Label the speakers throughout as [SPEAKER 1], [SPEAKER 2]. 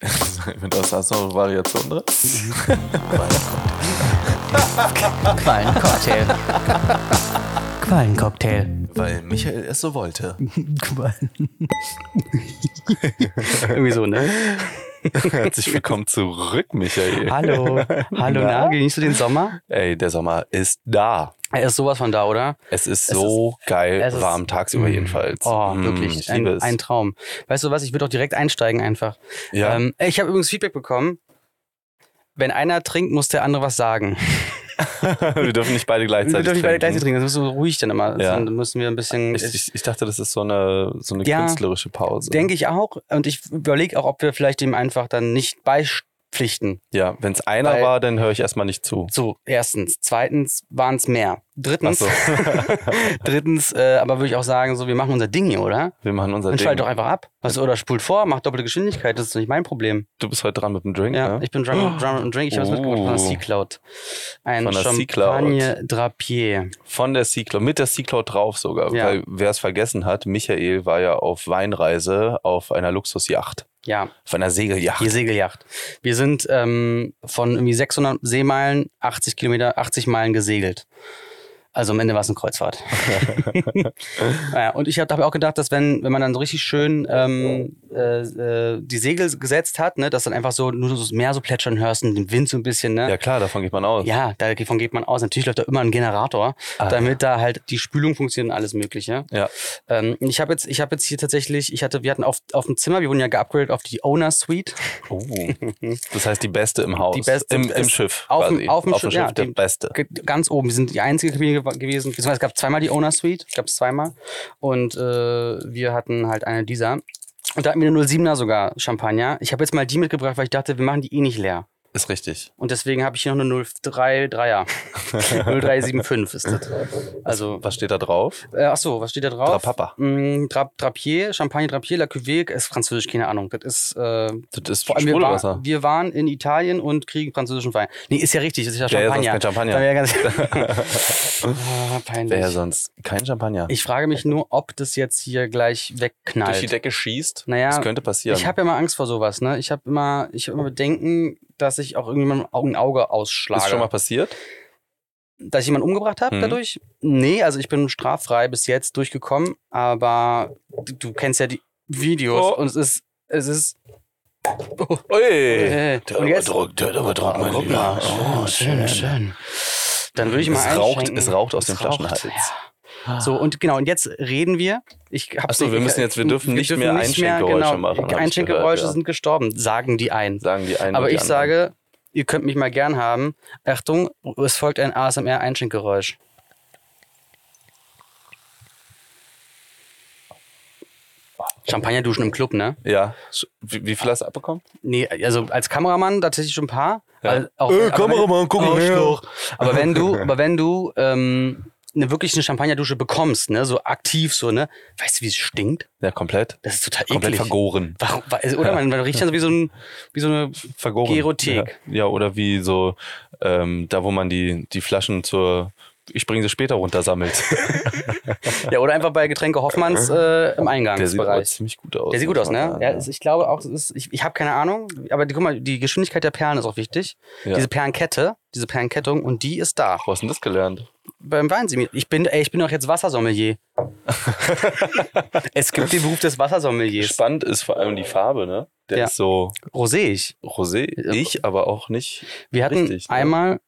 [SPEAKER 1] sein, wenn das hast du noch eine Variation drin.
[SPEAKER 2] Quallencocktail. Quallencocktail.
[SPEAKER 1] Weil Michael es so wollte.
[SPEAKER 2] Quallen. Irgendwie so, ne?
[SPEAKER 1] Herzlich willkommen zurück, Michael.
[SPEAKER 2] Hallo. Hallo, na? Genießt du den Sommer?
[SPEAKER 1] Ey, der Sommer ist da.
[SPEAKER 2] Er ist sowas von da, oder?
[SPEAKER 1] Es ist so geil
[SPEAKER 2] es ist-
[SPEAKER 1] warm tagsüber jedenfalls.
[SPEAKER 2] Oh,
[SPEAKER 1] Mm,
[SPEAKER 2] wirklich.
[SPEAKER 1] Ich
[SPEAKER 2] Ein,
[SPEAKER 1] liebe es.
[SPEAKER 2] ein Traum. Weißt du was? Ich würde auch direkt einsteigen einfach.
[SPEAKER 1] ja.
[SPEAKER 2] Ähm, ich habe übrigens Feedback bekommen. Wenn einer trinkt, muss der andere was sagen.
[SPEAKER 1] wir dürfen nicht beide
[SPEAKER 2] Wir
[SPEAKER 1] gleichzeitig
[SPEAKER 2] dürfen nicht
[SPEAKER 1] trinken.
[SPEAKER 2] beide gleichzeitig trinken, das müssen wir ruhig dann immer.
[SPEAKER 1] Ja.
[SPEAKER 2] Dann müssen wir ein bisschen.
[SPEAKER 1] Ich, ich, ich dachte, das ist so eine, so eine
[SPEAKER 2] Ja,
[SPEAKER 1] künstlerische Pause.
[SPEAKER 2] Denke ich auch. Und ich überlege auch, ob wir vielleicht dem einfach dann nicht beipflichten.
[SPEAKER 1] ja, wenn es einer
[SPEAKER 2] Weil-
[SPEAKER 1] war, dann höre ich erstmal nicht zu.
[SPEAKER 2] So, erstens. Zweitens waren es mehr.
[SPEAKER 1] Ach
[SPEAKER 2] Drittens,
[SPEAKER 1] so,
[SPEAKER 2] drittens äh, aber würde ich auch sagen, so, wir machen unser Ding hier, oder?
[SPEAKER 1] wir machen unser
[SPEAKER 2] Dann
[SPEAKER 1] Ding.
[SPEAKER 2] schaltet doch einfach ab. Weißt du, oder spult vor, macht doppelte Geschwindigkeit, das ist doch nicht mein Problem.
[SPEAKER 1] Du bist heute dran mit dem Drink,
[SPEAKER 2] Ja,
[SPEAKER 1] ne?
[SPEAKER 2] ich bin drunk, drunk und drink. Ich habe es
[SPEAKER 1] Oh.
[SPEAKER 2] mitgebracht von der Sea Cloud. Ein
[SPEAKER 1] Von der Sea Cloud.
[SPEAKER 2] Champagne Drapier.
[SPEAKER 1] Von der Sea Cloud, mit der Sea Cloud drauf sogar.
[SPEAKER 2] Ja.
[SPEAKER 1] Weil wer es vergessen hat, Michael war ja auf Weinreise auf einer Luxusjacht.
[SPEAKER 2] Ja,
[SPEAKER 1] Auf einer Segeljacht.
[SPEAKER 2] die Segeljacht. Wir sind ähm, von irgendwie 600 Seemeilen, 80 Kilometer, 80 Meilen gesegelt. Also am Ende war es eine Kreuzfahrt. ja, und ich habe hab auch gedacht, dass wenn, wenn man dann so richtig schön ähm, äh, äh, die Segel gesetzt hat, ne, dass dann einfach so nur so das Meer so plätschern hörst und den Wind so ein bisschen, ne?
[SPEAKER 1] Ja klar, davon geht man aus.
[SPEAKER 2] Ja, davon geht man aus. Natürlich läuft da immer ein Generator,
[SPEAKER 1] Ah.
[SPEAKER 2] damit da halt die Spülung funktioniert und alles Mögliche.
[SPEAKER 1] Ja.
[SPEAKER 2] Ähm, ich habe jetzt, ich habe jetzt hier tatsächlich, ich hatte, wir hatten auf, auf dem Zimmer, wir wurden ja geupgradet auf die Owner Suite.
[SPEAKER 1] Oh. Das heißt die beste im Haus.
[SPEAKER 2] Die beste
[SPEAKER 1] Im, im
[SPEAKER 2] ist-
[SPEAKER 1] Schiff.
[SPEAKER 2] auf dem-
[SPEAKER 1] quasi.
[SPEAKER 2] auf dem
[SPEAKER 1] auf dem
[SPEAKER 2] Schiff,
[SPEAKER 1] Schiff.
[SPEAKER 2] ja,
[SPEAKER 1] der
[SPEAKER 2] die-
[SPEAKER 1] beste.
[SPEAKER 2] Ge- Ganz oben. Wir sind die einzige Kabine gew- gewesen. Beziehungsweise Es gab zweimal die Owner Suite, gab es zweimal. Und äh, wir hatten halt eine dieser. Und da hatten wir eine 07er sogar Champagner. Ich habe jetzt mal die mitgebracht, weil ich dachte, wir machen die eh nicht leer.
[SPEAKER 1] Ist richtig.
[SPEAKER 2] Und deswegen habe ich hier noch eine 033er. 0375 ist das. Also
[SPEAKER 1] Was steht da drauf?
[SPEAKER 2] Äh, achso, was steht da drauf?
[SPEAKER 1] Drapapa.
[SPEAKER 2] Mm, Dra Drapier, Champagne Drapier, La Cuvée, ist französisch, keine Ahnung. Das ist, äh,
[SPEAKER 1] Das ist
[SPEAKER 2] vor allem wir,
[SPEAKER 1] Sprudelwasser.
[SPEAKER 2] war, wir waren in Italien und kriegen französischen Wein. Nee, ist ja richtig, das ist ja
[SPEAKER 1] Wer
[SPEAKER 2] Champagner.
[SPEAKER 1] sonst kein Champagner?
[SPEAKER 2] Da wär ganz ah,
[SPEAKER 1] Wäre ja
[SPEAKER 2] peinlich.
[SPEAKER 1] sonst kein Champagner.
[SPEAKER 2] Ich frage mich nur, ob das jetzt hier gleich
[SPEAKER 1] Durch die
[SPEAKER 2] wegknallt.
[SPEAKER 1] Decke schießt.
[SPEAKER 2] Naja,
[SPEAKER 1] das könnte passieren.
[SPEAKER 2] Ich habe ja mal Angst vor sowas, ne? Ich habe immer, ich hab immer Bedenken, dass ich auch irgendjemandem Au- ein Auge ausschlage.
[SPEAKER 1] ist schon mal passiert?
[SPEAKER 2] dass ich jemanden umgebracht habe
[SPEAKER 1] Mhm.
[SPEAKER 2] dadurch? Nee, also ich bin straffrei bis jetzt durchgekommen, aber du, du kennst ja die Videos
[SPEAKER 1] Oh.
[SPEAKER 2] und es ist, es ist.
[SPEAKER 1] Ui.
[SPEAKER 2] Äh, und jetzt.
[SPEAKER 1] der Überdruck, mein
[SPEAKER 2] Guck mal. Oh, schön, schön. Dann würde ich mal
[SPEAKER 1] Es raucht-
[SPEAKER 2] einschenken.
[SPEAKER 1] es raucht aus dem
[SPEAKER 2] raucht,
[SPEAKER 1] Flaschenhals. Ah.
[SPEAKER 2] ja. So, und genau, und jetzt reden wir. Ich hab's
[SPEAKER 1] Ach so,
[SPEAKER 2] nicht-
[SPEAKER 1] wir
[SPEAKER 2] ich-
[SPEAKER 1] müssen jetzt- wir dürfen nicht mehr Einschenkgeräusche machen, hab ich
[SPEAKER 2] Einschenkgeräusche
[SPEAKER 1] gehört, ja.
[SPEAKER 2] genau, sind gestorben, sagen die ein.
[SPEAKER 1] Sagen die einen.
[SPEAKER 2] Aber
[SPEAKER 1] und die
[SPEAKER 2] ich
[SPEAKER 1] anderen.
[SPEAKER 2] sage, ihr könnt mich mal gern haben. Achtung, es folgt ein ASMR-Einschenkgeräusch. Champagnerduschen im Club, ne?
[SPEAKER 1] Ja. Sch- Wie, wie viel hast du abbekommen?
[SPEAKER 2] Nee, also als Kameramann tatsächlich schon ein paar.
[SPEAKER 1] Ja.
[SPEAKER 2] weil Auch,
[SPEAKER 1] Äh,
[SPEAKER 2] aber wenn-
[SPEAKER 1] Kameramann, guck mal her.
[SPEAKER 2] Arschloch. Aber wenn du, aber wenn du ähm, eine wirklich eine Champagnerdusche bekommst, ne, so aktiv, so, ne, weißt du, wie es stinkt?
[SPEAKER 1] Ja, komplett.
[SPEAKER 2] Das ist total
[SPEAKER 1] Komplett
[SPEAKER 2] eklig.
[SPEAKER 1] vergoren.
[SPEAKER 2] Warum, also, oder man, man riecht dann so wie so, ein, wie so eine
[SPEAKER 1] Vergoren.
[SPEAKER 2] Gerothek.
[SPEAKER 1] Ja, ja oder wie so, ähm, da wo man die, die Flaschen zur, ich bringe sie später runter, sammelt.
[SPEAKER 2] Ja, oder einfach bei Getränke Hoffmanns äh, im
[SPEAKER 1] Der sieht aber
[SPEAKER 2] Eingangsbereich.
[SPEAKER 1] ziemlich gut aus.
[SPEAKER 2] Der sieht gut
[SPEAKER 1] muss
[SPEAKER 2] aus,
[SPEAKER 1] man
[SPEAKER 2] ne?
[SPEAKER 1] sagen,
[SPEAKER 2] Ja, ist, ich glaube auch, es ist, ich, ich habe keine Ahnung, aber die, guck mal, die Geschwindigkeit der Perlen ist auch wichtig.
[SPEAKER 1] Ja.
[SPEAKER 2] Diese Perlenkette, diese Perlenkettung und die ist da.
[SPEAKER 1] Wo hast du denn das gelernt?
[SPEAKER 2] Beim Weinseminar. Ich bin, ey, ich bin doch jetzt Wassersommelier. es gibt den Beruf des Wassersommeliers.
[SPEAKER 1] Spannend ist vor allem die Farbe, ne? Der
[SPEAKER 2] Ja.
[SPEAKER 1] ist so
[SPEAKER 2] Roséig.
[SPEAKER 1] rosé, ich aber auch nicht.
[SPEAKER 2] Wir hatten
[SPEAKER 1] Richtig, ne?
[SPEAKER 2] einmal.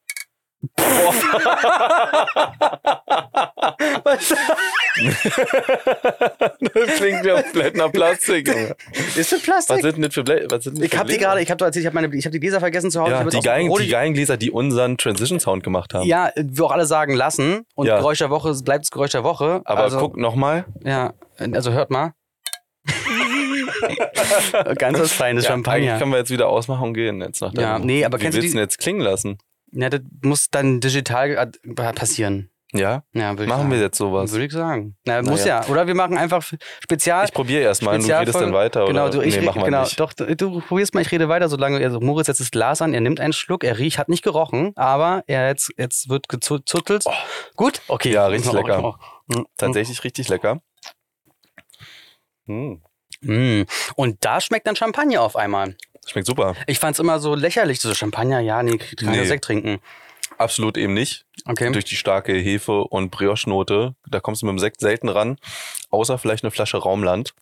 [SPEAKER 1] Das klingt ja komplett nach Plastik. Junge.
[SPEAKER 2] Ist das Plastik?
[SPEAKER 1] Was sind denn das für Blä was sind denn das
[SPEAKER 2] ich
[SPEAKER 1] für
[SPEAKER 2] habe die
[SPEAKER 1] Gläser?
[SPEAKER 2] gerade, ich habe erzählt, ich habe meine, ich habe die Gläser vergessen zu Hause. ich
[SPEAKER 1] Ja,
[SPEAKER 2] hab jetzt
[SPEAKER 1] die,
[SPEAKER 2] auch so
[SPEAKER 1] Geigen,
[SPEAKER 2] rote-
[SPEAKER 1] die Geigengläser, die unseren Transition-Sound gemacht haben.
[SPEAKER 2] Ja, wie auch alle sagen lassen. Und
[SPEAKER 1] Ja.
[SPEAKER 2] Geräusch der Woche bleibt das Geräusch der Woche.
[SPEAKER 1] Aber
[SPEAKER 2] also,
[SPEAKER 1] guck nochmal.
[SPEAKER 2] Ja, also hört mal. Ganz was feines
[SPEAKER 1] Ja, eigentlich
[SPEAKER 2] Champagner.
[SPEAKER 1] können wir jetzt wieder ausmachen und gehen. Jetzt nach
[SPEAKER 2] Ja,
[SPEAKER 1] deinem-
[SPEAKER 2] nee, aber
[SPEAKER 1] Wie
[SPEAKER 2] kennst du
[SPEAKER 1] willst
[SPEAKER 2] die-
[SPEAKER 1] denn jetzt klingen lassen?
[SPEAKER 2] Ja, das muss dann digital ge- äh, passieren.
[SPEAKER 1] Ja,
[SPEAKER 2] Ja, würde ich
[SPEAKER 1] machen
[SPEAKER 2] sagen.
[SPEAKER 1] wir jetzt sowas.
[SPEAKER 2] Würde ich sagen. Na,
[SPEAKER 1] Na
[SPEAKER 2] muss
[SPEAKER 1] ja.
[SPEAKER 2] ja. Oder wir machen einfach Spezial.
[SPEAKER 1] Ich probiere erstmal, du redest
[SPEAKER 2] Spezialfolge.
[SPEAKER 1] dann weiter.
[SPEAKER 2] Genau,
[SPEAKER 1] oder?
[SPEAKER 2] du, ich,
[SPEAKER 1] nee, machen wir
[SPEAKER 2] genau
[SPEAKER 1] nicht.
[SPEAKER 2] doch, du, du probierst mal, ich rede weiter, solange. Also Moritz setzt das Glas an, er nimmt einen Schluck, er riecht, hat nicht gerochen, aber er jetzt, jetzt wird gezuttelt. Gut, okay.
[SPEAKER 1] Oh. Ja, richtig
[SPEAKER 2] Muss man auch-
[SPEAKER 1] lecker.
[SPEAKER 2] auch-
[SPEAKER 1] Tatsächlich richtig lecker. Hm.
[SPEAKER 2] Mm. Und da schmeckt dann Champagner auf einmal.
[SPEAKER 1] Schmeckt super.
[SPEAKER 2] Ich fand's immer so lächerlich, so Champagner, ja, nee, kann
[SPEAKER 1] Nee.
[SPEAKER 2] nee. Sekt trinken.
[SPEAKER 1] Absolut eben nicht.
[SPEAKER 2] Okay.
[SPEAKER 1] Durch die starke Hefe- und Brioche-Note, da kommst du mit dem Sekt selten ran. Außer vielleicht eine Flasche Raumland,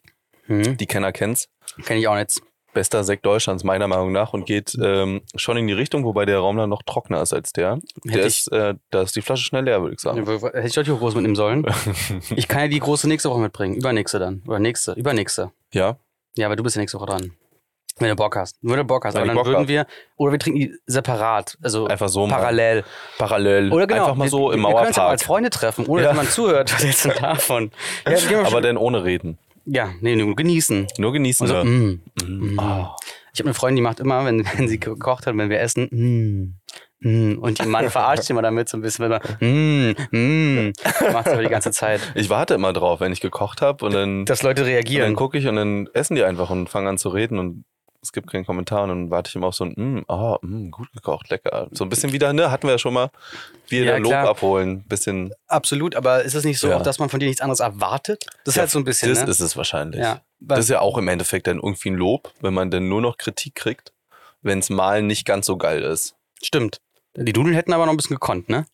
[SPEAKER 2] Hm.
[SPEAKER 1] die Kenner kennt's.
[SPEAKER 2] Kenne ich auch nicht.
[SPEAKER 1] Bester Sekt Deutschlands, meiner Meinung nach, und geht ähm, schon in die Richtung, wobei der Raumland noch trockener ist als der. Der
[SPEAKER 2] Hätte
[SPEAKER 1] ist, äh, da ist die Flasche schnell leer, würde ich sagen.
[SPEAKER 2] Hätte ich doch die groß mitnehmen sollen. Ich kann ja die große nächste Woche mitbringen. Übernächste dann. Oder nächste. Übernächste.
[SPEAKER 1] Ja,
[SPEAKER 2] Ja, aber du bist ja nächste Woche dran. Wenn du Bock hast. Nur der Bock hast.
[SPEAKER 1] Wenn
[SPEAKER 2] Aber
[SPEAKER 1] ich
[SPEAKER 2] dann
[SPEAKER 1] Bock
[SPEAKER 2] würden
[SPEAKER 1] hab.
[SPEAKER 2] wir. Oder wir trinken die separat. Also
[SPEAKER 1] einfach so mal.
[SPEAKER 2] parallel.
[SPEAKER 1] parallel.
[SPEAKER 2] Oder genau.
[SPEAKER 1] Einfach mal
[SPEAKER 2] wir-
[SPEAKER 1] so im
[SPEAKER 2] Wir können uns ja auch
[SPEAKER 1] Mauerpark.
[SPEAKER 2] als Freunde treffen, ohne
[SPEAKER 1] Ja.
[SPEAKER 2] dass man zuhört. Was hältst du denn davon? Ja, gehen wir
[SPEAKER 1] Aber
[SPEAKER 2] schon-
[SPEAKER 1] dann ohne reden.
[SPEAKER 2] ja nee, nur genießen.
[SPEAKER 1] Nur genießen.
[SPEAKER 2] Und so,
[SPEAKER 1] wir.
[SPEAKER 2] mm.
[SPEAKER 1] Mhm. Ah.
[SPEAKER 2] Ich habe eine Freundin, die macht immer, wenn, wenn sie gekocht hat, wenn wir essen, mm, mm, und ihr Mann verarscht immer damit so ein bisschen, wenn man, mm, mm, macht aber die ganze Zeit.
[SPEAKER 1] Ich warte immer drauf, wenn ich gekocht habe und dann,
[SPEAKER 2] Dass Leute
[SPEAKER 1] und dann
[SPEAKER 2] reagieren.
[SPEAKER 1] gucke ich und dann essen die einfach und fangen an zu reden und es gibt keinen Kommentar und dann warte ich immer auf so ein, mm, ah, mm, gut gekocht, lecker. So ein bisschen wieder, ne, hatten wir ja schon mal, wieder
[SPEAKER 2] Ja,
[SPEAKER 1] Lob
[SPEAKER 2] klar.
[SPEAKER 1] abholen, bisschen.
[SPEAKER 2] Absolut, aber ist es nicht so,
[SPEAKER 1] Ja.
[SPEAKER 2] auch, dass man von dir nichts anderes erwartet? Das ist
[SPEAKER 1] Ja,
[SPEAKER 2] halt so ein bisschen,
[SPEAKER 1] das
[SPEAKER 2] ne?
[SPEAKER 1] ist es wahrscheinlich.
[SPEAKER 2] ja.
[SPEAKER 1] Das ist ja auch im Endeffekt dann irgendwie ein Lob, wenn man dann nur noch Kritik kriegt, wenn es mal nicht ganz so geil ist.
[SPEAKER 2] Stimmt. Die Nudeln hätten aber noch ein bisschen gekonnt, ne?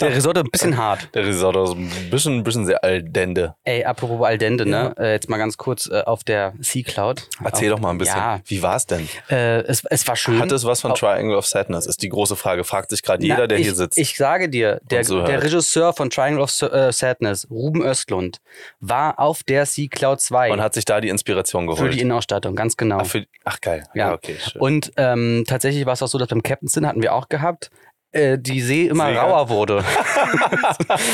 [SPEAKER 2] Der Risotto ein bisschen hart.
[SPEAKER 1] Der Risotto ist ein bisschen, ein bisschen sehr aldende.
[SPEAKER 2] Ey, apropos Al dente, ne? Äh, jetzt mal ganz kurz äh, auf der Sea-Cloud.
[SPEAKER 1] Erzähl doch mal ein bisschen,
[SPEAKER 2] Ja,
[SPEAKER 1] wie war es denn?
[SPEAKER 2] äh, es, es war schön.
[SPEAKER 1] Hat es was von
[SPEAKER 2] Au-
[SPEAKER 1] Triangle of Sadness? Ist die große Frage. Fragt sich gerade
[SPEAKER 2] Na,
[SPEAKER 1] jeder, der
[SPEAKER 2] ich,
[SPEAKER 1] hier sitzt.
[SPEAKER 2] Ich sage dir, der,
[SPEAKER 1] so hört.
[SPEAKER 2] der Regisseur von Triangle of Sa- äh, Sadness, Ruben Östlund, war auf der Sea Cloud 2
[SPEAKER 1] und hat sich da die Inspiration
[SPEAKER 2] für
[SPEAKER 1] geholt.
[SPEAKER 2] die Innenausstattung, ganz genau.
[SPEAKER 1] ach, für, ach, geil.
[SPEAKER 2] Ja.
[SPEAKER 1] okay. Schön.
[SPEAKER 2] Und ähm, tatsächlich war es auch so, dass beim Captain's Sin hatten wir auch gehabt, äh, die See immer
[SPEAKER 1] Segel.
[SPEAKER 2] rauer wurde.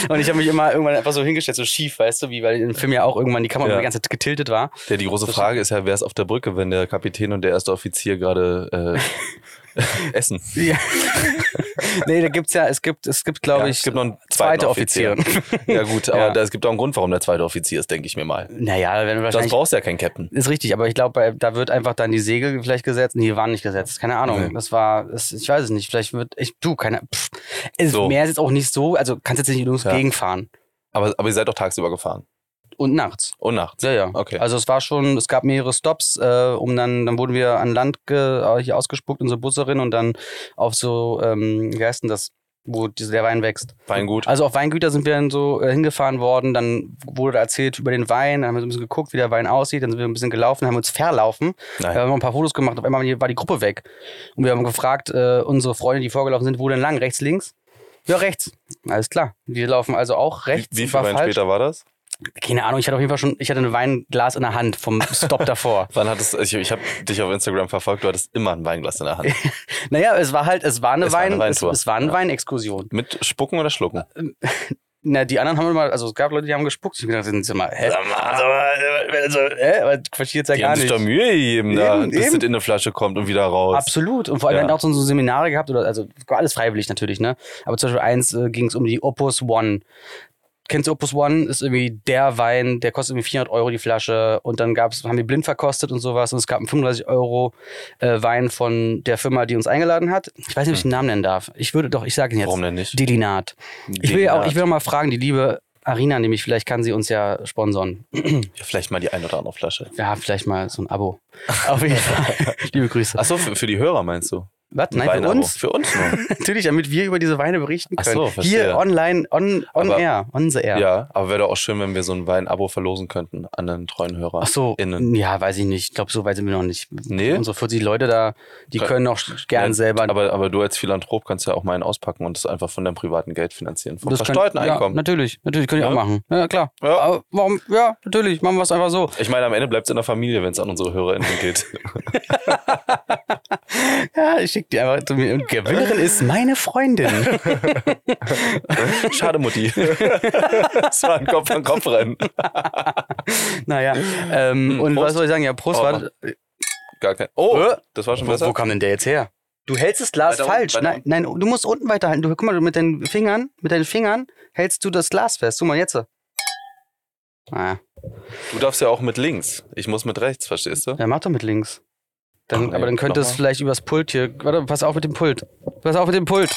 [SPEAKER 2] und ich habe mich immer irgendwann einfach so hingestellt, so schief, weißt du, wie weil im Film ja auch irgendwann die Kamera
[SPEAKER 1] Ja.
[SPEAKER 2] die ganze Zeit getiltet war.
[SPEAKER 1] ja, die große Frage ist ja, wer ist auf der Brücke, wenn der Kapitän und der erste Offizier gerade äh, essen?
[SPEAKER 2] Ja. nee, da gibt's ja, es gibt, es gibt, glaube
[SPEAKER 1] Ja,
[SPEAKER 2] ich,
[SPEAKER 1] es gibt noch einen zweiten
[SPEAKER 2] zweite
[SPEAKER 1] Offizier.
[SPEAKER 2] Offizier.
[SPEAKER 1] ja, gut, aber
[SPEAKER 2] Ja.
[SPEAKER 1] da- es gibt auch einen Grund, warum der zweite Offizier ist, denke ich mir mal.
[SPEAKER 2] Naja, da werden wir
[SPEAKER 1] Das
[SPEAKER 2] wahrscheinlich
[SPEAKER 1] brauchst ja kein Captain.
[SPEAKER 2] Ist richtig, aber ich glaube, da wird einfach dann die Segel vielleicht gesetzt. Nee, die waren nicht gesetzt. Keine Ahnung.
[SPEAKER 1] Nee.
[SPEAKER 2] Das war, das, ich weiß es nicht. Vielleicht wird, ich, du, keine, pff. Es
[SPEAKER 1] So.
[SPEAKER 2] Meer ist jetzt auch nicht so, also kannst jetzt nicht los
[SPEAKER 1] Ja.
[SPEAKER 2] gegenfahren.
[SPEAKER 1] Aber, aber ihr seid doch tagsüber gefahren.
[SPEAKER 2] Und nachts.
[SPEAKER 1] Und nachts.
[SPEAKER 2] Ja, ja.
[SPEAKER 1] Okay.
[SPEAKER 2] Also es war schon, es gab mehrere Stops, äh, um dann, dann wurden wir an Land ge, äh, hier ausgespuckt, unsere Busserin und dann auf so, ähm, wie heißt denn das? wo diese- der Wein wächst.
[SPEAKER 1] Weingut.
[SPEAKER 2] Also auf Weingüter sind wir dann so äh, hingefahren worden, dann wurde da erzählt über den Wein, dann haben wir so ein bisschen geguckt, wie der Wein aussieht, dann sind wir ein bisschen gelaufen, haben uns verlaufen
[SPEAKER 1] Nein.
[SPEAKER 2] wir haben noch ein paar Fotos gemacht, auf einmal war die Gruppe weg. Und wir haben gefragt, äh, unsere Freunde, die vorgelaufen sind, wo denn lang? Rechts, links? Ja, rechts. Alles klar. Wir laufen also auch
[SPEAKER 1] Wie,
[SPEAKER 2] rechts.
[SPEAKER 1] wie viel
[SPEAKER 2] War
[SPEAKER 1] Wein
[SPEAKER 2] falsch.
[SPEAKER 1] später war das?
[SPEAKER 2] Keine Ahnung, ich hatte auf jeden Fall schon, ich hatte ein Weinglas in der Hand vom Stop davor.
[SPEAKER 1] Wann hattest ich, ich habe dich auf Instagram verfolgt, du hattest immer ein Weinglas in der Hand.
[SPEAKER 2] Naja, es war halt, es war eine,
[SPEAKER 1] Es war eine
[SPEAKER 2] Wein, es,
[SPEAKER 1] Weintour.
[SPEAKER 2] es war eine
[SPEAKER 1] Ja.
[SPEAKER 2] Weinexkursion.
[SPEAKER 1] Mit Spucken oder Schlucken?
[SPEAKER 2] Äh, Na, die anderen haben immer, also es gab Leute, die haben gespuckt. Ich hab gedacht, sind sie mal, hä? Also, äh, also, hä? Aber Quatsch jetzt ja
[SPEAKER 1] Die
[SPEAKER 2] gar
[SPEAKER 1] haben sich
[SPEAKER 2] nicht.
[SPEAKER 1] doch Mühe gegeben, da,
[SPEAKER 2] Eben,
[SPEAKER 1] bis
[SPEAKER 2] eben.
[SPEAKER 1] das in eine Flasche kommt und wieder raus.
[SPEAKER 2] Absolut. Und vor allem
[SPEAKER 1] Ja.
[SPEAKER 2] wir hatten auch so so Seminare gehabt, oder also alles freiwillig natürlich, ne? Aber zum Beispiel eins äh, ging es um die Opus One. Kennst du Opus One? Ist irgendwie der Wein, der kostet irgendwie 400 Euro die Flasche. Und dann gab's, haben wir blind verkostet und sowas. Und es gab einen 35 Euro äh, Wein von der Firma, die uns eingeladen hat. Ich weiß nicht, ob ich den Namen nennen darf. Ich würde doch, ich sage ihn jetzt.
[SPEAKER 1] Warum denn nicht?
[SPEAKER 2] Delinat. Ich will ja auch,
[SPEAKER 1] Delinat.
[SPEAKER 2] ich will auch mal fragen, die liebe Arina, nämlich vielleicht kann sie uns ja sponsern.
[SPEAKER 1] Ja, vielleicht mal die ein oder andere Flasche.
[SPEAKER 2] Ja, vielleicht mal so ein Abo. Auf jeden Fall. Liebe Grüße.
[SPEAKER 1] Achso, für, für die Hörer meinst du?
[SPEAKER 2] Was? Nein,
[SPEAKER 1] Wein-
[SPEAKER 2] für uns?
[SPEAKER 1] Für uns nur.
[SPEAKER 2] Natürlich, damit wir über diese Weine berichten
[SPEAKER 1] Ach
[SPEAKER 2] können.
[SPEAKER 1] so, verstehe.
[SPEAKER 2] Hier online, on, on
[SPEAKER 1] Aber-
[SPEAKER 2] air, on the air.
[SPEAKER 1] ja. aber wäre doch auch schön, wenn wir so ein Wein-Abo verlosen könnten an einen treuen Hörer.
[SPEAKER 2] Ach so,
[SPEAKER 1] Innen.
[SPEAKER 2] ja, weiß ich nicht. Ich glaube, so weit sind wir noch nicht.
[SPEAKER 1] Nee?
[SPEAKER 2] Unsere 40 Leute da, die
[SPEAKER 1] Kön-
[SPEAKER 2] können auch gern
[SPEAKER 1] Ja,
[SPEAKER 2] selber.
[SPEAKER 1] Ne? Aber, aber du als Philanthrop kannst ja auch mal einen auspacken und das einfach von deinem privaten Geld finanzieren. Vom
[SPEAKER 2] können-
[SPEAKER 1] versteuerten
[SPEAKER 2] ja,
[SPEAKER 1] Einkommen.
[SPEAKER 2] natürlich, natürlich, könnte ich
[SPEAKER 1] Ja.
[SPEAKER 2] auch machen. Ja, klar.
[SPEAKER 1] Ja.
[SPEAKER 2] Aber warum? Ja, natürlich, machen wir es einfach so.
[SPEAKER 1] Ich meine, am Ende bleibt es in der Familie, wenn es an unsere HörerInnen geht.
[SPEAKER 2] Ja, ich schicke die einfach zu mir. Und Gewinnerin ist meine Freundin.
[SPEAKER 1] Schade, Mutti. das war ein Kopf-an-Kopf-Rennen.
[SPEAKER 2] naja, ähm, und
[SPEAKER 1] Hm, Prost.
[SPEAKER 2] was soll ich sagen? Ja, Prost,
[SPEAKER 1] Oh,
[SPEAKER 2] warte.
[SPEAKER 1] Gar kein. Oh,
[SPEAKER 2] Äh?
[SPEAKER 1] das war schon
[SPEAKER 2] Wo,
[SPEAKER 1] besser.
[SPEAKER 2] wo kam denn der jetzt her? Du hältst das Glas
[SPEAKER 1] Weiter unten,
[SPEAKER 2] falsch.
[SPEAKER 1] weiter
[SPEAKER 2] nein, nein, du musst unten weiterhalten. Du, guck mal, du mit deinen Fingern, mit deinen Fingern hältst du das Glas fest. Guck mal jetzt. Ah,
[SPEAKER 1] Du darfst ja auch mit links. Ich muss mit rechts, verstehst du?
[SPEAKER 2] dann mach doch mit links. Dann,
[SPEAKER 1] Ach nee,
[SPEAKER 2] aber dann könnte es
[SPEAKER 1] nochmal.
[SPEAKER 2] vielleicht übers Pult hier. Warte, pass auf mit dem Pult. Pass auf mit dem Pult.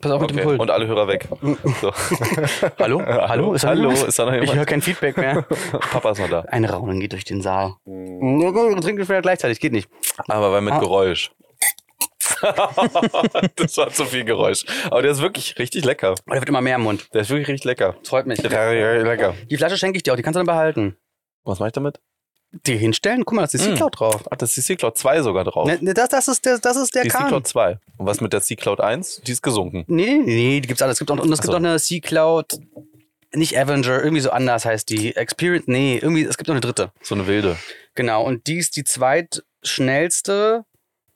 [SPEAKER 2] Pass auf mit dem
[SPEAKER 1] Okay.
[SPEAKER 2] Pult.
[SPEAKER 1] Und alle Hörer weg. So.
[SPEAKER 2] Hallo? Hallo? Ist da
[SPEAKER 1] Hallo?
[SPEAKER 2] jemand?
[SPEAKER 1] Ist da noch
[SPEAKER 2] Ich höre
[SPEAKER 1] jemand?
[SPEAKER 2] kein Feedback mehr.
[SPEAKER 1] Papa ist noch da.
[SPEAKER 2] Ein Raunen geht durch den Saal.
[SPEAKER 1] Hm.
[SPEAKER 2] Mhm. Trinken wir gleichzeitig, geht nicht.
[SPEAKER 1] Aber weil mit
[SPEAKER 2] Ah.
[SPEAKER 1] Geräusch. das war zu viel Geräusch. Aber der ist wirklich richtig lecker.
[SPEAKER 2] Aber der Oh, wird immer mehr im Mund.
[SPEAKER 1] Der ist wirklich richtig lecker.
[SPEAKER 2] Das freut mich.
[SPEAKER 1] Lecker.
[SPEAKER 2] Die Flasche schenke ich dir auch, die kannst du dann behalten.
[SPEAKER 1] Was mache ich damit?
[SPEAKER 2] Die hinstellen? Guck mal, das ist die
[SPEAKER 1] Mhm.
[SPEAKER 2] Cloud drauf.
[SPEAKER 1] Ach, das ist die C-Cloud 2 sogar drauf.
[SPEAKER 2] Ne, ne, das, das ist der, das ist der
[SPEAKER 1] die
[SPEAKER 2] Kahn.
[SPEAKER 1] C-Cloud 2. Und was mit der C-Cloud 1? Die ist gesunken.
[SPEAKER 2] Nee, nee, nee, die gibt's alles. Es gibt auch, und es
[SPEAKER 1] Ach
[SPEAKER 2] gibt
[SPEAKER 1] so.
[SPEAKER 2] auch eine C-Cloud, nicht Avenger, irgendwie so anders heißt die. Experience, nee, irgendwie, es gibt noch eine dritte.
[SPEAKER 1] So eine wilde.
[SPEAKER 2] Genau, und die ist die zweitschnellste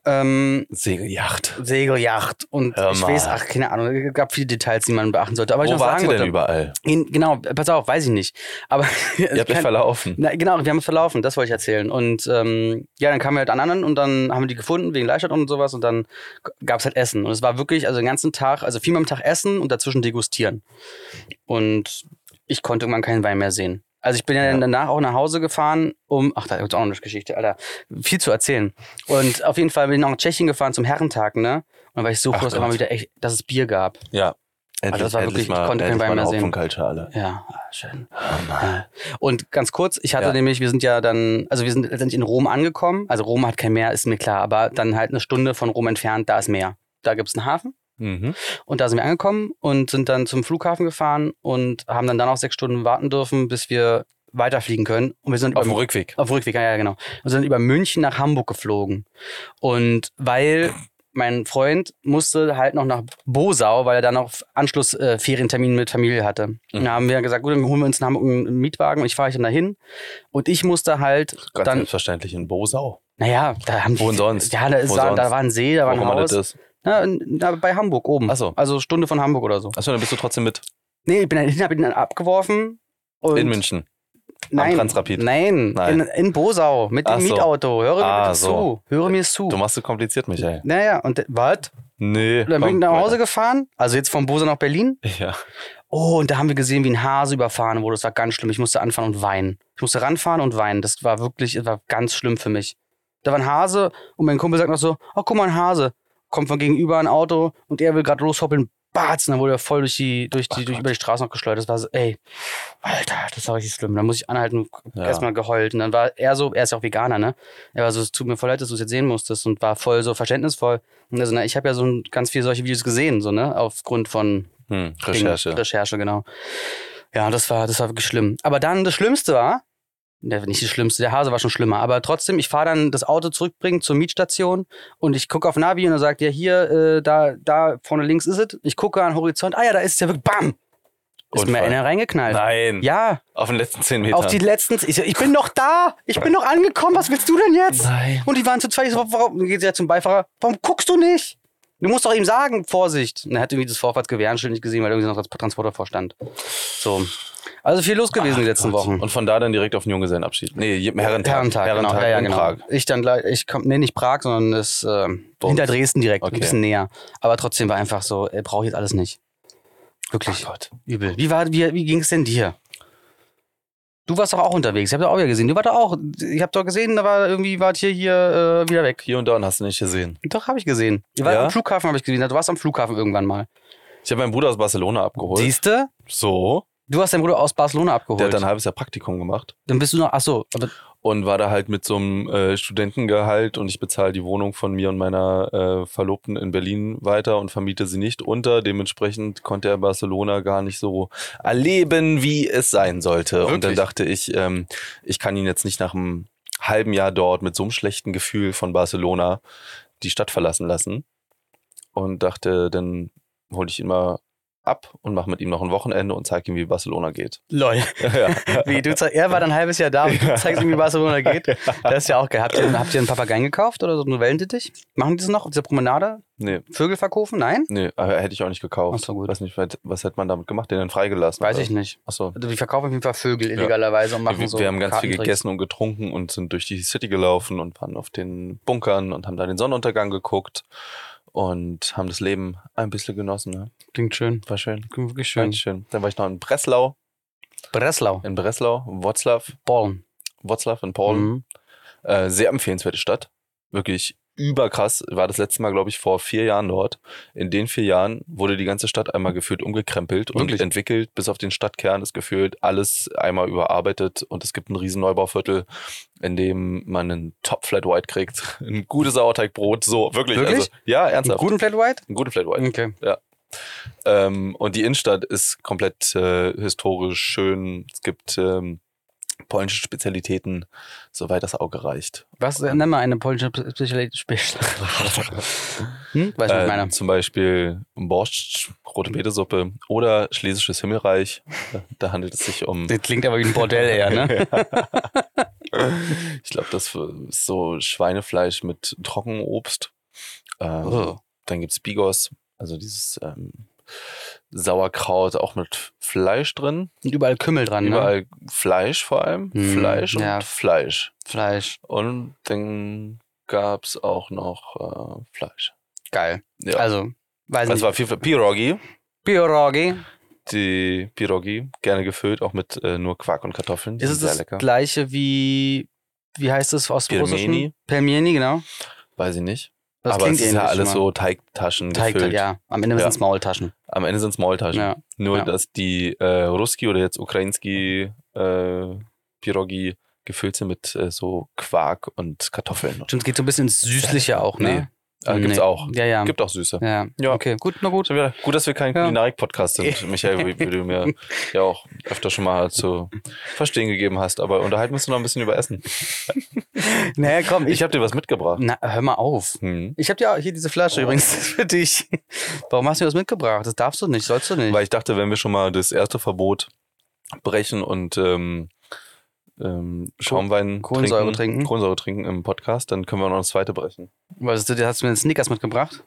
[SPEAKER 2] ähm,
[SPEAKER 1] Segeljacht.
[SPEAKER 2] Segeljacht. Und
[SPEAKER 1] Hör
[SPEAKER 2] ich
[SPEAKER 1] mal.
[SPEAKER 2] weiß, ach, keine Ahnung, es gab viele Details, die man beachten sollte. Aber ich
[SPEAKER 1] Wo
[SPEAKER 2] noch
[SPEAKER 1] wart
[SPEAKER 2] sagen
[SPEAKER 1] ihr denn
[SPEAKER 2] wollte,
[SPEAKER 1] überall?
[SPEAKER 2] in, genau, äh, pass auf, weiß ich nicht. Aber
[SPEAKER 1] Ihr habt euch verlaufen.
[SPEAKER 2] Na, genau, wir haben uns verlaufen, das wollte ich erzählen. Und ähm, ja, dann kamen wir halt an anderen und dann haben wir die gefunden wegen Leichstadt und sowas und dann gab es halt Essen. Und es war wirklich, also den ganzen Tag, also viermal am Tag essen und dazwischen degustieren. Und ich konnte irgendwann keinen Wein mehr sehen. Also ich bin ja,
[SPEAKER 1] Ja.
[SPEAKER 2] dann danach auch nach Hause gefahren, um, ach, da gibt's auch noch eine Geschichte, Alter, viel zu erzählen. Und auf jeden Fall bin ich noch nach Tschechien gefahren zum Herrentag, ne? Und weil ich so
[SPEAKER 1] Ach
[SPEAKER 2] froh, dass
[SPEAKER 1] Gott.
[SPEAKER 2] immer wieder echt, dass es Bier gab.
[SPEAKER 1] Ja. Endlich,
[SPEAKER 2] Also das war
[SPEAKER 1] endlich
[SPEAKER 2] wirklich- ich
[SPEAKER 1] mal,
[SPEAKER 2] konnte keinen
[SPEAKER 1] endlich
[SPEAKER 2] Wein
[SPEAKER 1] mal
[SPEAKER 2] mehr
[SPEAKER 1] eine
[SPEAKER 2] sehen.
[SPEAKER 1] Hopfenkaltschale.
[SPEAKER 2] Ja, ah, schön. Ja. Und ganz kurz, ich hatte
[SPEAKER 1] Ja.
[SPEAKER 2] nämlich, wir sind ja dann, also wir sind letztendlich in Rom angekommen. Also Rom hat kein Meer, ist mir klar, aber dann halt eine Stunde von Rom entfernt, da ist Meer. Da gibt es einen Hafen
[SPEAKER 1] Mhm.
[SPEAKER 2] und da sind wir angekommen und sind dann zum Flughafen gefahren und haben dann da noch sechs Stunden warten dürfen, bis wir weiterfliegen können. Und wir sind
[SPEAKER 1] Auf dem
[SPEAKER 2] über,
[SPEAKER 1] Rückweg.
[SPEAKER 2] auf dem Rückweg, ja, ja, genau. Wir sind über München nach Hamburg geflogen. Und weil mein Freund musste halt noch nach Bosau, weil er da noch Anschlussferientermin äh, Ferientermin mit Familie hatte.
[SPEAKER 1] Mhm.
[SPEAKER 2] Und da haben wir gesagt, gut, dann holen wir uns in Hamburg einen Mietwagen und ich fahre ich dann dahin. Und ich musste halt
[SPEAKER 1] Ganz
[SPEAKER 2] dann,
[SPEAKER 1] selbstverständlich in Bosau.
[SPEAKER 2] naja, da haben
[SPEAKER 1] Wo
[SPEAKER 2] die-
[SPEAKER 1] sonst?
[SPEAKER 2] Ja, da, ist,
[SPEAKER 1] Wo
[SPEAKER 2] da, da
[SPEAKER 1] sonst?
[SPEAKER 2] war ein See, da war ein
[SPEAKER 1] Warum
[SPEAKER 2] Haus.
[SPEAKER 1] das ist?
[SPEAKER 2] Na, in- da, bei Hamburg oben.
[SPEAKER 1] Ach so.
[SPEAKER 2] Also Stunde von Hamburg oder so.
[SPEAKER 1] Achso, dann bist du trotzdem mit.
[SPEAKER 2] Nee, ich bin dann hin, hab ihn dann abgeworfen. Und
[SPEAKER 1] in München.
[SPEAKER 2] Nein,
[SPEAKER 1] Transrapid.
[SPEAKER 2] Nein,
[SPEAKER 1] Nein.
[SPEAKER 2] In, in Bosau mit dem
[SPEAKER 1] Ach so.
[SPEAKER 2] Mietauto. Höre mir
[SPEAKER 1] Ah,
[SPEAKER 2] bitte
[SPEAKER 1] so.
[SPEAKER 2] zu. Höre mir zu.
[SPEAKER 1] Du machst es kompliziert, Michael.
[SPEAKER 2] Naja, und d- was?
[SPEAKER 1] Nee.
[SPEAKER 2] Und Dann bin ich
[SPEAKER 1] komm,
[SPEAKER 2] nach Hause gefahren, also jetzt von Bose nach Berlin.
[SPEAKER 1] weiter. Ja.
[SPEAKER 2] Oh, und da haben wir gesehen, wie ein Hase überfahren wurde. Das war ganz schlimm. Ich musste anfahren und weinen. Ich musste ranfahren und weinen. Das war wirklich, das war ganz schlimm für mich. Da war ein Hase und mein Kumpel sagt noch so: Oh, guck mal, ein Hase. Kommt von gegenüber ein Auto und er will gerade loshoppeln. Batz, und dann wurde er voll durch die, durch die, durch über die Straße noch geschleudert. Das war so, ey, Alter, das war richtig schlimm. Dann muss ich anhalten,
[SPEAKER 1] Ja.
[SPEAKER 2] erstmal geheult. Und dann war er so, er ist ja auch Veganer, ne? Er war so, es tut mir voll leid, dass du es jetzt sehen musstest und war voll so verständnisvoll. Und also, na, ich habe ja so ein- ganz viele solche Videos gesehen, so, ne? Aufgrund von
[SPEAKER 1] Hm,
[SPEAKER 2] Ding.
[SPEAKER 1] Recherche.
[SPEAKER 2] Recherche, genau. Ja, das war, das war wirklich schlimm. Aber dann das Schlimmste war, ne, nicht das Schlimmste, der Hase war schon schlimmer, aber trotzdem, ich fahre dann das Auto zurückbringen zur Mietstation und ich gucke auf Navi und er sagt, ja, hier, äh, da, da vorne links ist es. Ich gucke an den Horizont, ah ja, da ist es ja wirklich, bam! Ist mir
[SPEAKER 1] Unfall.
[SPEAKER 2] einer reingeknallt.
[SPEAKER 1] Nein.
[SPEAKER 2] Ja,
[SPEAKER 1] Auf den letzten 10 Metern.
[SPEAKER 2] auf die letzten. Ich, so, ich bin noch da! Ich bin noch angekommen, was willst du denn jetzt?
[SPEAKER 1] Nein.
[SPEAKER 2] Und die waren zu zweit. Ich so, warum dann geht sie ja zum Beifahrer? Warum guckst du nicht? Du musst doch ihm sagen, Vorsicht. Und er hat irgendwie das Vorfahrtsgewehrenschild nicht gesehen, weil irgendwie noch das Transporter vorstand. So. Also viel los gewesen die letzten Wochen.
[SPEAKER 1] Und von da dann direkt auf den Junggesellenabschied. Nee, Herrentag.
[SPEAKER 2] Herrentag, genau. Ja, ja,
[SPEAKER 1] in
[SPEAKER 2] genau.
[SPEAKER 1] Prag.
[SPEAKER 2] Ich dann gleich, ich komm, nee, nicht Prag, sondern das äh, hinter Dresden direkt, ein
[SPEAKER 1] Okay.
[SPEAKER 2] bisschen näher. Aber trotzdem war einfach so, äh, brauche ich jetzt alles nicht. Wirklich.
[SPEAKER 1] Gott.
[SPEAKER 2] Übel. Wie, war- wie, wie ging es denn dir? Du warst doch auch unterwegs. Ich habe doch auch wieder gesehen. Du warst doch auch. Ich habe doch gesehen, da war irgendwie wart ihr hier äh, wieder weg.
[SPEAKER 1] Hier und da und hast du nicht gesehen.
[SPEAKER 2] Doch, habe ich gesehen. Ihr wart
[SPEAKER 1] Ja?
[SPEAKER 2] am Flughafen, habe ich gesehen. Du warst am Flughafen irgendwann mal.
[SPEAKER 1] Ich habe meinen Bruder aus Barcelona abgeholt.
[SPEAKER 2] Siehst du?
[SPEAKER 1] so.
[SPEAKER 2] Du hast deinen Bruder aus Barcelona
[SPEAKER 1] Der
[SPEAKER 2] abgeholt.
[SPEAKER 1] hat dann ein halbes Jahr Praktikum gemacht
[SPEAKER 2] dann bist du noch. Achso, aber
[SPEAKER 1] und war da halt mit so einem äh, Studentengehalt und ich bezahle die Wohnung von mir und meiner äh, Verlobten in Berlin weiter und vermiete sie nicht unter. Dementsprechend konnte er Barcelona gar nicht so erleben, wie es sein sollte. Und dann
[SPEAKER 2] Wirklich?
[SPEAKER 1] dachte ich, ähm, ich kann ihn jetzt nicht nach einem halben Jahr dort mit so einem schlechten Gefühl von Barcelona die Stadt verlassen lassen. Und dachte, dann hole ich ihn mal ab und mache mit ihm noch ein Wochenende und zeige ihm, wie Barcelona geht.
[SPEAKER 2] lol.
[SPEAKER 1] ja.
[SPEAKER 2] Wie, du, zeig- er war dann ein halbes Jahr da und du zeigst ihm, wie Barcelona geht. Das ist ja auch geil. Habt ihr, habt ihr einen Papageien gekauft oder so einen Wellendittich? Machen die das noch? Auf dieser Promenade?
[SPEAKER 1] Nee,
[SPEAKER 2] Vögel verkaufen? Nein?
[SPEAKER 1] Nee, aber hätte ich auch nicht gekauft.
[SPEAKER 2] Ach so, gut.
[SPEAKER 1] Weiß nicht, was, was hätte man damit gemacht? Den dann freigelassen?
[SPEAKER 2] Weiß ich nicht.
[SPEAKER 1] Achso.
[SPEAKER 2] Also die verkaufen auf jeden Fall Vögel illegalerweise und machen
[SPEAKER 1] Äh. wir,
[SPEAKER 2] so.
[SPEAKER 1] wir haben ganz viel
[SPEAKER 2] Kartentricks.
[SPEAKER 1] gegessen und getrunken und sind durch die City gelaufen und waren auf den Bunkern und haben da den Sonnenuntergang geguckt und haben das Leben ein bisschen genossen. Ne?
[SPEAKER 2] Klingt schön.
[SPEAKER 1] War schön.
[SPEAKER 2] Klingt wirklich
[SPEAKER 1] War
[SPEAKER 2] schön.
[SPEAKER 1] echt schön. Dann war ich noch in Breslau,
[SPEAKER 2] Breslau.
[SPEAKER 1] in Breslau, Wroclaw,
[SPEAKER 2] Born.
[SPEAKER 1] Wroclaw in Polen.
[SPEAKER 2] Mhm.
[SPEAKER 1] Äh, sehr empfehlenswerte Stadt. Wirklich überkrass. War das letzte Mal, glaube ich, vor vier Jahren dort. In den vier Jahren wurde die ganze Stadt einmal gefühlt umgekrempelt und
[SPEAKER 2] Wirklich?
[SPEAKER 1] entwickelt. Bis auf den Stadtkern ist gefühlt alles einmal überarbeitet. Und es gibt ein riesen Neubauviertel, in dem man einen Top-Flat White kriegt. Ein gutes Sauerteigbrot. So, wirklich.
[SPEAKER 2] Wirklich?
[SPEAKER 1] Also, ja,
[SPEAKER 2] Einen
[SPEAKER 1] ernsthaft.
[SPEAKER 2] guten Flat White?
[SPEAKER 1] Einen guten Flat White.
[SPEAKER 2] Okay.
[SPEAKER 1] Ähm, und die Innenstadt ist komplett äh, historisch schön. Es gibt ähm, polnische Spezialitäten, soweit das Auge reicht.
[SPEAKER 2] Was äh, nenn mal eine polnische Spezialität? Hm? Weiß nicht,
[SPEAKER 1] Äh,
[SPEAKER 2] meiner.
[SPEAKER 1] Zum Beispiel Borscht, rote Betesuppe oder schlesisches Himmelreich. Da handelt es sich um.
[SPEAKER 2] Das klingt aber wie ein Bordell eher, ne?
[SPEAKER 1] Ich glaube, das ist so Schweinefleisch mit Trockenobst. Ähm,
[SPEAKER 2] Oh.
[SPEAKER 1] Dann gibt es Bigos, also dieses ähm, Sauerkraut auch mit Fleisch drin.
[SPEAKER 2] Und überall Kümmel dran, ne?
[SPEAKER 1] Überall Fleisch vor allem.
[SPEAKER 2] Hm,
[SPEAKER 1] Fleisch und
[SPEAKER 2] ja.
[SPEAKER 1] Fleisch.
[SPEAKER 2] Fleisch.
[SPEAKER 1] Und dann gab es auch noch äh, Fleisch.
[SPEAKER 2] Geil.
[SPEAKER 1] Ja.
[SPEAKER 2] Also, weiß
[SPEAKER 1] das
[SPEAKER 2] nicht.
[SPEAKER 1] war viel Pierogi.
[SPEAKER 2] Pierogi.
[SPEAKER 1] Die Pierogi, gerne gefüllt, auch mit äh, nur Quark und Kartoffeln. Die
[SPEAKER 2] Ist es
[SPEAKER 1] sind sehr
[SPEAKER 2] das
[SPEAKER 1] lecker.
[SPEAKER 2] gleiche wie, wie heißt es aus dem
[SPEAKER 1] Pelmeni?
[SPEAKER 2] Russischen? Pelmeni, genau.
[SPEAKER 1] Weiß ich nicht.
[SPEAKER 2] Das
[SPEAKER 1] Aber es ist ja
[SPEAKER 2] ähnlich
[SPEAKER 1] alles
[SPEAKER 2] schon mal.
[SPEAKER 1] so Teigtaschen
[SPEAKER 2] Teig,
[SPEAKER 1] gefüllt.
[SPEAKER 2] ja. Am Ende
[SPEAKER 1] Ja.
[SPEAKER 2] sind es Maultaschen.
[SPEAKER 1] Am Ende sind es Maultaschen.
[SPEAKER 2] Ja.
[SPEAKER 1] Nur,
[SPEAKER 2] Ja.
[SPEAKER 1] dass die äh, Ruski oder jetzt Ukrainski äh, Pierogi gefüllt sind mit äh, so Quark und Kartoffeln.
[SPEAKER 2] Stimmt, es geht so ein bisschen ins Süßliche auch, ne?
[SPEAKER 1] Äh, gibt's
[SPEAKER 2] Nee.
[SPEAKER 1] auch.
[SPEAKER 2] Ja, ja.
[SPEAKER 1] Gibt auch Süße.
[SPEAKER 2] ja.
[SPEAKER 1] Ja.
[SPEAKER 2] Okay, gut, na gut.
[SPEAKER 1] Schon wieder Gut, dass wir kein
[SPEAKER 2] Ja.
[SPEAKER 1] Kulinarik-Podcast sind, Michael, wie, wie du mir ja auch öfter schon mal zu verstehen gegeben hast. Aber unterhalten wir uns noch ein bisschen über Essen.
[SPEAKER 2] Naja, komm,
[SPEAKER 1] Ich habe dir was mitgebracht.
[SPEAKER 2] Na, hör mal auf.
[SPEAKER 1] Hm.
[SPEAKER 2] Ich habe ja auch hier diese Flasche
[SPEAKER 1] Oh.
[SPEAKER 2] übrigens für dich. Warum hast du mir das mitgebracht? Das darfst du nicht, sollst du nicht.
[SPEAKER 1] Weil ich dachte, wenn wir schon mal das erste Verbot brechen und ähm, ähm, Schaumwein
[SPEAKER 2] Kohlensäure
[SPEAKER 1] trinken,
[SPEAKER 2] trinken.
[SPEAKER 1] Kohlensäure trinken im Podcast, dann können wir noch das zweite brechen.
[SPEAKER 2] Was ist, das? hast du mir einen Snickers mitgebracht?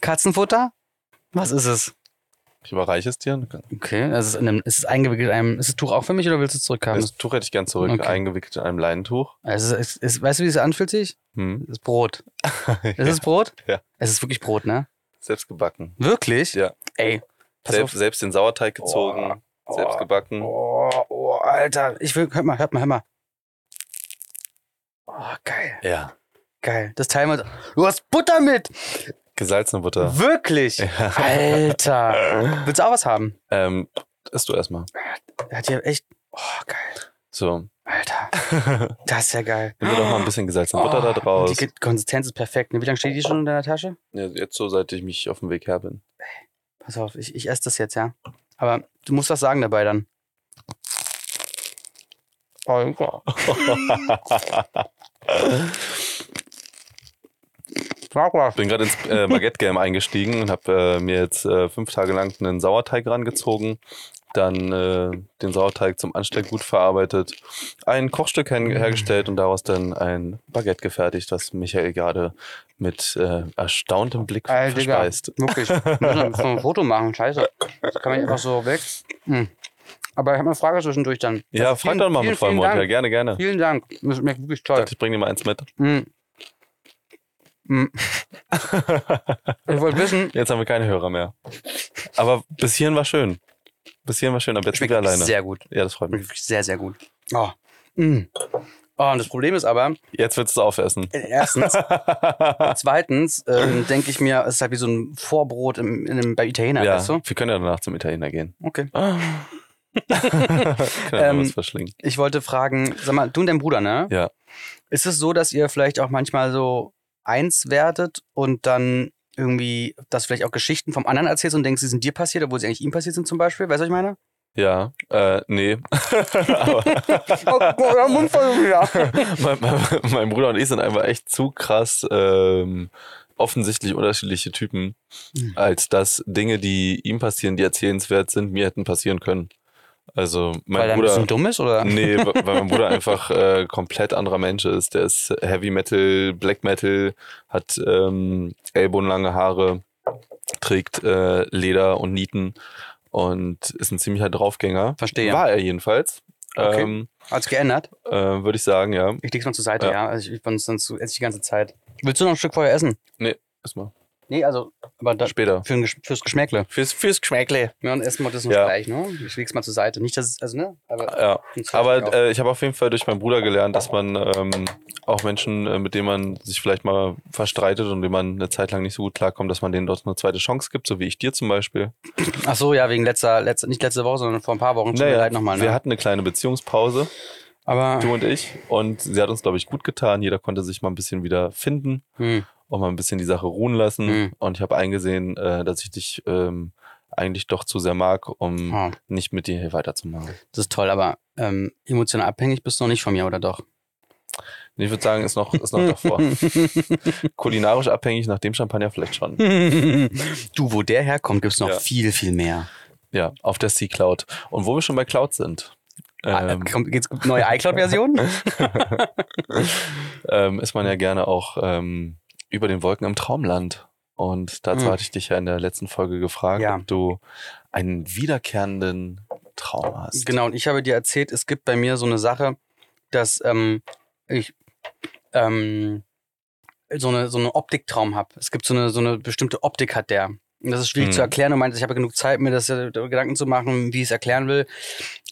[SPEAKER 2] Katzenfutter? Was ist es?
[SPEAKER 1] Ich überreiche es dir.
[SPEAKER 2] Okay, es ist, in einem, ist es eingewickelt in einem. Ist das Tuch auch für mich oder willst du es zurückhaben?
[SPEAKER 1] Das Tuch hätte ich gern zurück,
[SPEAKER 2] Okay.
[SPEAKER 1] eingewickelt in einem Leintuch.
[SPEAKER 2] Also, es ist, es ist, weißt du, wie es anfühlt sich?
[SPEAKER 1] Hm.
[SPEAKER 2] Es ist Brot. Es ist Brot?
[SPEAKER 1] Ja.
[SPEAKER 2] Es ist wirklich Brot, ne?
[SPEAKER 1] Selbst gebacken.
[SPEAKER 2] Wirklich?
[SPEAKER 1] Ja.
[SPEAKER 2] Ey, pass
[SPEAKER 1] Selbst,
[SPEAKER 2] auf.
[SPEAKER 1] selbst den Sauerteig gezogen,
[SPEAKER 2] Oh,
[SPEAKER 1] selbst gebacken.
[SPEAKER 2] Oh, oh, Alter. Ich will, hört mal, hört mal, hört mal. Oh, geil,
[SPEAKER 1] Ja.
[SPEAKER 2] geil. Das Teil mit. Du hast Butter mit!
[SPEAKER 1] Gesalzene Butter.
[SPEAKER 2] Wirklich? Alter. Willst du auch was haben?
[SPEAKER 1] Ähm, isst du erstmal.
[SPEAKER 2] Er hat hier echt. Oh, geil.
[SPEAKER 1] So,
[SPEAKER 2] Alter,
[SPEAKER 1] nehmen
[SPEAKER 2] das ist ja geil.
[SPEAKER 1] wir doch mal ein bisschen gesalzene
[SPEAKER 2] Oh,
[SPEAKER 1] Butter da draus.
[SPEAKER 2] und Die Konsistenz ist perfekt. ne? Wie lange steht die schon in deiner Tasche?
[SPEAKER 1] Ja, jetzt so, seit ich mich auf dem Weg her bin.
[SPEAKER 2] Pass auf, ich, ich esse das jetzt, ja. Aber du musst was sagen dabei dann. Alter. Sag was.
[SPEAKER 1] Ich bin gerade ins äh, Baguette-Game eingestiegen und habe äh, mir jetzt äh, fünf Tage lang einen Sauerteig rangezogen, dann äh, den Sauerteig zum Ansteckgut verarbeitet, ein Kochstück her
[SPEAKER 2] Mm.
[SPEAKER 1] hergestellt und daraus dann ein Baguette gefertigt, das Michael gerade mit äh, erstauntem Blick
[SPEAKER 2] Ey, Äh, Digga.
[SPEAKER 1] verspeist.
[SPEAKER 2] Wirklich. Wir müssen müssen wir ein Foto machen, scheiße. Das kann man nicht einfach so weg. Hm. Aber ich habe eine Frage zwischendurch dann.
[SPEAKER 1] Ja, frag
[SPEAKER 2] vielen-
[SPEAKER 1] doch mal mit
[SPEAKER 2] vielen, vielen
[SPEAKER 1] vollem Mund.
[SPEAKER 2] Dank.
[SPEAKER 1] Ja, gerne, gerne. Ich
[SPEAKER 2] Vielen Dank. Das schmeckt wirklich toll.
[SPEAKER 1] dachte, ich bringe dir mal eins mit.
[SPEAKER 2] Hm. Hm. Ich wollte wissen,
[SPEAKER 1] Jetzt haben wir keine Hörer mehr. Aber bis hierhin war schön. Bis hierhin war schön, aber jetzt sind
[SPEAKER 2] schmeckt
[SPEAKER 1] wir alleine.
[SPEAKER 2] sehr gut.
[SPEAKER 1] Ja, das freut mich.
[SPEAKER 2] Schmeckt wirklich sehr, sehr gut. Oh. Mm. oh, und das Problem ist aber,
[SPEAKER 1] Jetzt willst du es aufessen.
[SPEAKER 2] äh, erstens, zweitens ähm, denke ich mir, es ist halt wie so ein Vorbrot im, in einem, bei Italiener,
[SPEAKER 1] ja,
[SPEAKER 2] weißt du?
[SPEAKER 1] wir können ja danach zum Italiener gehen.
[SPEAKER 2] Okay.
[SPEAKER 1] Ah. Können ähm,
[SPEAKER 2] Ähm,
[SPEAKER 1] was verschlingen.
[SPEAKER 2] Ich wollte fragen, sag mal, du und dein Bruder, ne?
[SPEAKER 1] Ja.
[SPEAKER 2] Ist es so, dass ihr vielleicht auch manchmal so eins werdet und dann irgendwie, dass vielleicht auch Geschichten vom anderen erzählst und denkst, sie sind dir passiert, obwohl sie eigentlich ihm passiert sind zum Beispiel? Weißt du, was ich meine?
[SPEAKER 1] Ja, äh, nee. Aber
[SPEAKER 2] Oh, oh, Mund voll wieder.
[SPEAKER 1] mein, mein, mein Bruder und ich sind einfach echt zu krass ähm, offensichtlich unterschiedliche Typen,
[SPEAKER 2] Hm.
[SPEAKER 1] als dass Dinge, die ihm passieren, die erzählenswert sind, mir hätten passieren können. Also mein
[SPEAKER 2] Weil er ein
[SPEAKER 1] Bruder.
[SPEAKER 2] bisschen dumm ist, oder?
[SPEAKER 1] Nee, wa- weil mein Bruder einfach äh, komplett anderer Mensch ist. Der ist Heavy Metal, Black Metal, hat ähm, ellbogenlange Haare, trägt äh, Leder und Nieten und ist ein ziemlicher Draufgänger.
[SPEAKER 2] Verstehe.
[SPEAKER 1] War er jedenfalls.
[SPEAKER 2] Okay.
[SPEAKER 1] Ähm,
[SPEAKER 2] Hat's geändert?
[SPEAKER 1] äh, Würde ich sagen, ja.
[SPEAKER 2] Ich leg's mal zur Seite,
[SPEAKER 1] Ja.
[SPEAKER 2] ja. Also ich, ich bin sonst so- esse ich die ganze Zeit. Willst du noch ein Stück vorher essen?
[SPEAKER 1] Erstmal.
[SPEAKER 2] Nee, also, aber da,
[SPEAKER 1] Später.
[SPEAKER 2] für ein, Gesch- fürs Geschmäckle.
[SPEAKER 1] Fürs, fürs Geschmäckle.
[SPEAKER 2] Ja, und essen wir das noch
[SPEAKER 1] Ja.
[SPEAKER 2] gleich, ne? Ich leg's mal zur Seite. Nicht, dass es, also, ne? Aber,
[SPEAKER 1] Ja. Aber
[SPEAKER 2] auch.
[SPEAKER 1] äh, ich habe auf jeden Fall durch meinen Bruder gelernt, dass man ähm, auch Menschen, äh, mit denen man sich vielleicht mal verstreitet und denen man eine Zeit lang nicht so gut klarkommt, dass man denen dort eine zweite Chance gibt, so wie ich dir zum Beispiel.
[SPEAKER 2] Ach so, ja, wegen letzter, letzter, nicht letzte Woche, sondern vor ein paar Wochen. Tut mir leid nochmal,
[SPEAKER 1] Wir
[SPEAKER 2] ne?
[SPEAKER 1] hatten eine kleine Beziehungspause,
[SPEAKER 2] Aber,
[SPEAKER 1] du und ich, und sie hat uns, glaube ich, gut getan. Jeder konnte sich mal ein bisschen wieder finden
[SPEAKER 2] hm,
[SPEAKER 1] und mal ein bisschen die Sache ruhen lassen.
[SPEAKER 2] Mhm.
[SPEAKER 1] Und ich habe eingesehen, äh, dass ich dich ähm, eigentlich doch zu sehr mag, um
[SPEAKER 2] oh,
[SPEAKER 1] nicht mit dir hier weiterzumachen.
[SPEAKER 2] das ist toll, aber ähm, emotional abhängig bist du noch nicht von mir, oder doch?
[SPEAKER 1] Und ich würde sagen, ist noch, ist noch davor. Kulinarisch abhängig, nach dem Champagner vielleicht schon.
[SPEAKER 2] du, wo der herkommt, gibt's noch
[SPEAKER 1] Ja.
[SPEAKER 2] viel, viel mehr.
[SPEAKER 1] Ja, auf der C-Cloud. Und wo wir schon bei Cloud sind,
[SPEAKER 2] Ah,
[SPEAKER 1] ähm,
[SPEAKER 2] Kommt, geht's neue iCloud-Version?
[SPEAKER 1] ähm, ist man ja gerne auch ähm, über den Wolken im Traumland. Und dazu
[SPEAKER 2] Mhm.
[SPEAKER 1] hatte ich dich ja in der letzten Folge gefragt,
[SPEAKER 2] Ja.
[SPEAKER 1] ob du einen wiederkehrenden Traum hast.
[SPEAKER 2] Genau, und ich habe dir erzählt, es gibt bei mir so eine Sache, dass ähm, ich ähm, so eine so eine Optiktraum habe. Es gibt so eine, so eine bestimmte Optik hat der. Und das ist schwierig
[SPEAKER 1] Hm.
[SPEAKER 2] zu erklären. Du meintest, ich habe genug Zeit, mir das äh, Gedanken zu machen, wie ich es erklären will.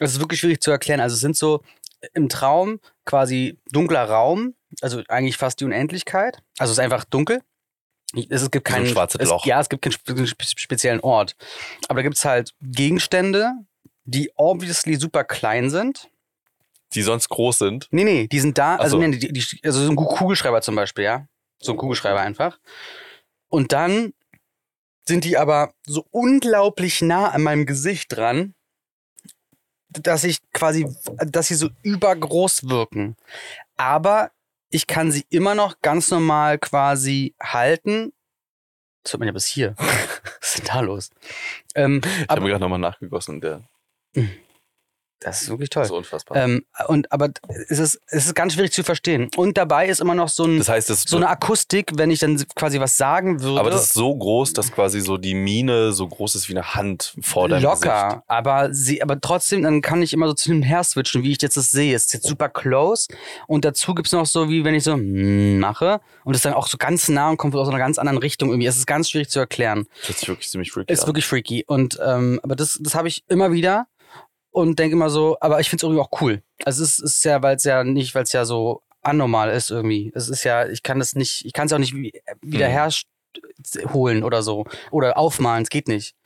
[SPEAKER 2] Es ist wirklich schwierig zu erklären. Also es sind so im Traum quasi dunkler Raum, also eigentlich fast die Unendlichkeit. Also es ist einfach dunkel. Es, es gibt
[SPEAKER 1] So Also ein
[SPEAKER 2] keinen
[SPEAKER 1] schwarzes
[SPEAKER 2] es,
[SPEAKER 1] Loch.
[SPEAKER 2] Ja, es gibt keinen spe- spe- speziellen Ort. Aber da gibt es halt Gegenstände, die obviously super klein sind.
[SPEAKER 1] Die sonst groß sind.
[SPEAKER 2] Nee, nee, die sind da. Also,
[SPEAKER 1] Ach so.
[SPEAKER 2] nee, die, die, also so ein Kugelschreiber zum Beispiel, ja. So ein Kugelschreiber einfach. Und dann sind die aber so unglaublich nah an meinem Gesicht dran, dass ich quasi, dass sie so übergroß wirken. Aber ich kann sie immer noch ganz normal quasi halten. Das hört man ja bis hier. Was ist denn da los? Ähm,
[SPEAKER 1] Ich
[SPEAKER 2] Aber-
[SPEAKER 1] habe mir gerade nochmal nachgegossen. Der
[SPEAKER 2] das ist wirklich toll.
[SPEAKER 1] ist unfassbar.
[SPEAKER 2] Ähm, und, aber es ist, es ist ganz schwierig zu verstehen. Und dabei ist immer noch so, ein,
[SPEAKER 1] das heißt, es
[SPEAKER 2] so eine Akustik, wenn ich dann quasi was sagen würde.
[SPEAKER 1] aber das ist so groß, dass quasi so die Mine so groß ist wie eine Hand vor deinem
[SPEAKER 2] locker.
[SPEAKER 1] Gesicht.
[SPEAKER 2] Aber, sie, aber trotzdem, dann kann ich immer so zu dem her switchen, wie ich jetzt das sehe. Es ist jetzt super close. Und dazu gibt es noch so, wie wenn ich so mm, mache und es dann auch so ganz nah und kommt aus einer ganz anderen Richtung irgendwie. Es ist ganz schwierig zu erklären.
[SPEAKER 1] Das hört sich wirklich ziemlich freaky
[SPEAKER 2] Ist
[SPEAKER 1] an.
[SPEAKER 2] wirklich freaky. Und ähm, aber das, das habe ich immer wieder und denke immer so, aber ich finde es irgendwie auch cool. Also es ist, ist ja, weil es ja nicht, weil es ja so anormal ist irgendwie. Es ist ja, ich kann das nicht, ich kann es auch nicht wie- wieder
[SPEAKER 1] Hm.
[SPEAKER 2] herholen oder so. Oder aufmalen, es geht nicht.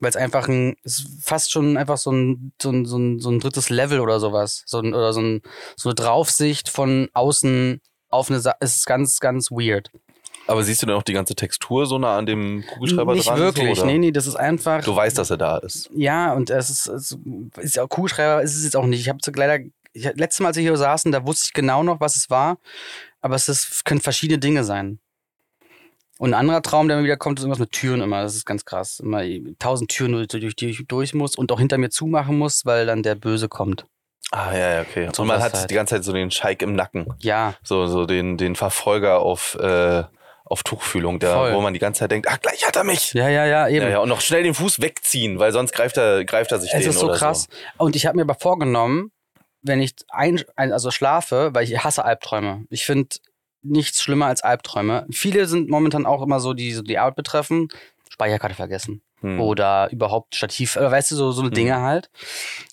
[SPEAKER 2] Weil es einfach ein, es ist fast schon einfach so ein, so ein, so ein, so ein drittes Level oder sowas. So ein, oder so, ein, so eine Draufsicht von außen auf eine Sache. Es ist ganz, ganz weird.
[SPEAKER 1] aber siehst du denn auch die ganze Textur so nah an dem Kugelschreiber
[SPEAKER 2] Nicht
[SPEAKER 1] dran?
[SPEAKER 2] wirklich,
[SPEAKER 1] so, oder?
[SPEAKER 2] nee, nee, das ist einfach.
[SPEAKER 1] Du weißt, dass er da ist.
[SPEAKER 2] Ja, und es ist, es ist ja auch Kugelschreiber, ist es jetzt auch nicht. Ich habe leider, ich, hab- letztes Mal, als wir hier saßen, da wusste ich genau noch, was es war. Aber es ist, können verschiedene Dinge sein. Und ein anderer Traum, der mir wieder kommt, ist irgendwas mit Türen immer. Das ist ganz krass. Immer tausend Türen, durch, durch die ich durch muss und auch hinter mir zumachen muss, weil dann der Böse kommt.
[SPEAKER 1] Ah, ja, ja, okay.
[SPEAKER 2] So
[SPEAKER 1] und man
[SPEAKER 2] was
[SPEAKER 1] hat
[SPEAKER 2] halt.
[SPEAKER 1] die ganze Zeit so den Scheik im Nacken.
[SPEAKER 2] Ja,
[SPEAKER 1] So, so den, den Verfolger auf, äh, auf Tuchfühlung,
[SPEAKER 2] Voll.
[SPEAKER 1] da, wo man die ganze Zeit denkt, ach, gleich hat er mich.
[SPEAKER 2] ja, ja, ja, eben.
[SPEAKER 1] Ja, ja, und noch schnell den Fuß wegziehen, weil sonst greift er, greift er sich
[SPEAKER 2] Es
[SPEAKER 1] den
[SPEAKER 2] ist so
[SPEAKER 1] oder
[SPEAKER 2] krass. Und ich habe mir aber vorgenommen, wenn ich ein, ein, also schlafe, weil ich hasse Albträume. Ich finde nichts schlimmer als Albträume. Viele sind momentan auch immer so, die so die Arbeit betreffen. Speicherkarte vergessen.
[SPEAKER 1] so. Hm.
[SPEAKER 2] Oder überhaupt Stativ, oder weißt du, so, so eine
[SPEAKER 1] Hm.
[SPEAKER 2] Dinge halt.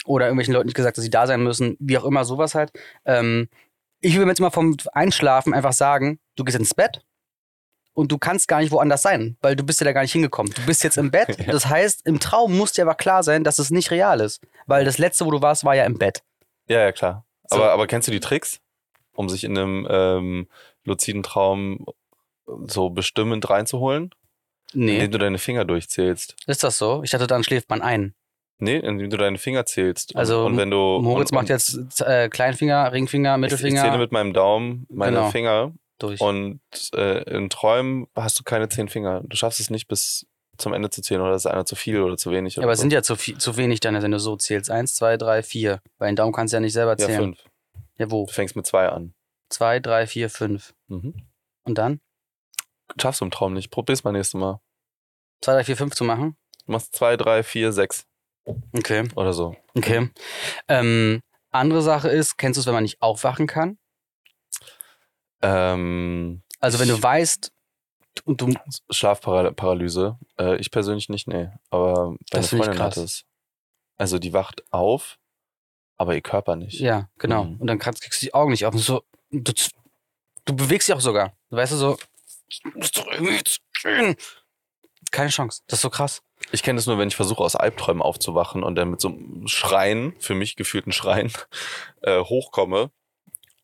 [SPEAKER 2] Oder irgendwelchen Leuten nicht gesagt, dass sie da sein müssen, wie auch immer, sowas halt. Ähm, ich will mir jetzt mal vom Einschlafen einfach sagen, du gehst ins Bett und du kannst gar nicht woanders sein, weil du bist ja da gar nicht hingekommen. Du bist jetzt im Bett. Das heißt, im Traum muss dir aber klar sein, dass es nicht real ist. Weil das letzte, wo du warst, war ja im Bett.
[SPEAKER 1] Ja, ja, klar.
[SPEAKER 2] So.
[SPEAKER 1] Aber, aber kennst du die Tricks, um sich in einem ähm, luziden Traum so bestimmend reinzuholen?
[SPEAKER 2] Nee.
[SPEAKER 1] Indem du deine Finger durchzählst.
[SPEAKER 2] Ist das so? Ich dachte, dann schläft man ein.
[SPEAKER 1] Nee, indem du deine Finger zählst. Und-
[SPEAKER 2] Also,
[SPEAKER 1] und wenn du.
[SPEAKER 2] Moritz
[SPEAKER 1] Oh, und,
[SPEAKER 2] macht jetzt äh, Kleinfinger, Ringfinger,
[SPEAKER 1] Ich, ich
[SPEAKER 2] Mittelfinger
[SPEAKER 1] zähle mit meinem Daumen meine
[SPEAKER 2] Genau.
[SPEAKER 1] Finger
[SPEAKER 2] durch.
[SPEAKER 1] Und äh, in Träumen hast du keine zehn Finger. Du schaffst es nicht bis zum Ende zu zählen oder ist einer zu viel oder zu wenig. Oder
[SPEAKER 2] Ja, aber es
[SPEAKER 1] so.
[SPEAKER 2] sind ja zu, viel, zu wenig deine, wenn du so zählst. Eins, zwei, drei, vier. Weil den Daumen kannst du ja nicht selber
[SPEAKER 1] ja
[SPEAKER 2] zählen.
[SPEAKER 1] fünf.
[SPEAKER 2] Ja, wo?
[SPEAKER 1] Du fängst mit zwei an.
[SPEAKER 2] Zwei, drei, vier, fünf.
[SPEAKER 1] Mhm.
[SPEAKER 2] Und dann?
[SPEAKER 1] Schaffst du im Traum nicht. Probier's mal nächstes Mal.
[SPEAKER 2] Zwei, drei, vier, fünf zu machen?
[SPEAKER 1] Du machst zwei, drei, vier, sechs
[SPEAKER 2] Okay,
[SPEAKER 1] oder so.
[SPEAKER 2] okay. Ähm, andere Sache ist, kennst du es, wenn man nicht aufwachen kann?
[SPEAKER 1] Ähm,
[SPEAKER 2] Also wenn du
[SPEAKER 1] Ich-
[SPEAKER 2] weißt, Und du,
[SPEAKER 1] Schlafparalyse. Äh, ich persönlich nicht, nee. Aber deine
[SPEAKER 2] Das find ich
[SPEAKER 1] Freundin hat
[SPEAKER 2] krass.
[SPEAKER 1] es. Also die wacht auf, aber ihr Körper nicht.
[SPEAKER 2] ja, genau.
[SPEAKER 1] Mhm.
[SPEAKER 2] Und dann kannst, kriegst du die Augen nicht auf. Und so, du, z- du bewegst dich auch sogar. Weißt du, so, das ist doch irgendwie jetzt gehen. keine Chance. Das ist so krass.
[SPEAKER 1] Ich kenne das nur, wenn ich versuche, aus Albträumen aufzuwachen und dann mit so einem Schreien, für mich gefühlten Schreien, äh, hochkomme.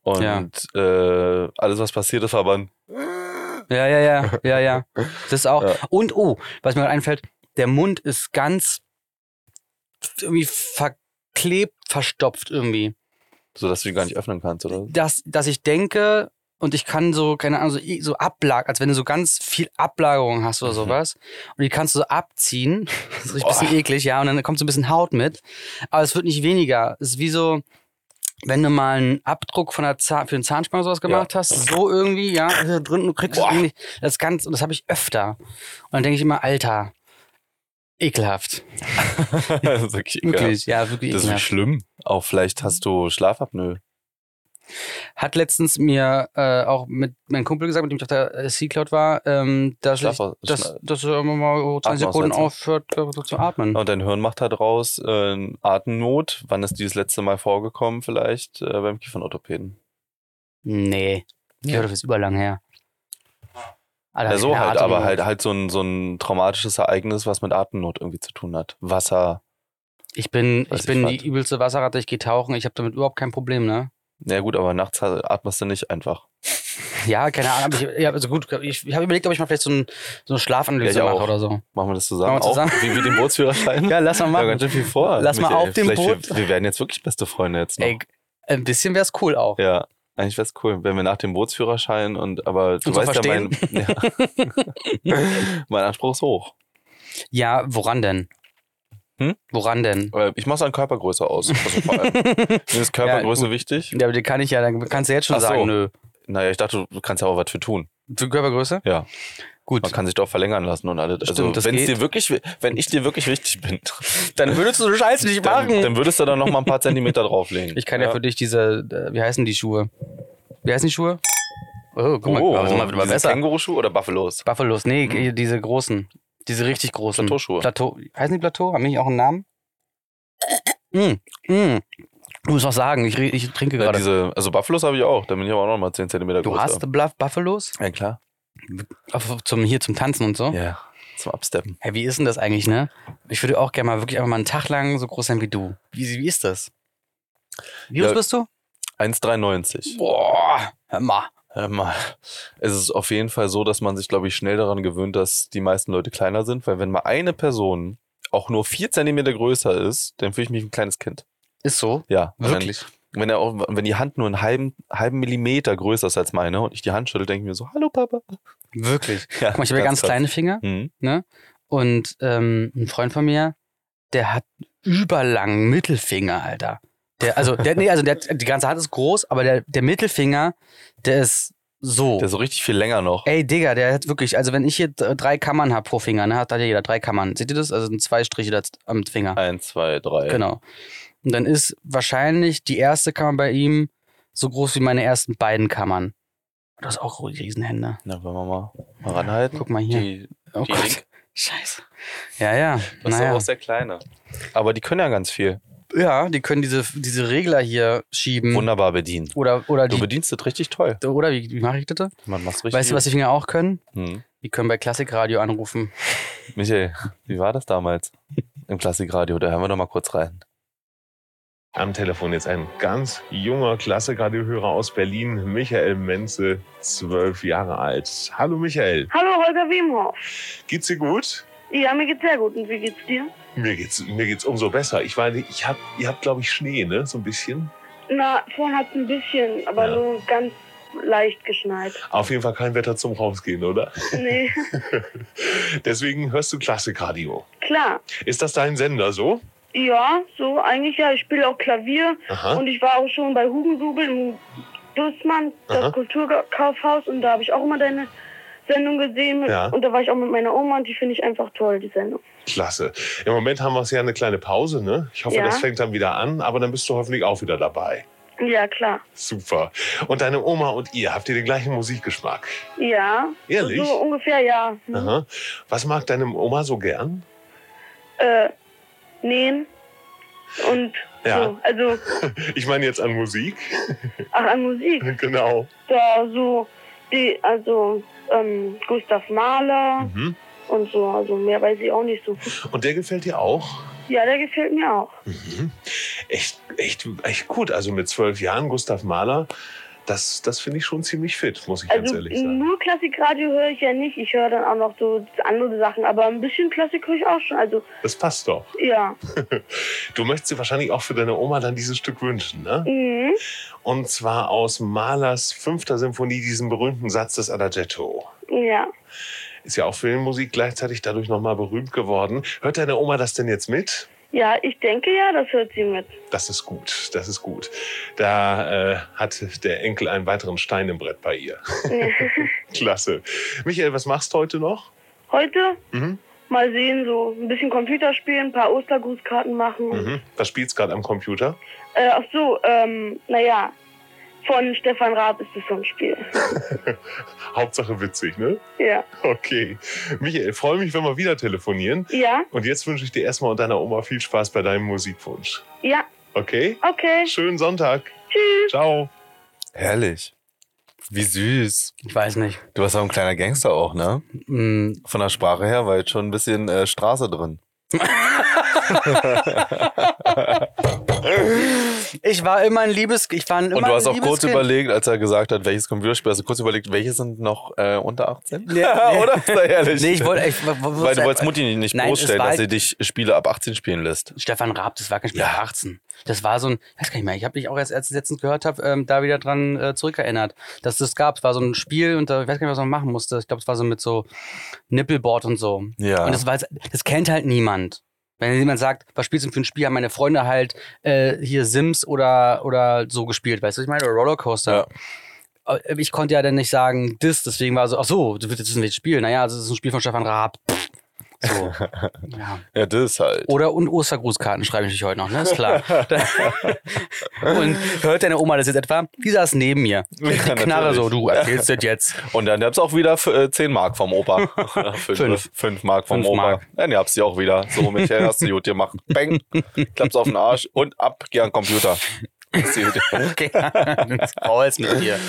[SPEAKER 1] Und
[SPEAKER 2] Ja.
[SPEAKER 1] äh, alles, was passiert ist, war aber ein
[SPEAKER 2] Ja, ja, ja, ja, ja. Das auch.
[SPEAKER 1] Ja.
[SPEAKER 2] Und oh, was mir gerade einfällt, der Mund ist ganz irgendwie verklebt, verstopft irgendwie.
[SPEAKER 1] so dass du ihn gar nicht öffnen kannst, oder?
[SPEAKER 2] Dass, dass ich denke und ich kann so, keine Ahnung, so, i- so Ablag, als wenn du so ganz viel Ablagerung hast oder
[SPEAKER 1] Mhm.
[SPEAKER 2] sowas. Und die kannst du so abziehen. Das ist ein
[SPEAKER 1] Boah.
[SPEAKER 2] bisschen eklig, ja. Und dann kommt so ein bisschen Haut mit. Aber es wird nicht weniger. Es ist wie so, wenn du mal einen Abdruck von der Zahn, für den Zahnspange sowas gemacht hast, so irgendwie, ja, ist da drin, du kriegst es
[SPEAKER 1] Boah.
[SPEAKER 2] irgendwie, das ganz, und das habe ich öfter. Und dann denke ich immer, Alter, ekelhaft.
[SPEAKER 1] das ist wirklich ekelhaft.
[SPEAKER 2] Wirklich, ja, wirklich
[SPEAKER 1] Das ist wirklich
[SPEAKER 2] ekelhaft.
[SPEAKER 1] schlimm. Auch vielleicht hast du Schlafapnoe.
[SPEAKER 2] Hat letztens mir äh, auch mit meinem Kumpel gesagt, mit dem ich auf der äh, C-Cloud war, ähm, dass, ich,
[SPEAKER 1] Schlafaus-
[SPEAKER 2] dass,
[SPEAKER 1] Schna-
[SPEAKER 2] dass er immer mal 20 Sekunden aufhört äh, zu atmen.
[SPEAKER 1] Und dein Hirn macht da draus äh, Atemnot. Wann ist die das letzte Mal vorgekommen? Vielleicht äh, beim Kiefernorthopäden.
[SPEAKER 2] Nee, ich
[SPEAKER 1] Ja.
[SPEAKER 2] höre das ist überlang her. Alter,
[SPEAKER 1] Ja, so
[SPEAKER 2] keine
[SPEAKER 1] halt,
[SPEAKER 2] Ahnung.
[SPEAKER 1] aber halt, halt so, ein, so ein traumatisches Ereignis, was mit Atemnot irgendwie zu tun hat. Wasser.
[SPEAKER 2] Ich bin,
[SPEAKER 1] Weiß
[SPEAKER 2] ich bin
[SPEAKER 1] ich halt.
[SPEAKER 2] die übelste Wasserratte, ich gehe tauchen, ich habe damit überhaupt kein Problem, ne?
[SPEAKER 1] Na ja, gut, aber nachts atmest du nicht einfach.
[SPEAKER 2] Ja, keine Ahnung. aber Ich, ja, also gut, ich, ich habe überlegt, ob ich mal vielleicht so, ein, so eine Schlafanalyse
[SPEAKER 1] Ja, ich auch.
[SPEAKER 2] mache oder so.
[SPEAKER 1] Machen wir das zusammen,
[SPEAKER 2] Machen wir zusammen?
[SPEAKER 1] auch? Wie mit dem Bootsführerschein?
[SPEAKER 2] Ja, lass mal
[SPEAKER 1] Ja, ganz
[SPEAKER 2] machen.
[SPEAKER 1] schön viel vor.
[SPEAKER 2] Lass mal
[SPEAKER 1] Michael.
[SPEAKER 2] auf dem
[SPEAKER 1] Vielleicht
[SPEAKER 2] Boot.
[SPEAKER 1] Wir, wir werden jetzt wirklich beste Freunde jetzt noch.
[SPEAKER 2] Ey, ein bisschen wäre es cool auch.
[SPEAKER 1] Ja, eigentlich wäre es cool, wenn wir nach dem Bootsführerschein und aber du
[SPEAKER 2] Uns auch
[SPEAKER 1] weißt ja, mein, ja, mein Anspruch ist hoch.
[SPEAKER 2] Ja, woran denn?
[SPEAKER 1] Hm?
[SPEAKER 2] Woran denn?
[SPEAKER 1] Äh, Ich mache es an Körpergröße aus. Also vor allem. Mir ist Körpergröße wichtig.
[SPEAKER 2] Ja, aber die kann ich ja, dann kannst du jetzt schon
[SPEAKER 1] Ach so.
[SPEAKER 2] sagen, nö.
[SPEAKER 1] Naja, ich dachte, du kannst ja auch was für tun.
[SPEAKER 2] Für Körpergröße?
[SPEAKER 1] Ja.
[SPEAKER 2] Gut.
[SPEAKER 1] Man kann sich doch verlängern lassen und alles.
[SPEAKER 2] Stimmt,
[SPEAKER 1] also,
[SPEAKER 2] das
[SPEAKER 1] wenn es
[SPEAKER 2] geht.
[SPEAKER 1] dir wirklich, wi- wenn ich dir wirklich wichtig bin,
[SPEAKER 2] Dann würdest du so Scheiße nicht
[SPEAKER 1] dann,
[SPEAKER 2] machen.
[SPEAKER 1] dann würdest du da noch mal ein paar Zentimeter drauflegen.
[SPEAKER 2] ich kann ja. für dich diese, äh, wie heißen die Schuhe? Wie heißen die Schuhe? Oh, guck mal,
[SPEAKER 1] Oh,
[SPEAKER 2] aber sind wir wieder
[SPEAKER 1] diese
[SPEAKER 2] besser.
[SPEAKER 1] Känguruschuhe oder Buffalos?
[SPEAKER 2] Buffalos, nee, diese großen. Diese richtig großen.
[SPEAKER 1] Plateauschuhe.
[SPEAKER 2] Plateau, heißen die Plateau? Haben die nicht auch einen Namen? Mm, mm. Du musst was sagen, ich, re- ich trinke
[SPEAKER 1] Ja,
[SPEAKER 2] gerade.
[SPEAKER 1] diese, also Buffalos habe ich auch. Da bin ich aber auch noch mal 10 Zentimeter
[SPEAKER 2] du
[SPEAKER 1] größer.
[SPEAKER 2] hast Bluff Buffalos?
[SPEAKER 1] Ja, klar.
[SPEAKER 2] Auf, zum, hier zum Tanzen und so?
[SPEAKER 1] Ja, zum Absteppen.
[SPEAKER 2] Hey, wie ist denn das eigentlich, ne? Ich würde auch gerne mal wirklich einfach mal einen Tag lang so groß sein wie du. Wie, wie ist das? Wie groß
[SPEAKER 1] Ja.
[SPEAKER 2] bist du?
[SPEAKER 1] 1,93.
[SPEAKER 2] Boah, hör mal.
[SPEAKER 1] Ähm, es ist auf jeden Fall so, dass man sich, glaube ich, schnell daran gewöhnt, dass die meisten Leute kleiner sind, weil wenn mal eine Person auch nur 4 Zentimeter größer ist, dann fühle ich mich wie ein kleines Kind.
[SPEAKER 2] Ist so?
[SPEAKER 1] Ja, und dann-
[SPEAKER 2] Wirklich?
[SPEAKER 1] wenn, er auch, wenn die Hand nur einen halben, halben Millimeter größer ist als meine und ich die Hand schüttel, denke ich mir so, hallo Papa.
[SPEAKER 2] Wirklich. Guck mal, ich habe ja ganz
[SPEAKER 1] krass.
[SPEAKER 2] kleine Finger.
[SPEAKER 1] Mhm.
[SPEAKER 2] Und ähm, ein Freund von mir, der hat überlangen Mittelfinger, Alter. Der, also, der, nee, also der, die ganze Hand ist groß, aber der, der Mittelfinger, der ist so.
[SPEAKER 1] Der ist so richtig viel länger noch.
[SPEAKER 2] Ey, Digga, der hat wirklich, also wenn ich hier d- drei Kammern habe pro Finger, ne, hat da jeder drei Kammern. Seht ihr das? Also sind zwei Striche da z- am Finger.
[SPEAKER 1] Eins, zwei, drei.
[SPEAKER 2] Genau. Und dann ist wahrscheinlich die erste Kammer bei ihm so groß wie meine ersten beiden Kammern. Das ist auch Riesenhände.
[SPEAKER 1] Na, wollen wir mal, mal ranhalten?
[SPEAKER 2] Guck mal hier.
[SPEAKER 1] Die,
[SPEAKER 2] Oh
[SPEAKER 1] die
[SPEAKER 2] Gott.
[SPEAKER 1] Link.
[SPEAKER 2] Scheiße. Ja, ja.
[SPEAKER 1] das ist
[SPEAKER 2] naja.
[SPEAKER 1] doch auch sehr kleine. Aber die können ja ganz viel.
[SPEAKER 2] Ja, die können diese, diese Regler hier schieben.
[SPEAKER 1] Wunderbar bedienen.
[SPEAKER 2] Oder, oder,
[SPEAKER 1] Du
[SPEAKER 2] Mhm. die,
[SPEAKER 1] bedienst das richtig toll.
[SPEAKER 2] oder wie, wie mache ich das?
[SPEAKER 1] Man macht's richtig.
[SPEAKER 2] Weißt du, was die Finger auch können?
[SPEAKER 1] Mhm.
[SPEAKER 2] Die können bei Klassikradio anrufen.
[SPEAKER 1] Michael, wie war das damals im Klassikradio? Da hören wir doch mal kurz rein.
[SPEAKER 3] Am Telefon jetzt ein ganz junger Klassikradiohörer aus Berlin, Michael Menze, zwölf Jahre alt. Hallo Michael,
[SPEAKER 4] Hallo Holger Wimhoff.
[SPEAKER 3] geht's dir gut?
[SPEAKER 4] Ja, mir geht's sehr gut. Und wie geht's dir?
[SPEAKER 3] Mir geht's, mir geht's umso besser. Ich meine, ich hab, ihr habt, glaube ich, Schnee, ne? So ein bisschen.
[SPEAKER 4] Na, vorhin hat's ein bisschen, aber
[SPEAKER 3] Ja.
[SPEAKER 4] nur ganz leicht geschneit.
[SPEAKER 3] Auf jeden Fall kein Wetter zum Rausgehen, oder?
[SPEAKER 4] Nee,
[SPEAKER 3] Deswegen hörst du Klassikradio.
[SPEAKER 4] klar.
[SPEAKER 3] Ist das dein Sender so?
[SPEAKER 4] Ja, so eigentlich ja. Ich spiele auch Klavier
[SPEAKER 3] Aha.
[SPEAKER 4] und ich war auch schon bei Hugendubel im Dussmann,
[SPEAKER 3] Aha.
[SPEAKER 4] das Kulturkaufhaus und da habe ich auch immer deine Sendung gesehen
[SPEAKER 3] Ja.
[SPEAKER 4] und da war ich auch mit meiner Oma und die finde ich einfach toll, die Sendung.
[SPEAKER 3] Klasse. Im Moment haben wir ja eine kleine Pause, ne? Ich hoffe,
[SPEAKER 4] Ja.
[SPEAKER 3] das fängt dann wieder an, aber dann bist du hoffentlich auch wieder dabei.
[SPEAKER 4] Ja, klar.
[SPEAKER 3] Super. Und deine Oma und ihr, habt ihr den gleichen Musikgeschmack?
[SPEAKER 4] Ja.
[SPEAKER 3] Ehrlich?
[SPEAKER 4] So ungefähr, ja. Hm.
[SPEAKER 3] Aha. Was mag deine Oma so gern?
[SPEAKER 4] Äh, nähen. Und
[SPEAKER 3] Ja.
[SPEAKER 4] so. Also,
[SPEAKER 3] Ich meine jetzt an Musik.
[SPEAKER 4] ach, an Musik.
[SPEAKER 3] genau.
[SPEAKER 4] Da so, die, also, ähm, Gustav Mahler
[SPEAKER 3] Mhm.
[SPEAKER 4] und so. Also, mehr weiß ich auch nicht so.
[SPEAKER 3] Und der gefällt dir auch?
[SPEAKER 4] Ja, der gefällt mir auch.
[SPEAKER 3] Mhm. Echt, echt, echt gut. Also mit zwölf Jahren Gustav Mahler, das, das finde ich schon ziemlich fit, muss ich ganz
[SPEAKER 4] Also,
[SPEAKER 3] ehrlich sagen.
[SPEAKER 4] nur Klassikradio höre ich ja nicht. Ich höre dann auch noch so andere Sachen. Aber ein bisschen Klassik höre ich auch schon. Also,
[SPEAKER 3] Das passt doch.
[SPEAKER 4] ja.
[SPEAKER 3] Du möchtest dir wahrscheinlich auch für deine Oma dann dieses Stück wünschen, ne?
[SPEAKER 4] Mhm.
[SPEAKER 3] Und zwar aus Mahlers fünfter Symphonie, diesen berühmten Satz des Adagetto.
[SPEAKER 4] Ja.
[SPEAKER 3] Ist ja auch Filmmusik gleichzeitig dadurch nochmal berühmt geworden. Hört deine Oma das denn jetzt mit?
[SPEAKER 4] Ja, ich denke ja, das hört sie mit.
[SPEAKER 3] Das ist gut, das ist gut. Da äh, hat der Enkel einen weiteren Stein im Brett bei ihr. Klasse. Michael, was machst du heute noch?
[SPEAKER 4] Heute
[SPEAKER 3] Mhm.
[SPEAKER 4] mal sehen, so ein bisschen Computer spielen, ein paar Ostergrußkarten machen.
[SPEAKER 3] Mhm. Was spielst gerade am Computer?
[SPEAKER 4] Äh, ach so, ähm, naja, von Stefan Raab ist es so ein Spiel.
[SPEAKER 3] Hauptsache witzig, ne?
[SPEAKER 4] Ja.
[SPEAKER 3] Okay. Michael, freue mich, wenn wir wieder telefonieren.
[SPEAKER 4] Ja,
[SPEAKER 3] Und jetzt wünsche ich dir erstmal und deiner Oma viel Spaß bei deinem Musikwunsch.
[SPEAKER 4] ja,
[SPEAKER 3] Okay?
[SPEAKER 4] okay.
[SPEAKER 3] Schönen Sonntag.
[SPEAKER 4] Tschüss.
[SPEAKER 3] Ciao.
[SPEAKER 1] Herrlich. Wie süß.
[SPEAKER 2] Ich weiß nicht.
[SPEAKER 1] Du warst auch ein kleiner Gangster auch, ne?
[SPEAKER 2] Mm,
[SPEAKER 1] Von der Sprache her war jetzt schon ein bisschen äh, Straße drin.
[SPEAKER 2] Ich war immer ein Liebes... Ich war immer
[SPEAKER 1] Und du hast
[SPEAKER 2] ein
[SPEAKER 1] auch kurz
[SPEAKER 2] Liebeskind.
[SPEAKER 1] überlegt, als er gesagt hat, welches Computerspiel, hast du kurz überlegt, welche sind noch äh, unter 18?
[SPEAKER 2] Ja, nee.
[SPEAKER 1] Oder? Ist doch herrlich.
[SPEAKER 2] Nee, ich wollte... Ich, wo- wo-
[SPEAKER 1] Weil du wolltest Mutti nicht, nicht
[SPEAKER 2] Nein, es
[SPEAKER 1] bloßstellen,
[SPEAKER 2] war
[SPEAKER 1] dass sie
[SPEAKER 2] halt-
[SPEAKER 1] dich Spiele ab 18 spielen lässt.
[SPEAKER 2] Stefan Raab, das war kein Spiel ab 18. Das war so ein, ich weiß gar nicht mehr, ich habe mich auch erst, als ich letztens gehört habe, ähm, da wieder dran äh, zurückerinnert, dass das gab. Es war so ein Spiel und da, ich weiß gar nicht, was man machen musste. Ich glaube, es war so mit so Nippelboard und so.
[SPEAKER 1] Ja.
[SPEAKER 2] Und das, war, jetzt- das kennt halt niemand. Wenn jemand sagt, was spielst du denn für ein Spiel, haben meine Freunde halt äh, hier Sims oder, oder so gespielt, weißt du, was ich meine, oder Rollercoaster. Äh, Ich konnte ja dann nicht sagen, das, deswegen war so, ach so, das wird jetzt ein Spiel. Naja, das ist ein Spiel von Stefan Raab. Pff. So. ja.
[SPEAKER 1] ja, das halt.
[SPEAKER 2] Oder und Ostergrußkarten schreibe ich natürlich heute noch, ne? Ist klar. und hört deine Oma das jetzt etwa? Die saß neben mir.
[SPEAKER 1] Ja,
[SPEAKER 2] Die Knarre
[SPEAKER 1] natürlich.
[SPEAKER 2] so, du erzählst das jetzt.
[SPEAKER 1] Und dann gab's auch wieder f- äh, 10 Mark vom Opa. fünf,
[SPEAKER 2] Fünf.
[SPEAKER 1] fünf Mark vom
[SPEAKER 2] Fünf
[SPEAKER 1] Opa.
[SPEAKER 2] Mark.
[SPEAKER 1] Dann gab's die auch wieder. So, Michael, hast du gut gemacht. Bang. Klapp's auf den Arsch und ab, geh an den Computer. Ist die Idee.
[SPEAKER 2] Okay, das Kreuz mit dir.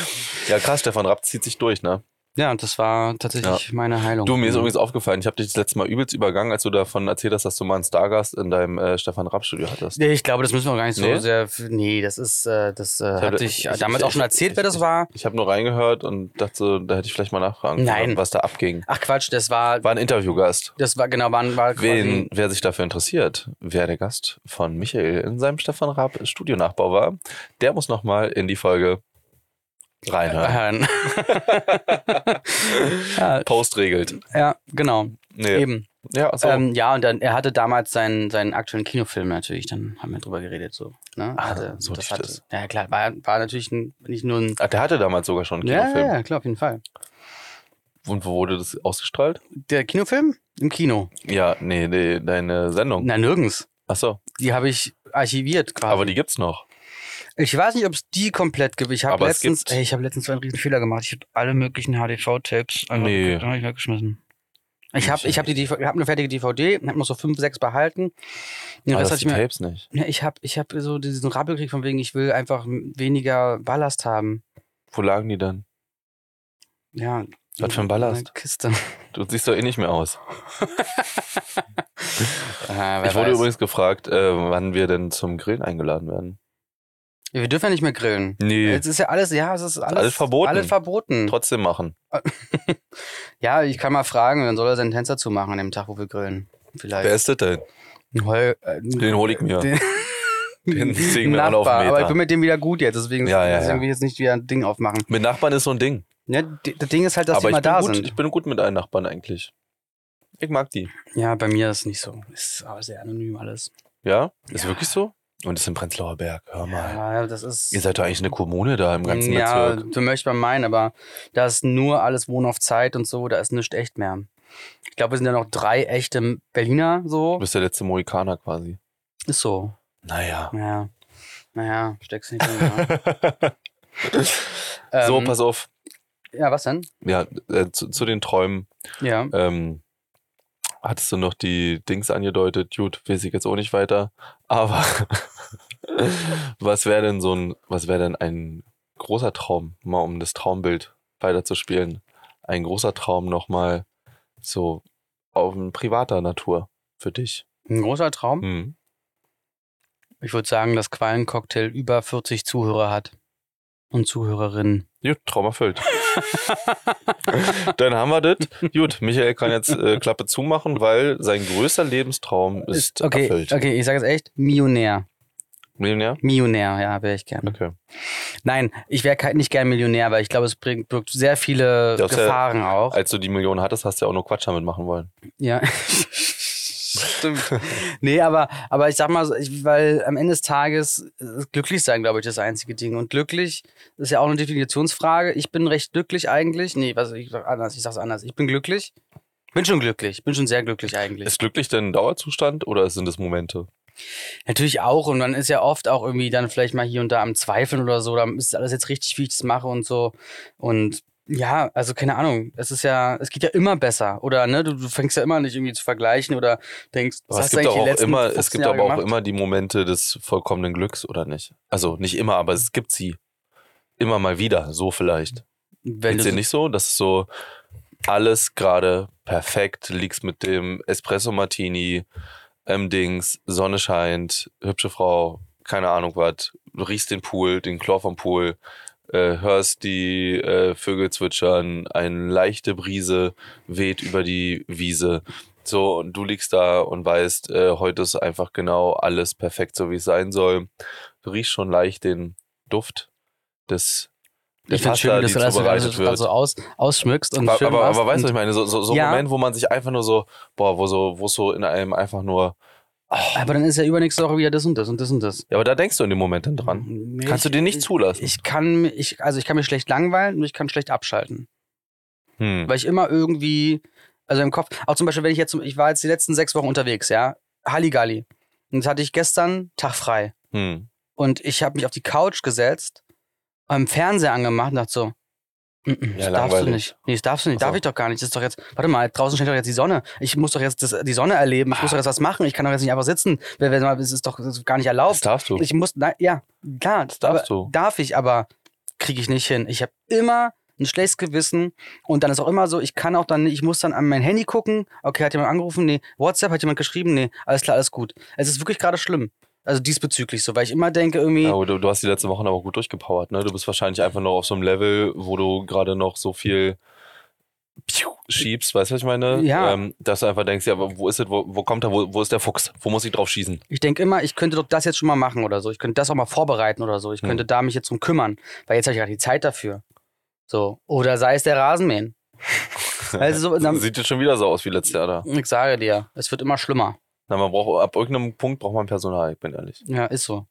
[SPEAKER 1] Ja, krass, Stefan Rapp zieht sich durch, ne?
[SPEAKER 2] Ja, und das war tatsächlich meine Heilung.
[SPEAKER 1] Du, mir ist übrigens aufgefallen, ich habe dich das letzte Mal übelst übergangen, als du davon erzählt hast, dass du mal einen Stargast in deinem äh, Stefan Rapp-Studio hattest.
[SPEAKER 2] Nee, ich glaube, das müssen wir gar nicht so
[SPEAKER 1] Nee?
[SPEAKER 2] sehr. f- Nee, das ist, äh, das äh, hatte ich,
[SPEAKER 1] ich-
[SPEAKER 2] damals
[SPEAKER 1] ich-
[SPEAKER 2] auch schon erzählt,
[SPEAKER 1] ich-
[SPEAKER 2] wer das war.
[SPEAKER 1] Ich habe nur reingehört und dachte, so, da hätte ich vielleicht mal nachfragen können,
[SPEAKER 2] Nein.
[SPEAKER 1] was da abging.
[SPEAKER 2] Ach Quatsch, das war,
[SPEAKER 1] War ein Interviewgast.
[SPEAKER 2] das war genau, war, war quasi-
[SPEAKER 1] Wen, wer sich dafür interessiert, wer der Gast von Michael in seinem Stefan Raab Studionachbau war, der muss nochmal in die Folge reinhören.
[SPEAKER 2] Hören. ja,
[SPEAKER 1] Post regelt.
[SPEAKER 2] ja, genau,
[SPEAKER 1] Nee.
[SPEAKER 2] eben.
[SPEAKER 1] Ja, so.
[SPEAKER 2] Ähm, ja, und dann, er hatte damals seinen, seinen aktuellen Kinofilm natürlich, dann haben wir drüber geredet. So, ne?
[SPEAKER 1] Ah,
[SPEAKER 2] hatte,
[SPEAKER 1] so lief das.
[SPEAKER 2] Ja, klar, war, war natürlich ein, nicht nur ein.
[SPEAKER 1] Ach, Ah, der hatte damals sogar schon einen
[SPEAKER 2] Ja,
[SPEAKER 1] Kinofilm.
[SPEAKER 2] ja, ja, klar, auf jeden Fall.
[SPEAKER 1] Und wo wurde das ausgestrahlt?
[SPEAKER 2] Der Kinofilm? Im Kino.
[SPEAKER 1] Ja, nee, nee deine Sendung.
[SPEAKER 2] Na, nirgends.
[SPEAKER 1] Ach so,
[SPEAKER 2] Die habe ich archiviert quasi.
[SPEAKER 1] aber die gibt's noch.
[SPEAKER 2] ich weiß nicht, ob es die komplett gibt. Ich habe
[SPEAKER 1] Aber es
[SPEAKER 2] letztens,
[SPEAKER 1] gibt-
[SPEAKER 2] ey, ich habe letztens einen riesen Fehler gemacht. Ich habe alle möglichen HDV-Tapes einfach
[SPEAKER 1] Nee.
[SPEAKER 2] nee. äh, ich weggeschmissen. Ich habe ich hab die DV ich hab eine fertige DVD, habe noch so fünf, sechs behalten. Den
[SPEAKER 1] aber Ah,
[SPEAKER 2] Rest
[SPEAKER 1] das
[SPEAKER 2] hatte
[SPEAKER 1] die
[SPEAKER 2] ich mir
[SPEAKER 1] Tapes nicht.
[SPEAKER 2] Ja, Ne, ich hab, ich hab so diesen Rappel gekriegt von wegen, ich will einfach m- weniger Ballast haben.
[SPEAKER 1] Wo lagen die dann?
[SPEAKER 2] Ja.
[SPEAKER 1] Was für ein Ballast?
[SPEAKER 2] Eine Kiste.
[SPEAKER 1] Du siehst doch eh nicht mehr aus.
[SPEAKER 2] Ah, wer
[SPEAKER 1] ich wurde
[SPEAKER 2] weiß.
[SPEAKER 1] übrigens gefragt, äh, wann wir denn zum Grillen eingeladen werden.
[SPEAKER 2] Wir dürfen ja nicht mehr grillen.
[SPEAKER 1] Nee,
[SPEAKER 2] Jetzt ist ja alles, ja, es ist alles,
[SPEAKER 1] alles verboten.
[SPEAKER 2] Alles verboten.
[SPEAKER 1] trotzdem machen.
[SPEAKER 2] ja, ich kann mal fragen, dann soll er seinen Tänzer zumachen an dem Tag, wo wir grillen. Vielleicht.
[SPEAKER 1] Wer ist das denn?
[SPEAKER 2] Ein Heu- äh,
[SPEAKER 1] Den hol ich mir.
[SPEAKER 2] also, Den,
[SPEAKER 1] Den ziehen wir alle auf
[SPEAKER 2] Nachbar,
[SPEAKER 1] den Meter.
[SPEAKER 2] aber ich bin mit dem wieder gut jetzt, deswegen,
[SPEAKER 1] Ja, ja,
[SPEAKER 2] deswegen
[SPEAKER 1] ja.
[SPEAKER 2] will ich jetzt nicht wieder ein Ding aufmachen.
[SPEAKER 1] Mit Nachbarn ist so ein Ding.
[SPEAKER 2] Ja, d- das Ding ist halt, dass
[SPEAKER 1] aber
[SPEAKER 2] die mal
[SPEAKER 1] ich bin
[SPEAKER 2] da
[SPEAKER 1] gut,
[SPEAKER 2] sind.
[SPEAKER 1] ich bin gut mit allen Nachbarn eigentlich. Ich mag die.
[SPEAKER 2] Ja, bei mir ist nicht so. Ist aber sehr anonym alles.
[SPEAKER 1] Ja? Ist
[SPEAKER 2] Ja.
[SPEAKER 1] wirklich so? Und ist im Prenzlauer Berg. Hör mal.
[SPEAKER 2] Ja, das ist.
[SPEAKER 1] Ihr seid doch eigentlich eine Kommune da im ganzen
[SPEAKER 2] ja,
[SPEAKER 1] Bezirk.
[SPEAKER 2] du möchtest mal meinen, aber da ist nur alles Wohnen auf Zeit und so, da ist nichts echt mehr. Ich glaube, wir sind ja noch drei echte Berliner,
[SPEAKER 1] Du
[SPEAKER 2] so.
[SPEAKER 1] bist der letzte Mohikaner quasi.
[SPEAKER 2] Ist so,
[SPEAKER 1] Naja.
[SPEAKER 2] ja. Naja, steck's nicht in. Ja. ähm,
[SPEAKER 1] so, pass auf.
[SPEAKER 2] Ja, was denn?
[SPEAKER 1] Ja, äh, zu, zu den Träumen.
[SPEAKER 2] Ja.
[SPEAKER 1] Ähm, hattest du noch die Dings angedeutet? Gut, weiß ich jetzt auch nicht weiter. Aber was wäre denn so ein, was wäre denn ein großer Traum, mal um das Traumbild weiterzuspielen? Ein großer Traum nochmal so auf ein privater Natur für dich.
[SPEAKER 2] Ein großer Traum.
[SPEAKER 1] Hm.
[SPEAKER 2] Ich würde sagen, dass Qualencocktail über 40 Zuhörer hat und Zuhörerinnen.
[SPEAKER 1] Gut, Traum erfüllt. Dann haben wir das. Gut, Michael kann jetzt äh, Klappe zumachen, weil sein größter Lebenstraum ist
[SPEAKER 2] okay,
[SPEAKER 1] erfüllt.
[SPEAKER 2] okay, ich sage jetzt echt Millionär.
[SPEAKER 1] Millionär?
[SPEAKER 2] Millionär, ja, wäre ich gerne.
[SPEAKER 1] Okay.
[SPEAKER 2] Nein, ich wäre nicht gern Millionär, weil ich glaube, es bringt, birgt sehr viele
[SPEAKER 1] Du hast ja-
[SPEAKER 2] Gefahren auch.
[SPEAKER 1] Als du die Million hattest, hast du ja auch nur Quatsch damit machen wollen.
[SPEAKER 2] Ja. Stimmt. Nee, aber, aber ich sag mal, so, ich, weil am Ende des Tages äh, glücklich sein, glaube ich, das einzige Ding. Und glücklich ist ja auch eine Definitionsfrage. Ich bin recht glücklich eigentlich. Nee, was, ich sag anders, ich sag's anders. Ich bin glücklich. Bin schon glücklich, bin schon sehr glücklich eigentlich.
[SPEAKER 1] Ist glücklich denn ein Dauerzustand oder sind es Momente?
[SPEAKER 2] Natürlich auch. Und man ist ja oft auch irgendwie dann vielleicht mal hier und da am Zweifeln oder so. Dann ist alles jetzt richtig, wie ich das mache und so. Und ja, also keine Ahnung. Es ist ja, es geht ja immer besser. Oder ne, du, du fängst ja immer nicht irgendwie zu vergleichen oder denkst, was
[SPEAKER 1] Aber es
[SPEAKER 2] hast
[SPEAKER 1] gibt
[SPEAKER 2] du
[SPEAKER 1] doch
[SPEAKER 2] eigentlich
[SPEAKER 1] auch
[SPEAKER 2] die letzten
[SPEAKER 1] immer, es
[SPEAKER 2] 15
[SPEAKER 1] gibt
[SPEAKER 2] Jahre
[SPEAKER 1] aber auch
[SPEAKER 2] gemacht?
[SPEAKER 1] immer die Momente des vollkommenen Glücks, oder nicht? Also nicht immer, aber es gibt sie. Immer mal wieder, so vielleicht.
[SPEAKER 2] Wenn
[SPEAKER 1] Geht's
[SPEAKER 2] du
[SPEAKER 1] dir nicht so? Das ist so alles gerade perfekt, liegst mit dem Espresso Martini, ähm, Dings, Sonne scheint, hübsche Frau, keine Ahnung was, du riechst den Pool, den Chlor vom Pool, äh, hörst die äh, Vögel zwitschern, eine leichte Brise weht über die Wiese. So, und du liegst da und weißt, äh, heute ist einfach genau alles perfekt, so wie es sein soll. Du riechst schon leicht den Duft des der
[SPEAKER 2] ich finde
[SPEAKER 1] Pasta,
[SPEAKER 2] schön, wie du
[SPEAKER 1] die
[SPEAKER 2] das so
[SPEAKER 1] zubereitet wird.
[SPEAKER 2] also aus, ausschmückst und
[SPEAKER 1] Aber,
[SPEAKER 2] schön
[SPEAKER 1] aber,
[SPEAKER 2] machst
[SPEAKER 1] aber weißt du, was
[SPEAKER 2] und,
[SPEAKER 1] ich meine, so, so, so
[SPEAKER 2] Ja.
[SPEAKER 1] Moment, wo man sich einfach nur so, boah, wo so, wo so in einem einfach nur,
[SPEAKER 2] aber dann ist ja übernächste Woche wieder das und das und das und das.
[SPEAKER 1] ja, aber da denkst du in dem Moment dann dran.
[SPEAKER 2] Nee,
[SPEAKER 1] Kannst du
[SPEAKER 2] ich-
[SPEAKER 1] dir nicht zulassen.
[SPEAKER 2] Ich kann, mi- ich, also ich kann mich schlecht langweilen und ich kann schlecht abschalten.
[SPEAKER 1] Hm.
[SPEAKER 2] weil ich immer irgendwie, also im Kopf, auch zum Beispiel, wenn ich jetzt, ich war jetzt die letzten sechs Wochen unterwegs, ja, Halligalli. Und jetzt hatte ich gestern Tag frei.
[SPEAKER 1] Hm.
[SPEAKER 2] Und ich habe mich auf die Couch gesetzt, am Fernseher angemacht und dachte so, "Mm, mm,
[SPEAKER 1] Ja,
[SPEAKER 2] das darfst du
[SPEAKER 1] langweilig.
[SPEAKER 2] nicht. Nee, das darfst du nicht.
[SPEAKER 1] Ach so.
[SPEAKER 2] Darf ich doch gar nicht. Das ist doch jetzt, warte mal, draußen scheint doch jetzt die Sonne. Ich muss doch jetzt das, die Sonne erleben. Ich muss doch
[SPEAKER 1] Ah.
[SPEAKER 2] jetzt was machen. Ich kann doch jetzt nicht einfach sitzen. Wer- wer- Es ist doch das ist gar nicht
[SPEAKER 1] Das
[SPEAKER 2] erlaubt.
[SPEAKER 1] darfst du.
[SPEAKER 2] Ich muss, na, ja, klar, das
[SPEAKER 1] darfst
[SPEAKER 2] aber,
[SPEAKER 1] du.
[SPEAKER 2] Darf ich, aber kriege ich nicht hin. Ich habe immer ein schlechtes Gewissen und dann ist auch immer so, ich kann auch dann, ich muss dann an mein Handy gucken. Okay, hat jemand angerufen? Nee. WhatsApp hat jemand geschrieben? Nee. Alles klar, alles gut. Es ist wirklich gerade schlimm. Also diesbezüglich so, weil ich immer denke irgendwie,
[SPEAKER 1] Ja, aber du, du hast die letzten Wochen aber gut durchgepowert, ne? Du bist wahrscheinlich einfach noch auf so einem Level, wo du gerade noch so viel Piu schiebst, weißt du, was ich meine?
[SPEAKER 2] Ja.
[SPEAKER 1] Ähm, dass du einfach denkst, ja, aber wo ist es, wo, wo kommt er, wo, wo ist der Fuchs? Wo muss ich drauf schießen?
[SPEAKER 2] ich denke immer, ich könnte doch das jetzt schon mal machen oder so. Ich könnte das auch mal vorbereiten oder so. Ich könnte da mich jetzt drum kümmern, weil jetzt habe ich gerade die Zeit dafür. So. Oder sei es der Rasenmähen. also so, dann,
[SPEAKER 1] Sieht jetzt schon wieder so aus wie letztes Jahr da.
[SPEAKER 2] ich sage dir, es wird immer schlimmer.
[SPEAKER 1] Na, man braucht, ab irgendeinem Punkt braucht man Personal, ich bin ehrlich.
[SPEAKER 2] Ja, ist so.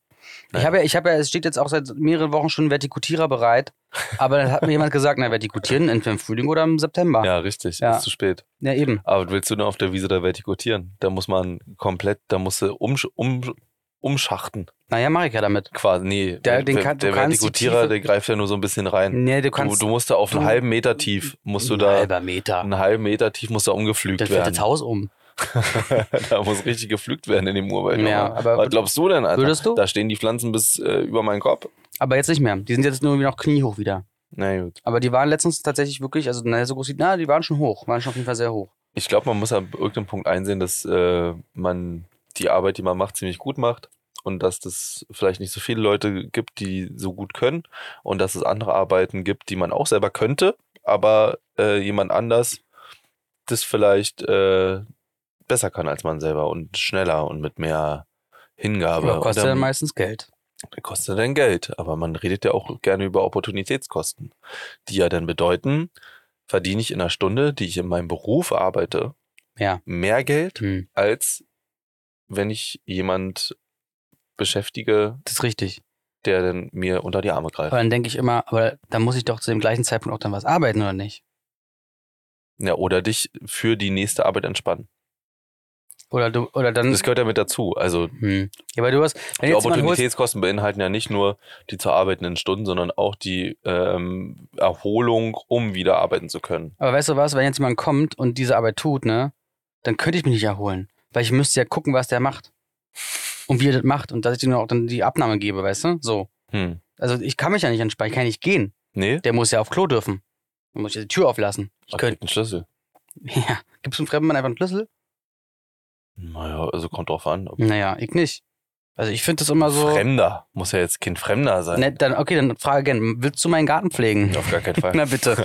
[SPEAKER 1] Naja.
[SPEAKER 2] Ich habe ja, ich habe ja, es steht jetzt auch seit mehreren Wochen schon ein Vertikutierer bereit, aber dann hat mir jemand gesagt, na, vertikutieren entweder im Frühling oder im September. Ja,
[SPEAKER 1] Ja, richtig,
[SPEAKER 2] Ja.
[SPEAKER 1] ist zu spät.
[SPEAKER 2] eben.
[SPEAKER 1] Aber was willst du denn auf der Wiese da vertikutieren? Da muss man komplett, da musst du umsch um, umschachten.
[SPEAKER 2] Naja, mache ich ja damit.
[SPEAKER 1] Quasi, nee.
[SPEAKER 2] Der- den kann- du
[SPEAKER 1] der
[SPEAKER 2] kannst die
[SPEAKER 1] Vertikutierer,
[SPEAKER 2] Tiefe-
[SPEAKER 1] der greift ja nur so ein bisschen rein.
[SPEAKER 2] Nee, du
[SPEAKER 1] Du,
[SPEAKER 2] kannst.
[SPEAKER 1] du musst da auf einen
[SPEAKER 2] du-
[SPEAKER 1] halben Meter tief, musst du
[SPEAKER 2] Ein
[SPEAKER 1] da,
[SPEAKER 2] Halber Meter.
[SPEAKER 1] einen halben Meter tief musst du umgepflügt
[SPEAKER 2] Dann fällt das
[SPEAKER 1] werden.
[SPEAKER 2] Haus um.
[SPEAKER 1] da muss richtig gepflügt werden in dem Urwald.
[SPEAKER 2] Ja,
[SPEAKER 1] Junge.
[SPEAKER 2] aber-
[SPEAKER 1] Was glaubst du denn, Alter?
[SPEAKER 2] Würdest du?
[SPEAKER 1] Da stehen die Pflanzen bis äh, über meinen Kopf.
[SPEAKER 2] Aber jetzt nicht mehr. Die sind jetzt nur noch kniehoch wieder.
[SPEAKER 1] Na gut.
[SPEAKER 2] Aber die waren letztens tatsächlich wirklich, also naja, so groß wie, na, die waren schon hoch. Waren schon auf jeden Fall sehr hoch.
[SPEAKER 1] Ich glaube, man muss ab irgendeinem Punkt einsehen, dass äh, man die Arbeit, die man macht, ziemlich gut macht und dass das vielleicht nicht so viele Leute gibt, die so gut können und dass es andere Arbeiten gibt, die man auch selber könnte, aber äh, jemand anders das vielleicht äh, besser kann als man selber und schneller und mit mehr Hingabe.
[SPEAKER 2] Aber
[SPEAKER 1] Und
[SPEAKER 2] kostet
[SPEAKER 1] dann
[SPEAKER 2] dann meistens Geld.
[SPEAKER 1] kostet dann Geld, aber man redet ja auch gerne über Opportunitätskosten, die ja dann bedeuten, verdiene ich in einer Stunde, die ich in meinem Beruf arbeite,
[SPEAKER 2] Ja.
[SPEAKER 1] mehr Geld,
[SPEAKER 2] Hm,
[SPEAKER 1] als wenn ich jemand beschäftige,
[SPEAKER 2] das ist richtig.
[SPEAKER 1] der dann mir unter die Arme greift.
[SPEAKER 2] Aber dann denke ich immer, aber dann muss ich doch zu dem gleichen Zeitpunkt auch dann was arbeiten, oder nicht?
[SPEAKER 1] Ja, oder dich für die nächste Arbeit entspannen.
[SPEAKER 2] Oder, du, oder dann.
[SPEAKER 1] Das gehört ja mit dazu. Also
[SPEAKER 2] Hm. Ja, aber du hast. Wenn
[SPEAKER 1] die
[SPEAKER 2] Mhm. jetzt jemand holst,
[SPEAKER 1] Opportunitätskosten beinhalten ja nicht nur die zu arbeitenden Stunden, sondern auch die ähm, Erholung, um wieder arbeiten zu können.
[SPEAKER 2] aber weißt du was, wenn jetzt jemand kommt und diese Arbeit tut, ne, dann könnte ich mich nicht erholen. Weil ich müsste ja gucken, was der macht. Und wie er das macht. Und dass ich ihm auch dann die Abnahme gebe, weißt du? So.
[SPEAKER 1] Hm.
[SPEAKER 2] Also ich kann mich ja nicht entspannen, ich kann nicht gehen.
[SPEAKER 1] Nee?
[SPEAKER 2] Der muss ja auf Klo dürfen. Dann muss ich ja die Tür auflassen. Ich
[SPEAKER 1] Ach,
[SPEAKER 2] könnte.
[SPEAKER 1] kriegt einen Schlüssel.
[SPEAKER 2] Ja. Gibst du einem fremden Mann einfach einen Schlüssel?
[SPEAKER 1] Naja, also kommt drauf an. Ob
[SPEAKER 2] Naja, ich nicht. Also ich finde das immer so.
[SPEAKER 1] Fremder. Muss ja jetzt Kind Fremder sein.
[SPEAKER 2] Ne, dann, okay, dann frage again, willst du meinen Garten pflegen?
[SPEAKER 1] Auf gar keinen Fall.
[SPEAKER 2] Na bitte.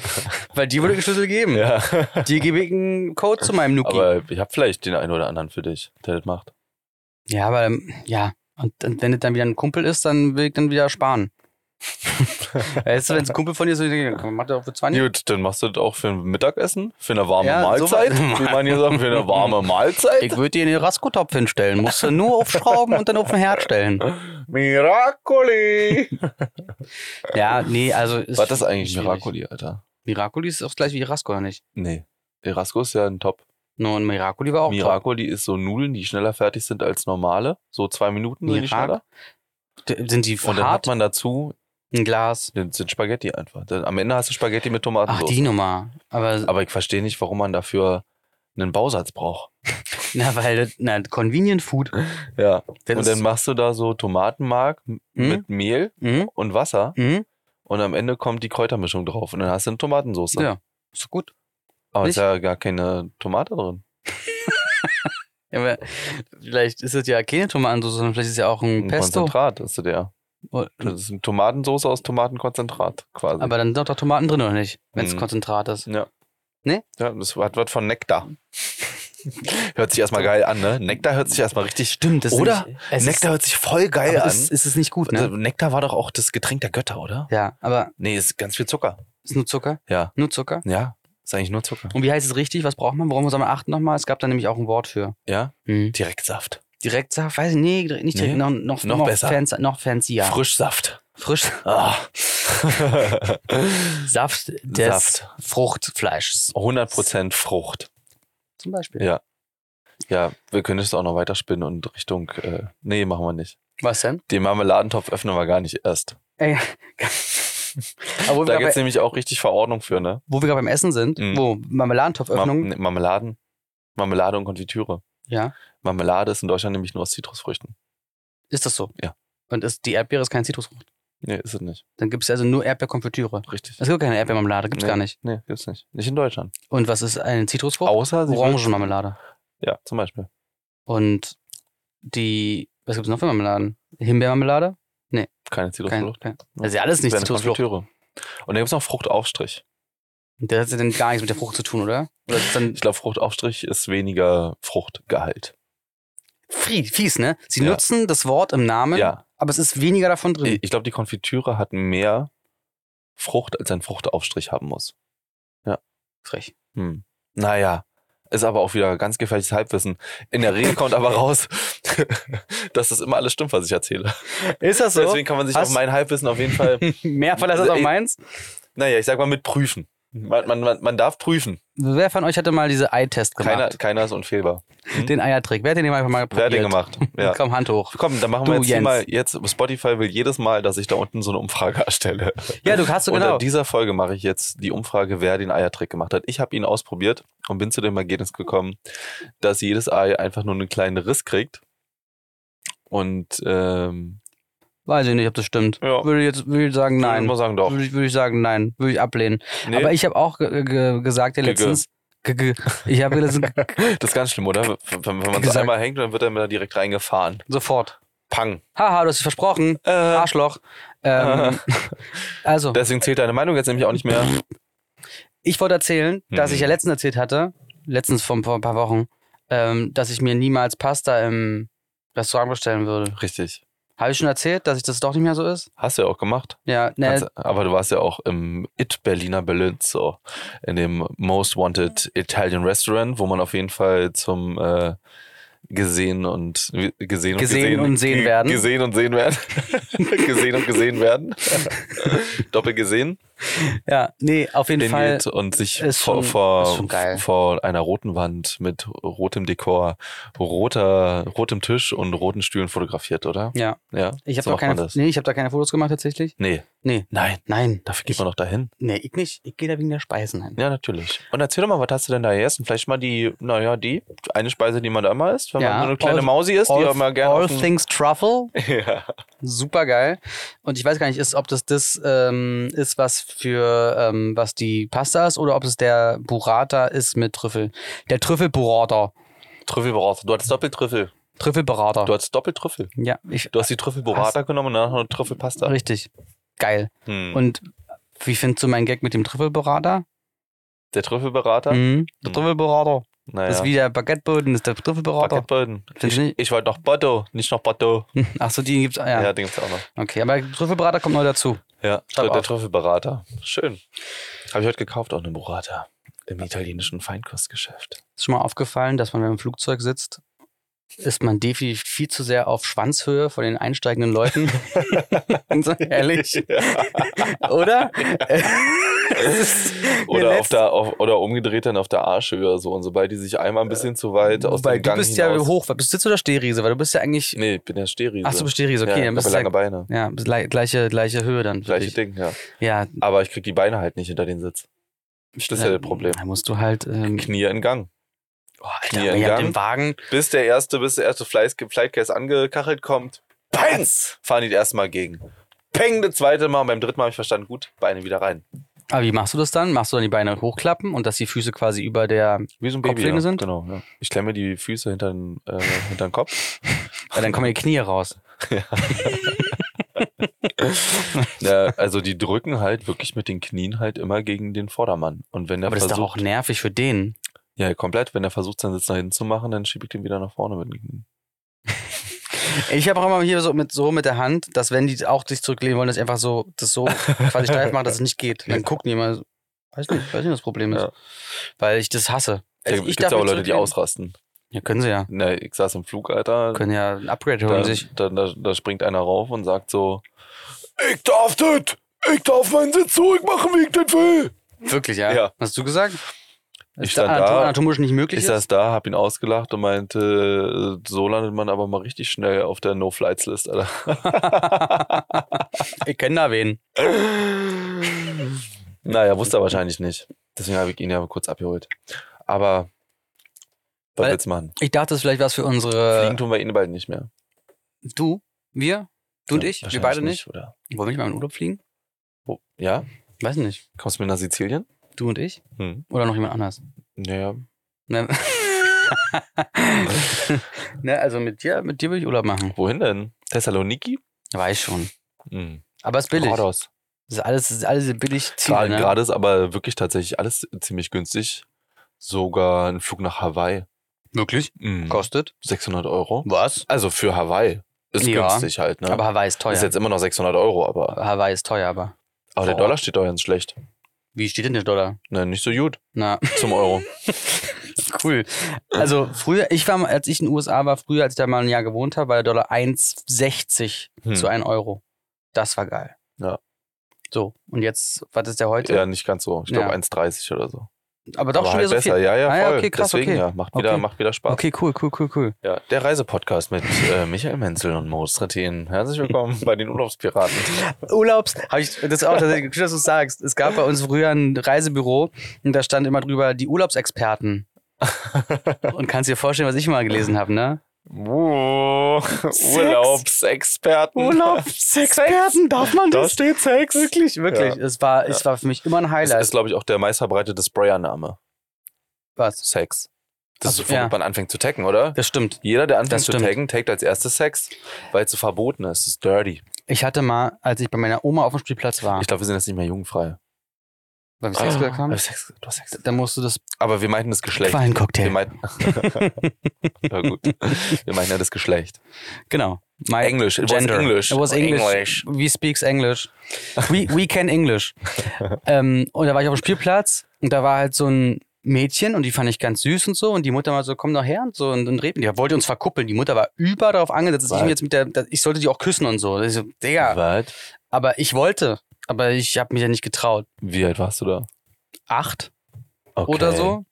[SPEAKER 2] Weil die würde ich Schlüssel geben.
[SPEAKER 1] ja.
[SPEAKER 2] Die gebe ich einen Code zu meinem Nuki.
[SPEAKER 1] Aber ich habe vielleicht den einen oder anderen für dich, der das macht.
[SPEAKER 2] ja, aber ähm, ja. Und, und wenn es dann wieder ein Kumpel ist, dann will ich dann wieder sparen. weißt du, wenn es ein Kumpel von dir ist, dann denk ich, komm, mach doch für 20.
[SPEAKER 1] Gut, dann machst du das auch für ein Mittagessen, für eine warme
[SPEAKER 2] Ja,
[SPEAKER 1] Mahlzeit.
[SPEAKER 2] sowas.
[SPEAKER 1] Wie man hier sagt, für eine warme Mahlzeit.
[SPEAKER 2] Ich würde dir in den Raskotopf hinstellen. Musst du nur aufschrauben und dann auf den Herd stellen.
[SPEAKER 1] Miracoli!
[SPEAKER 2] Ja, nee, also ist.
[SPEAKER 1] War das eigentlich
[SPEAKER 2] schwierig.
[SPEAKER 1] Miracoli, Alter?
[SPEAKER 2] Miracoli ist auch gleich wie Rasko, oder nicht?
[SPEAKER 1] Nee. Erasco ist ja ein Top.
[SPEAKER 2] Nur ein Miracoli war auch top.
[SPEAKER 1] Miracoli ist so Nudeln, die schneller fertig sind als normale. So zwei Minuten sind die
[SPEAKER 2] Mirac-
[SPEAKER 1] schneller.
[SPEAKER 2] D- Sind die
[SPEAKER 1] Und dann hat
[SPEAKER 2] hart?
[SPEAKER 1] man dazu,
[SPEAKER 2] Ein Glas.
[SPEAKER 1] das sind Spaghetti einfach. Dann, am Ende hast du Spaghetti mit
[SPEAKER 2] Ach,
[SPEAKER 1] Tomatensauce.
[SPEAKER 2] die Nummer. Aber
[SPEAKER 1] Aber ich verstehe nicht, warum man dafür einen Bausatz braucht.
[SPEAKER 2] Na, weil das, na, Convenient Food.
[SPEAKER 1] Ja.
[SPEAKER 2] Das
[SPEAKER 1] und
[SPEAKER 2] ist-
[SPEAKER 1] dann machst du da so Tomatenmark m-
[SPEAKER 2] Hm?
[SPEAKER 1] mit Mehl
[SPEAKER 2] Mhm.
[SPEAKER 1] und Wasser
[SPEAKER 2] Mhm.
[SPEAKER 1] und am Ende kommt die Kräutermischung drauf und dann hast du eine Tomatensauce.
[SPEAKER 2] Ja, ist doch gut.
[SPEAKER 1] Aber ist
[SPEAKER 2] nicht?
[SPEAKER 1] ja gar keine Tomate drin.
[SPEAKER 2] Ja, aber vielleicht ist es ja keine Tomatensauce, sondern vielleicht ist es ja auch ein,
[SPEAKER 1] Ein
[SPEAKER 2] Pesto.
[SPEAKER 1] Konzentrat ist der.
[SPEAKER 2] Oh,
[SPEAKER 1] Das ist eine Tomatensauce aus Tomatenkonzentrat quasi.
[SPEAKER 2] Aber dann sind doch da Tomaten drin, oder nicht? Wenn es
[SPEAKER 1] Mhm.
[SPEAKER 2] Konzentrat ist.
[SPEAKER 1] ja, das hat was von Nektar. hört sich erstmal geil an, ne? Nektar hört sich erstmal richtig.
[SPEAKER 2] Stimmt, das
[SPEAKER 1] Oder?
[SPEAKER 2] ist nicht, es
[SPEAKER 1] Nektar hört sich voll
[SPEAKER 2] ist,
[SPEAKER 1] geil
[SPEAKER 2] aber
[SPEAKER 1] an.
[SPEAKER 2] Ist, ist es nicht gut, ne?
[SPEAKER 1] Also, Nektar war doch auch das Getränk der Götter, oder?
[SPEAKER 2] ja, aber
[SPEAKER 1] Nee, ist ganz viel Zucker.
[SPEAKER 2] ist nur Zucker?
[SPEAKER 1] Ja.
[SPEAKER 2] Nur Zucker?
[SPEAKER 1] Ja, ist eigentlich nur Zucker.
[SPEAKER 2] Und wie heißt es richtig? Was braucht man? Worauf muss man achten nochmal? Es gab da nämlich auch ein Wort für.
[SPEAKER 1] Ja,
[SPEAKER 2] Mhm.
[SPEAKER 1] Direktsaft.
[SPEAKER 2] Direkt sagt, weiß ich, nee, direkt- nicht direkt,
[SPEAKER 1] Nee.
[SPEAKER 2] noch, noch,
[SPEAKER 1] Noch besser.
[SPEAKER 2] Fancy, noch fancier.
[SPEAKER 1] Frischsaft.
[SPEAKER 2] Frisch
[SPEAKER 1] Ah.
[SPEAKER 2] Saft des
[SPEAKER 1] Saft.
[SPEAKER 2] Fruchtfleischs.
[SPEAKER 1] 100% Frucht.
[SPEAKER 2] Zum Beispiel.
[SPEAKER 1] Ja. Ja, wir können es auch noch weiterspinnen und Richtung. Äh, nee, machen wir nicht.
[SPEAKER 2] Was denn?
[SPEAKER 1] Den Marmeladentopf öffnen wir gar nicht erst.
[SPEAKER 2] Ey. Aber wo
[SPEAKER 1] Da
[SPEAKER 2] wir,
[SPEAKER 1] gibt es
[SPEAKER 2] bei,
[SPEAKER 1] nämlich auch richtig Verordnung für, ne?
[SPEAKER 2] wo wir gerade beim Essen sind,
[SPEAKER 1] Mhm.
[SPEAKER 2] wo
[SPEAKER 1] Mar
[SPEAKER 2] Marmeladentopföffnung,
[SPEAKER 1] nee, Marmeladen. Marmelade und Konfitüre.
[SPEAKER 2] ja,
[SPEAKER 1] Marmelade ist in Deutschland nämlich nur aus Zitrusfrüchten.
[SPEAKER 2] ist das so.
[SPEAKER 1] Ja.
[SPEAKER 2] Und ist, die Erdbeere ist keine Zitrusfrucht.
[SPEAKER 1] Nee, ist es nicht.
[SPEAKER 2] Dann gibt es also nur Erdbeerkonfitüre.
[SPEAKER 1] Richtig.
[SPEAKER 2] Es gibt keine Erdbeermarmelade, gibt es
[SPEAKER 1] Nee.
[SPEAKER 2] gar nicht.
[SPEAKER 1] Nee, gibt's nicht. Nicht in Deutschland.
[SPEAKER 2] Und was ist eine Zitrusfrucht?
[SPEAKER 1] Außer sie
[SPEAKER 2] Orangenmarmelade.
[SPEAKER 1] Ja, zum Beispiel.
[SPEAKER 2] Und die, was gibt es noch für Marmeladen? Himbeermarmelade?
[SPEAKER 1] Keine
[SPEAKER 2] Kein,
[SPEAKER 1] Zitrusfrucht.
[SPEAKER 2] kein, das ist ja alles nicht
[SPEAKER 1] Keine
[SPEAKER 2] Zitrusfrucht.
[SPEAKER 1] Konfitüre. Und dann gibt es noch Fruchtaufstrich.
[SPEAKER 2] Das hat ja dann gar nichts mit der Frucht zu tun, oder? Oder ist dann
[SPEAKER 1] Ich glaube, Fruchtaufstrich ist weniger Fruchtgehalt.
[SPEAKER 2] frie- fies, ne? Sie
[SPEAKER 1] Ja.
[SPEAKER 2] nutzen das Wort im Namen,
[SPEAKER 1] Ja,
[SPEAKER 2] aber es ist weniger davon drin.
[SPEAKER 1] ich glaube, die Konfitüre hat mehr Frucht, als ein Fruchtaufstrich haben muss.
[SPEAKER 2] Frech.
[SPEAKER 1] Hm. Naja, ist aber auch wieder ganz gefährliches Halbwissen. In der Regel kommt aber raus, dass das immer alles stimmt, was ich erzähle.
[SPEAKER 2] Ist das so?
[SPEAKER 1] Deswegen kann man sich
[SPEAKER 2] Hast-
[SPEAKER 1] auf mein Halbwissen auf jeden Fall,
[SPEAKER 2] Mehr Verlass als auf
[SPEAKER 1] Ich-
[SPEAKER 2] meins?
[SPEAKER 1] naja, ich sag mal mit prüfen. Man, man, man, man darf prüfen.
[SPEAKER 2] Wer von euch hatte mal diese Eye-Test gemacht?
[SPEAKER 1] Keiner, keiner ist unfehlbar.
[SPEAKER 2] Den Eiertrick. Wer hat den einfach mal
[SPEAKER 1] Wer
[SPEAKER 2] probiert?
[SPEAKER 1] hat den gemacht? Ja.
[SPEAKER 2] Komm, Hand hoch.
[SPEAKER 1] Komm, dann machen wir
[SPEAKER 2] Du,
[SPEAKER 1] jetzt hier
[SPEAKER 2] Jens.
[SPEAKER 1] mal, jetzt, Spotify will jedes Mal, dass ich da unten so eine Umfrage erstelle.
[SPEAKER 2] Ja, du hast du
[SPEAKER 1] Unter
[SPEAKER 2] genau.
[SPEAKER 1] dieser Folge mache ich jetzt die Umfrage, wer den Eiertrick gemacht hat. Ich habe ihn ausprobiert und bin zu dem Ergebnis gekommen, dass jedes Ei einfach nur einen kleinen Riss kriegt. Und ähm,
[SPEAKER 2] Weiß ich nicht, ob das stimmt.
[SPEAKER 1] Ja.
[SPEAKER 2] Würde ich jetzt würde ich sagen,
[SPEAKER 1] ich
[SPEAKER 2] nein.
[SPEAKER 1] muss sagen, doch.
[SPEAKER 2] Würde ich, würde ich sagen, nein. Würde ich ablehnen.
[SPEAKER 1] Nee,
[SPEAKER 2] Aber ich habe auch ge ge gesagt, ja,
[SPEAKER 1] Ge-
[SPEAKER 2] letztens. Ge ge ich habe letztens ge-
[SPEAKER 1] das ist ganz schlimm, oder? Wenn, wenn man
[SPEAKER 2] Gesagt.
[SPEAKER 1] so einmal hängt, dann wird er immer direkt reingefahren.
[SPEAKER 2] sofort.
[SPEAKER 1] Pang.
[SPEAKER 2] Haha, du hast es versprochen.
[SPEAKER 1] Äh,
[SPEAKER 2] Arschloch. Ähm, also,
[SPEAKER 1] deswegen zählt deine Meinung jetzt nämlich auch nicht mehr.
[SPEAKER 2] ich wollte erzählen, dass
[SPEAKER 1] Mhm.
[SPEAKER 2] ich ja letztens erzählt hatte, letztens vor, vor ein paar Wochen, ähm, dass ich mir niemals Pasta im Restaurant bestellen würde.
[SPEAKER 1] Richtig.
[SPEAKER 2] Habe ich schon erzählt, dass ich das doch nicht mehr so ist?
[SPEAKER 1] Hast du ja auch gemacht.
[SPEAKER 2] Ja, ne,
[SPEAKER 1] Kannst- aber du warst ja auch im It Berliner Belizzo, in dem Most Wanted Italian Restaurant, wo man auf jeden Fall zum äh, gesehen und gesehen, und
[SPEAKER 2] Gesehen und sehen
[SPEAKER 1] ge-
[SPEAKER 2] werden.
[SPEAKER 1] Gesehen und sehen werden. gesehen und gesehen werden. Doppelt gesehen.
[SPEAKER 2] Ja, nee, auf jeden Fall.
[SPEAKER 1] hingeht und sich
[SPEAKER 2] ist
[SPEAKER 1] vor,
[SPEAKER 2] schon- ist
[SPEAKER 1] vor,
[SPEAKER 2] schon geil.
[SPEAKER 1] vor einer roten Wand mit rotem Dekor, roter, rotem Tisch und roten Stühlen fotografiert, oder?
[SPEAKER 2] Ja,
[SPEAKER 1] Ja.
[SPEAKER 2] ich
[SPEAKER 1] so
[SPEAKER 2] habe da
[SPEAKER 1] macht man
[SPEAKER 2] keine,
[SPEAKER 1] das.
[SPEAKER 2] nee, ich hab da keine Fotos gemacht tatsächlich.
[SPEAKER 1] Nee.
[SPEAKER 2] Nee.
[SPEAKER 1] Nein,
[SPEAKER 2] Nein,
[SPEAKER 1] dafür
[SPEAKER 2] ich,
[SPEAKER 1] geht man doch dahin.
[SPEAKER 2] Nee, ich nicht. Ich gehe da wegen der Speisen hin.
[SPEAKER 1] Ja, natürlich. Und erzähl doch mal, was hast du denn da gegessen? Vielleicht mal die, naja, die eine Speise, die man da immer isst, wenn
[SPEAKER 2] Ja,
[SPEAKER 1] man nur eine kleine
[SPEAKER 2] all-
[SPEAKER 1] Mausi ist, die
[SPEAKER 2] all
[SPEAKER 1] ja immer gerne.
[SPEAKER 2] all
[SPEAKER 1] auf den-
[SPEAKER 2] Things Truffle,
[SPEAKER 1] ja.
[SPEAKER 2] super geil. Und ich weiß gar nicht, ist, ob das das ähm, ist, was für ähm, was die Pasta ist oder ob es der Burrata ist mit Trüffel. Der Trüffel Burrata.
[SPEAKER 1] Trüffelburrata. Du hattest Doppeltrüffel.
[SPEAKER 2] Trüffel Burrata.
[SPEAKER 1] Du hattest Doppeltrüffel.
[SPEAKER 2] Ja, ich,
[SPEAKER 1] Du hast die Trüffelburrata genommen und danach noch eine Trüffelpasta.
[SPEAKER 2] richtig. Geil.
[SPEAKER 1] Hm.
[SPEAKER 2] Und wie findest du meinen Gag mit dem Trüffelberater?
[SPEAKER 1] der Trüffelberater?
[SPEAKER 2] Mhm. Der
[SPEAKER 1] Mhm.
[SPEAKER 2] Trüffelberater.
[SPEAKER 1] Naja.
[SPEAKER 2] Das ist wie der Baguetteboden, das ist der Trüffelberater.
[SPEAKER 1] Baguetteboden.
[SPEAKER 2] Findest du nicht?
[SPEAKER 1] Ich wollte noch Botto, nicht noch Botto.
[SPEAKER 2] Achso, die gibt's. Ah,
[SPEAKER 1] Ja,
[SPEAKER 2] ja.
[SPEAKER 1] den gibt's auch noch.
[SPEAKER 2] Okay, aber Trüffelberater kommt neu dazu.
[SPEAKER 1] Ja,
[SPEAKER 2] Schreib
[SPEAKER 1] der
[SPEAKER 2] auf.
[SPEAKER 1] Trüffelberater. Schön. Habe ich heute gekauft, auch eine Burrata. Im italienischen Feinkostgeschäft.
[SPEAKER 2] Ist schon mal aufgefallen, dass man, wenn man im Flugzeug sitzt, ist man definitiv viel zu sehr auf Schwanzhöhe von den einsteigenden Leuten. so, ehrlich. Oder? Es ist mir
[SPEAKER 1] Oder, auf
[SPEAKER 2] letzt-
[SPEAKER 1] der, auf, oder umgedreht dann auf der Arschhöhe so. Und sobald die sich einmal ein bisschen zu weit aus
[SPEAKER 2] Äh, Weil
[SPEAKER 1] dem
[SPEAKER 2] du
[SPEAKER 1] Gang
[SPEAKER 2] bist ja
[SPEAKER 1] hinaus...
[SPEAKER 2] hoch. Bist du oder Stehriese? Weil du bist ja eigentlich.
[SPEAKER 1] Nee, ich bin ja Steril.
[SPEAKER 2] Ach so, Stehriese, okay.
[SPEAKER 1] ja,
[SPEAKER 2] dann
[SPEAKER 1] ich
[SPEAKER 2] bist
[SPEAKER 1] habe
[SPEAKER 2] du
[SPEAKER 1] lange
[SPEAKER 2] ja,
[SPEAKER 1] Beine.
[SPEAKER 2] ja, bist gleich- gleiche, gleiche Höhe dann. für
[SPEAKER 1] Gleiche
[SPEAKER 2] dich.
[SPEAKER 1] Ding, ja.
[SPEAKER 2] Ja,
[SPEAKER 1] Aber ich krieg die Beine halt nicht hinter den Sitz. Das ist ja
[SPEAKER 2] äh,
[SPEAKER 1] das Problem.
[SPEAKER 2] Da musst du halt. Ähm,
[SPEAKER 1] Knie in Gang.
[SPEAKER 2] oh, Alter,
[SPEAKER 1] Knie
[SPEAKER 2] aber
[SPEAKER 1] im
[SPEAKER 2] ja, mit
[SPEAKER 1] Gang.
[SPEAKER 2] dem Wagen.
[SPEAKER 1] Bis der erste, bis der erste Fleiß- Flightcase angekachelt kommt, Bangs! fahren die das erste Mal gegen. Peng, das zweite Mal und beim dritten Mal habe ich verstanden, gut, Beine wieder rein.
[SPEAKER 2] Aber wie machst du das dann? Machst du dann die Beine hochklappen und dass die Füße quasi über der.
[SPEAKER 1] Wie so ein
[SPEAKER 2] Baby, ja.
[SPEAKER 1] Genau, ja. Ich klemme die Füße hinter den, äh, hinter den Kopf.
[SPEAKER 2] Weil dann kommen die Knie raus.
[SPEAKER 1] ja, also die drücken halt wirklich mit den Knien halt immer gegen den Vordermann. Und wenn der
[SPEAKER 2] Aber das ist doch auch
[SPEAKER 1] versucht,
[SPEAKER 2] nervig für den.
[SPEAKER 1] ja komplett, wenn der versucht, seinen Sitz nach hinten zu machen, dann schiebe ich den wieder nach vorne mit den Knien.
[SPEAKER 2] Ich habe auch immer hier so mit, so mit der Hand, dass wenn die auch sich zurücklehnen wollen, dass ich einfach so das so quasi steif mache, dass es nicht geht. Und dann gucken die immer. so, Weiß nicht, weiß nicht, was das Problem ist.
[SPEAKER 1] Ja.
[SPEAKER 2] Weil ich das hasse.
[SPEAKER 1] Es
[SPEAKER 2] Also
[SPEAKER 1] gibt
[SPEAKER 2] darf
[SPEAKER 1] ja auch
[SPEAKER 2] nicht
[SPEAKER 1] Leute, die
[SPEAKER 2] zurücklehnen.
[SPEAKER 1] ausrasten.
[SPEAKER 2] Ja, können sie ja.
[SPEAKER 1] Na, ich saß im Flug, Alter.
[SPEAKER 2] Können ja ein Upgrade holen
[SPEAKER 1] Da,
[SPEAKER 2] sich.
[SPEAKER 1] da, da, da springt einer rauf und sagt so: Ich darf das! Ich darf meinen Sitz zurück machen, wie ich das will!
[SPEAKER 2] Wirklich, ja.
[SPEAKER 1] Ja.
[SPEAKER 2] Hast du gesagt? Dass
[SPEAKER 1] stand
[SPEAKER 2] anatom-
[SPEAKER 1] da.
[SPEAKER 2] anatomisch nicht möglich
[SPEAKER 1] Ich
[SPEAKER 2] ist?
[SPEAKER 1] saß da, hab ihn ausgelacht und meinte, äh, so landet man aber mal richtig schnell auf der No-Flights-List, Alter.
[SPEAKER 2] ich kenne da wen.
[SPEAKER 1] naja, wusste er wahrscheinlich nicht. Deswegen habe ich ihn ja kurz abgeholt. Aber was
[SPEAKER 2] Weil- äh,
[SPEAKER 1] willst du machen?
[SPEAKER 2] Ich dachte, es vielleicht was für unsere.
[SPEAKER 1] Fliegen tun wir ihn bald nicht mehr.
[SPEAKER 2] Du, wir, du und ich, wir
[SPEAKER 1] Wahrscheinlich
[SPEAKER 2] beide nicht.
[SPEAKER 1] oder?
[SPEAKER 2] Wollen wir nicht mal in den Urlaub fliegen?
[SPEAKER 1] Wo? Ja?
[SPEAKER 2] Weiß nicht.
[SPEAKER 1] Kommst du mit nach Sizilien?
[SPEAKER 2] Du und ich?
[SPEAKER 1] Hm.
[SPEAKER 2] Oder noch jemand anders?
[SPEAKER 1] Naja.
[SPEAKER 2] Ne? ne, also mit dir, mit dir würde ich Urlaub machen.
[SPEAKER 1] Wohin denn? Thessaloniki?
[SPEAKER 2] Weiß schon.
[SPEAKER 1] Hm.
[SPEAKER 2] Aber es ist billig.
[SPEAKER 1] Rhodos.
[SPEAKER 2] Das ist alles, das ist alles billig. Ziele,
[SPEAKER 1] Gerade,
[SPEAKER 2] ne?
[SPEAKER 1] gerade ist aber wirklich tatsächlich alles ziemlich günstig. Sogar ein Flug nach Hawaii.
[SPEAKER 2] Wirklich?
[SPEAKER 1] Mhm.
[SPEAKER 2] Kostet?
[SPEAKER 1] 600 Euro.
[SPEAKER 2] Was?
[SPEAKER 1] Also für Hawaii. Ist
[SPEAKER 2] Ja.
[SPEAKER 1] günstig halt, ne?
[SPEAKER 2] Aber Hawaii ist teuer.
[SPEAKER 1] Ist jetzt immer noch 600 Euro, aber,
[SPEAKER 2] Hawaii ist teuer, aber.
[SPEAKER 1] aber der
[SPEAKER 2] Boah.
[SPEAKER 1] Dollar steht doch ganz schlecht.
[SPEAKER 2] Wie steht denn der Dollar?
[SPEAKER 1] Nein, nicht so gut
[SPEAKER 2] Na,
[SPEAKER 1] zum Euro.
[SPEAKER 2] cool. Also früher, ich war mal, als ich in den USA war, früher, als ich da mal ein Jahr gewohnt habe, war der Dollar 1,60
[SPEAKER 1] Hm.
[SPEAKER 2] zu 1 Euro. Das war geil.
[SPEAKER 1] Ja.
[SPEAKER 2] So, und jetzt, was ist der heute?
[SPEAKER 1] ja, nicht ganz so. Ich glaube
[SPEAKER 2] Ja.
[SPEAKER 1] 1,30 oder so.
[SPEAKER 2] Aber doch
[SPEAKER 1] aber
[SPEAKER 2] schon
[SPEAKER 1] halt
[SPEAKER 2] wieder so
[SPEAKER 1] besser.
[SPEAKER 2] viel.
[SPEAKER 1] Ja, ja,
[SPEAKER 2] Ah
[SPEAKER 1] voll.
[SPEAKER 2] ja, okay, krass,
[SPEAKER 1] Deswegen
[SPEAKER 2] okay.
[SPEAKER 1] ja, macht wieder,
[SPEAKER 2] Okay.
[SPEAKER 1] macht wieder Spaß.
[SPEAKER 2] Okay, cool, cool, cool, cool.
[SPEAKER 1] Ja, der Reisepodcast mit äh, Michael Menzel und Moritz Trittin. Herzlich willkommen bei den Urlaubspiraten.
[SPEAKER 2] Urlaubs, habe ich das ist auch tatsächlich, schön, dass du es sagst. Es gab bei uns früher ein Reisebüro und da stand immer drüber die Urlaubsexperten. Und kannst dir vorstellen, was ich mal gelesen habe, ne?
[SPEAKER 1] Wow. Urlaubsexperten.
[SPEAKER 2] Urlaubsexperten, darf man
[SPEAKER 1] Da steht Sex.
[SPEAKER 2] Wirklich, wirklich. Es, war, es war für mich immer ein Highlight.
[SPEAKER 1] Das ist, glaube ich, auch der meistverbreitete Sprayername.
[SPEAKER 2] was?
[SPEAKER 1] Sex. Das
[SPEAKER 2] Ach,
[SPEAKER 1] ist, womit
[SPEAKER 2] ja.
[SPEAKER 1] man anfängt zu taggen, oder?
[SPEAKER 2] Das stimmt.
[SPEAKER 1] Jeder, der
[SPEAKER 2] Das
[SPEAKER 1] anfängt zu
[SPEAKER 2] stimmt.
[SPEAKER 1] taggen, taggt als erstes Sex, weil es so verboten ist. Es ist dirty.
[SPEAKER 2] Ich hatte mal, als ich bei meiner Oma auf dem Spielplatz war,
[SPEAKER 1] Ich Ah. glaube, wir sind jetzt nicht mehr jugendfrei.
[SPEAKER 2] weil wir Sex gesagt haben,
[SPEAKER 1] Aber Sex, du hast Sex.
[SPEAKER 2] da musst du das
[SPEAKER 1] Aber wir meinten das Geschlecht. Wir
[SPEAKER 2] Quallencocktail.
[SPEAKER 1] meinten, ja, gut. wir meinten ja das Geschlecht.
[SPEAKER 2] Genau. My
[SPEAKER 1] English. It was
[SPEAKER 2] gender.
[SPEAKER 1] English.
[SPEAKER 2] It was English.
[SPEAKER 1] English.
[SPEAKER 2] We speaks English. We, we can English. ähm, und da war ich auf dem Spielplatz und da war halt so ein Mädchen und die fand ich ganz süß und so und die Mutter mal so, komm doch her und so und dann reden die. Die wollte uns verkuppeln. Die Mutter war über darauf angesetzt, dass ich
[SPEAKER 1] Was?
[SPEAKER 2] mich jetzt mit der, dass ich sollte die auch küssen und so. Und Ich, so Digga,
[SPEAKER 1] Was?
[SPEAKER 2] aber ich wollte. Aber ich habe mich ja nicht getraut.
[SPEAKER 1] Wie alt warst du da?
[SPEAKER 2] Acht
[SPEAKER 1] Okay.
[SPEAKER 2] oder so.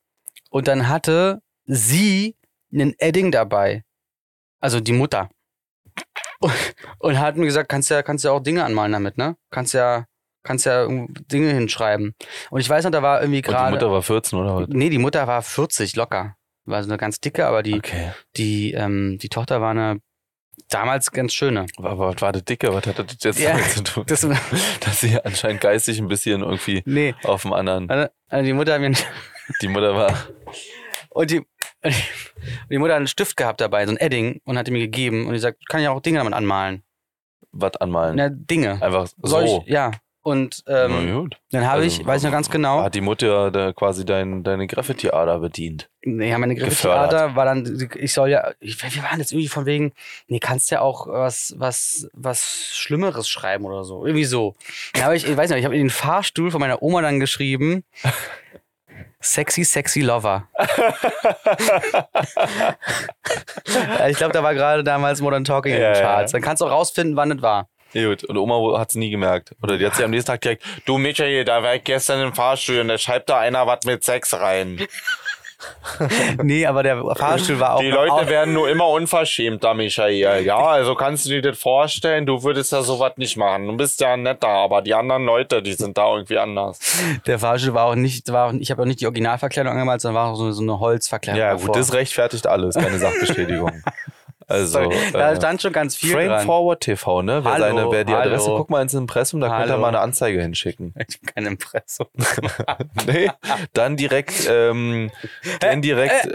[SPEAKER 2] Und dann hatte sie einen Edding dabei. Also die Mutter. Und hat mir gesagt, kannst ja, kannst ja auch Dinge anmalen damit, ne? Kannst ja, kannst ja irgendwo Dinge hinschreiben. Und ich weiß noch, da war irgendwie
[SPEAKER 1] Und die
[SPEAKER 2] gerade.
[SPEAKER 1] Mutter war 14 oder was?
[SPEAKER 2] Nee, die Mutter war 40 locker. War so eine ganz dicke, aber die,
[SPEAKER 1] Okay.
[SPEAKER 2] die, ähm, die Tochter war eine damals ganz schöne.
[SPEAKER 1] Aber was war der Dicke? Was hat das jetzt
[SPEAKER 2] Ja,
[SPEAKER 1] damit zu tun?
[SPEAKER 2] Das,
[SPEAKER 1] Dass sie anscheinend geistig ein bisschen irgendwie
[SPEAKER 2] nee,
[SPEAKER 1] auf dem anderen.
[SPEAKER 2] also die Mutter hat mir
[SPEAKER 1] Die Mutter war.
[SPEAKER 2] Und die, und die Mutter hat einen Stift gehabt dabei, so ein Edding, und hat ihn mir gegeben. Und ich sagt, kann ja auch Dinge damit anmalen.
[SPEAKER 1] Was anmalen?
[SPEAKER 2] Na, Äh, ne, Dinge.
[SPEAKER 1] Einfach Äh, so.
[SPEAKER 2] Soll ich, ja. Und ähm,
[SPEAKER 1] Na gut.
[SPEAKER 2] dann habe
[SPEAKER 1] Also,
[SPEAKER 2] ich, weiß ich noch ganz genau,
[SPEAKER 1] Hat die Mutter da quasi dein, deine Graffiti-Ader bedient?
[SPEAKER 2] ja, meine
[SPEAKER 1] gefördert.
[SPEAKER 2] Grifftheater war dann, ich soll ja, ich, wir waren jetzt irgendwie von wegen, nee, kannst ja auch was, was, was Schlimmeres schreiben oder so. Irgendwie so. Dann habe ich, ich weiß nicht, ich habe in den Fahrstuhl von meiner Oma dann geschrieben, sexy, sexy Lover. Ja, ich glaube, da war gerade damals Modern Talking in
[SPEAKER 1] Ja,
[SPEAKER 2] den
[SPEAKER 1] ja,
[SPEAKER 2] Charts.
[SPEAKER 1] ja.
[SPEAKER 2] Dann kannst du auch rausfinden, wann das war.
[SPEAKER 1] Ja, gut. Und Oma hat es nie gemerkt. Oder die hat sie am nächsten Tag direkt, du Michael, da war ich gestern im Fahrstuhl und da schreibt da einer was mit Sex rein.
[SPEAKER 2] Nee, aber der Fahrstuhl war auch.
[SPEAKER 1] Die Leute
[SPEAKER 2] auch,
[SPEAKER 1] werden nur immer unverschämter, Michael. Ja, also kannst du dir das vorstellen, du würdest ja sowas nicht machen. Du bist ja netter, aber die anderen Leute, die sind da irgendwie anders.
[SPEAKER 2] der Fahrstuhl war auch nicht, war auch, ich habe auch nicht die Originalverkleidung angemalt, sondern war auch so, so eine Holzverkleidung. davor.
[SPEAKER 1] rechtfertigt alles, keine Sachbeschädigung. Also,
[SPEAKER 2] da stand schon ganz viel
[SPEAKER 1] Frame
[SPEAKER 2] dran.
[SPEAKER 1] Forward TV, ne? Wer,
[SPEAKER 2] Hallo,
[SPEAKER 1] seine, wer die
[SPEAKER 2] hallo.
[SPEAKER 1] Adresse, guck mal ins Impressum, da könnt ihr
[SPEAKER 2] Hallo.
[SPEAKER 1] mal eine Anzeige hinschicken.
[SPEAKER 2] Ich habe kein Impressum.
[SPEAKER 1] Nee, dann direkt, ähm, dann
[SPEAKER 2] Äh,
[SPEAKER 1] direkt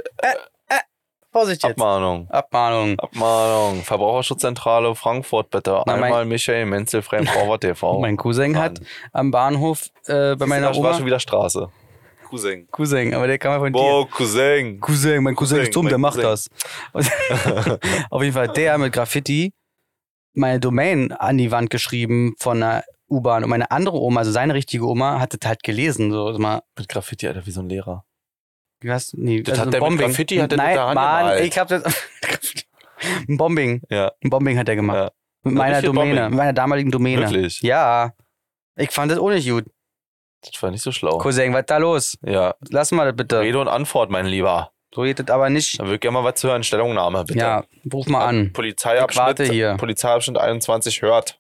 [SPEAKER 2] Vorsicht jetzt.
[SPEAKER 1] Abmahnung.
[SPEAKER 2] Abmahnung.
[SPEAKER 1] Abmahnung. Verbraucherschutzzentrale Frankfurt, bitte.
[SPEAKER 2] Na, mein-
[SPEAKER 1] Einmal Michael Menzel, Frame Forward TV.
[SPEAKER 2] Mein Cousin hat am Bahnhof äh, bei meiner
[SPEAKER 1] war
[SPEAKER 2] Oma
[SPEAKER 1] schon wieder Straße. Cousin.
[SPEAKER 2] Cousin, aber der kam ja von dir.
[SPEAKER 1] Boah, Cousin.
[SPEAKER 2] Cousin, mein Cousin,
[SPEAKER 1] Cousin,
[SPEAKER 2] ist dumm,
[SPEAKER 1] mein
[SPEAKER 2] der macht
[SPEAKER 1] Cousin.
[SPEAKER 2] das. Und- Auf jeden Fall hat der mit Graffiti meine Domain an die Wand geschrieben von einer U-Bahn und meine andere Oma, also seine richtige Oma, hat das halt gelesen. So, sag mal,
[SPEAKER 1] Mit Graffiti, Alter, wie so ein Lehrer.
[SPEAKER 2] wie heißt- nee,
[SPEAKER 1] Das hat
[SPEAKER 2] ein
[SPEAKER 1] der mit Graffiti, hat der
[SPEAKER 2] Nein,
[SPEAKER 1] mit der Hand
[SPEAKER 2] Mann,
[SPEAKER 1] gemalt.
[SPEAKER 2] ich hab das. ein Bombing.
[SPEAKER 1] Ja.
[SPEAKER 2] Ein Bombing hat er gemacht.
[SPEAKER 1] Ja.
[SPEAKER 2] Mit meiner
[SPEAKER 1] Richtig
[SPEAKER 2] Domäne,
[SPEAKER 1] Bombing.
[SPEAKER 2] mit meiner damaligen Domäne.
[SPEAKER 1] Wirklich.
[SPEAKER 2] Ja. Ich fand das auch nicht gut.
[SPEAKER 1] Das war nicht so schlau.
[SPEAKER 2] Cousin, was da los?
[SPEAKER 1] Ja.
[SPEAKER 2] Lass mal das bitte.
[SPEAKER 1] Rede und Antwort, mein Lieber.
[SPEAKER 2] So geht das aber nicht.
[SPEAKER 1] Da würde ich gerne mal was zu hören. Stellungnahme, bitte.
[SPEAKER 2] Ja, ruf mal an. Ich
[SPEAKER 1] Polizeiabschnitt,
[SPEAKER 2] warte hier.
[SPEAKER 1] Polizeiabschnitt 21 hört.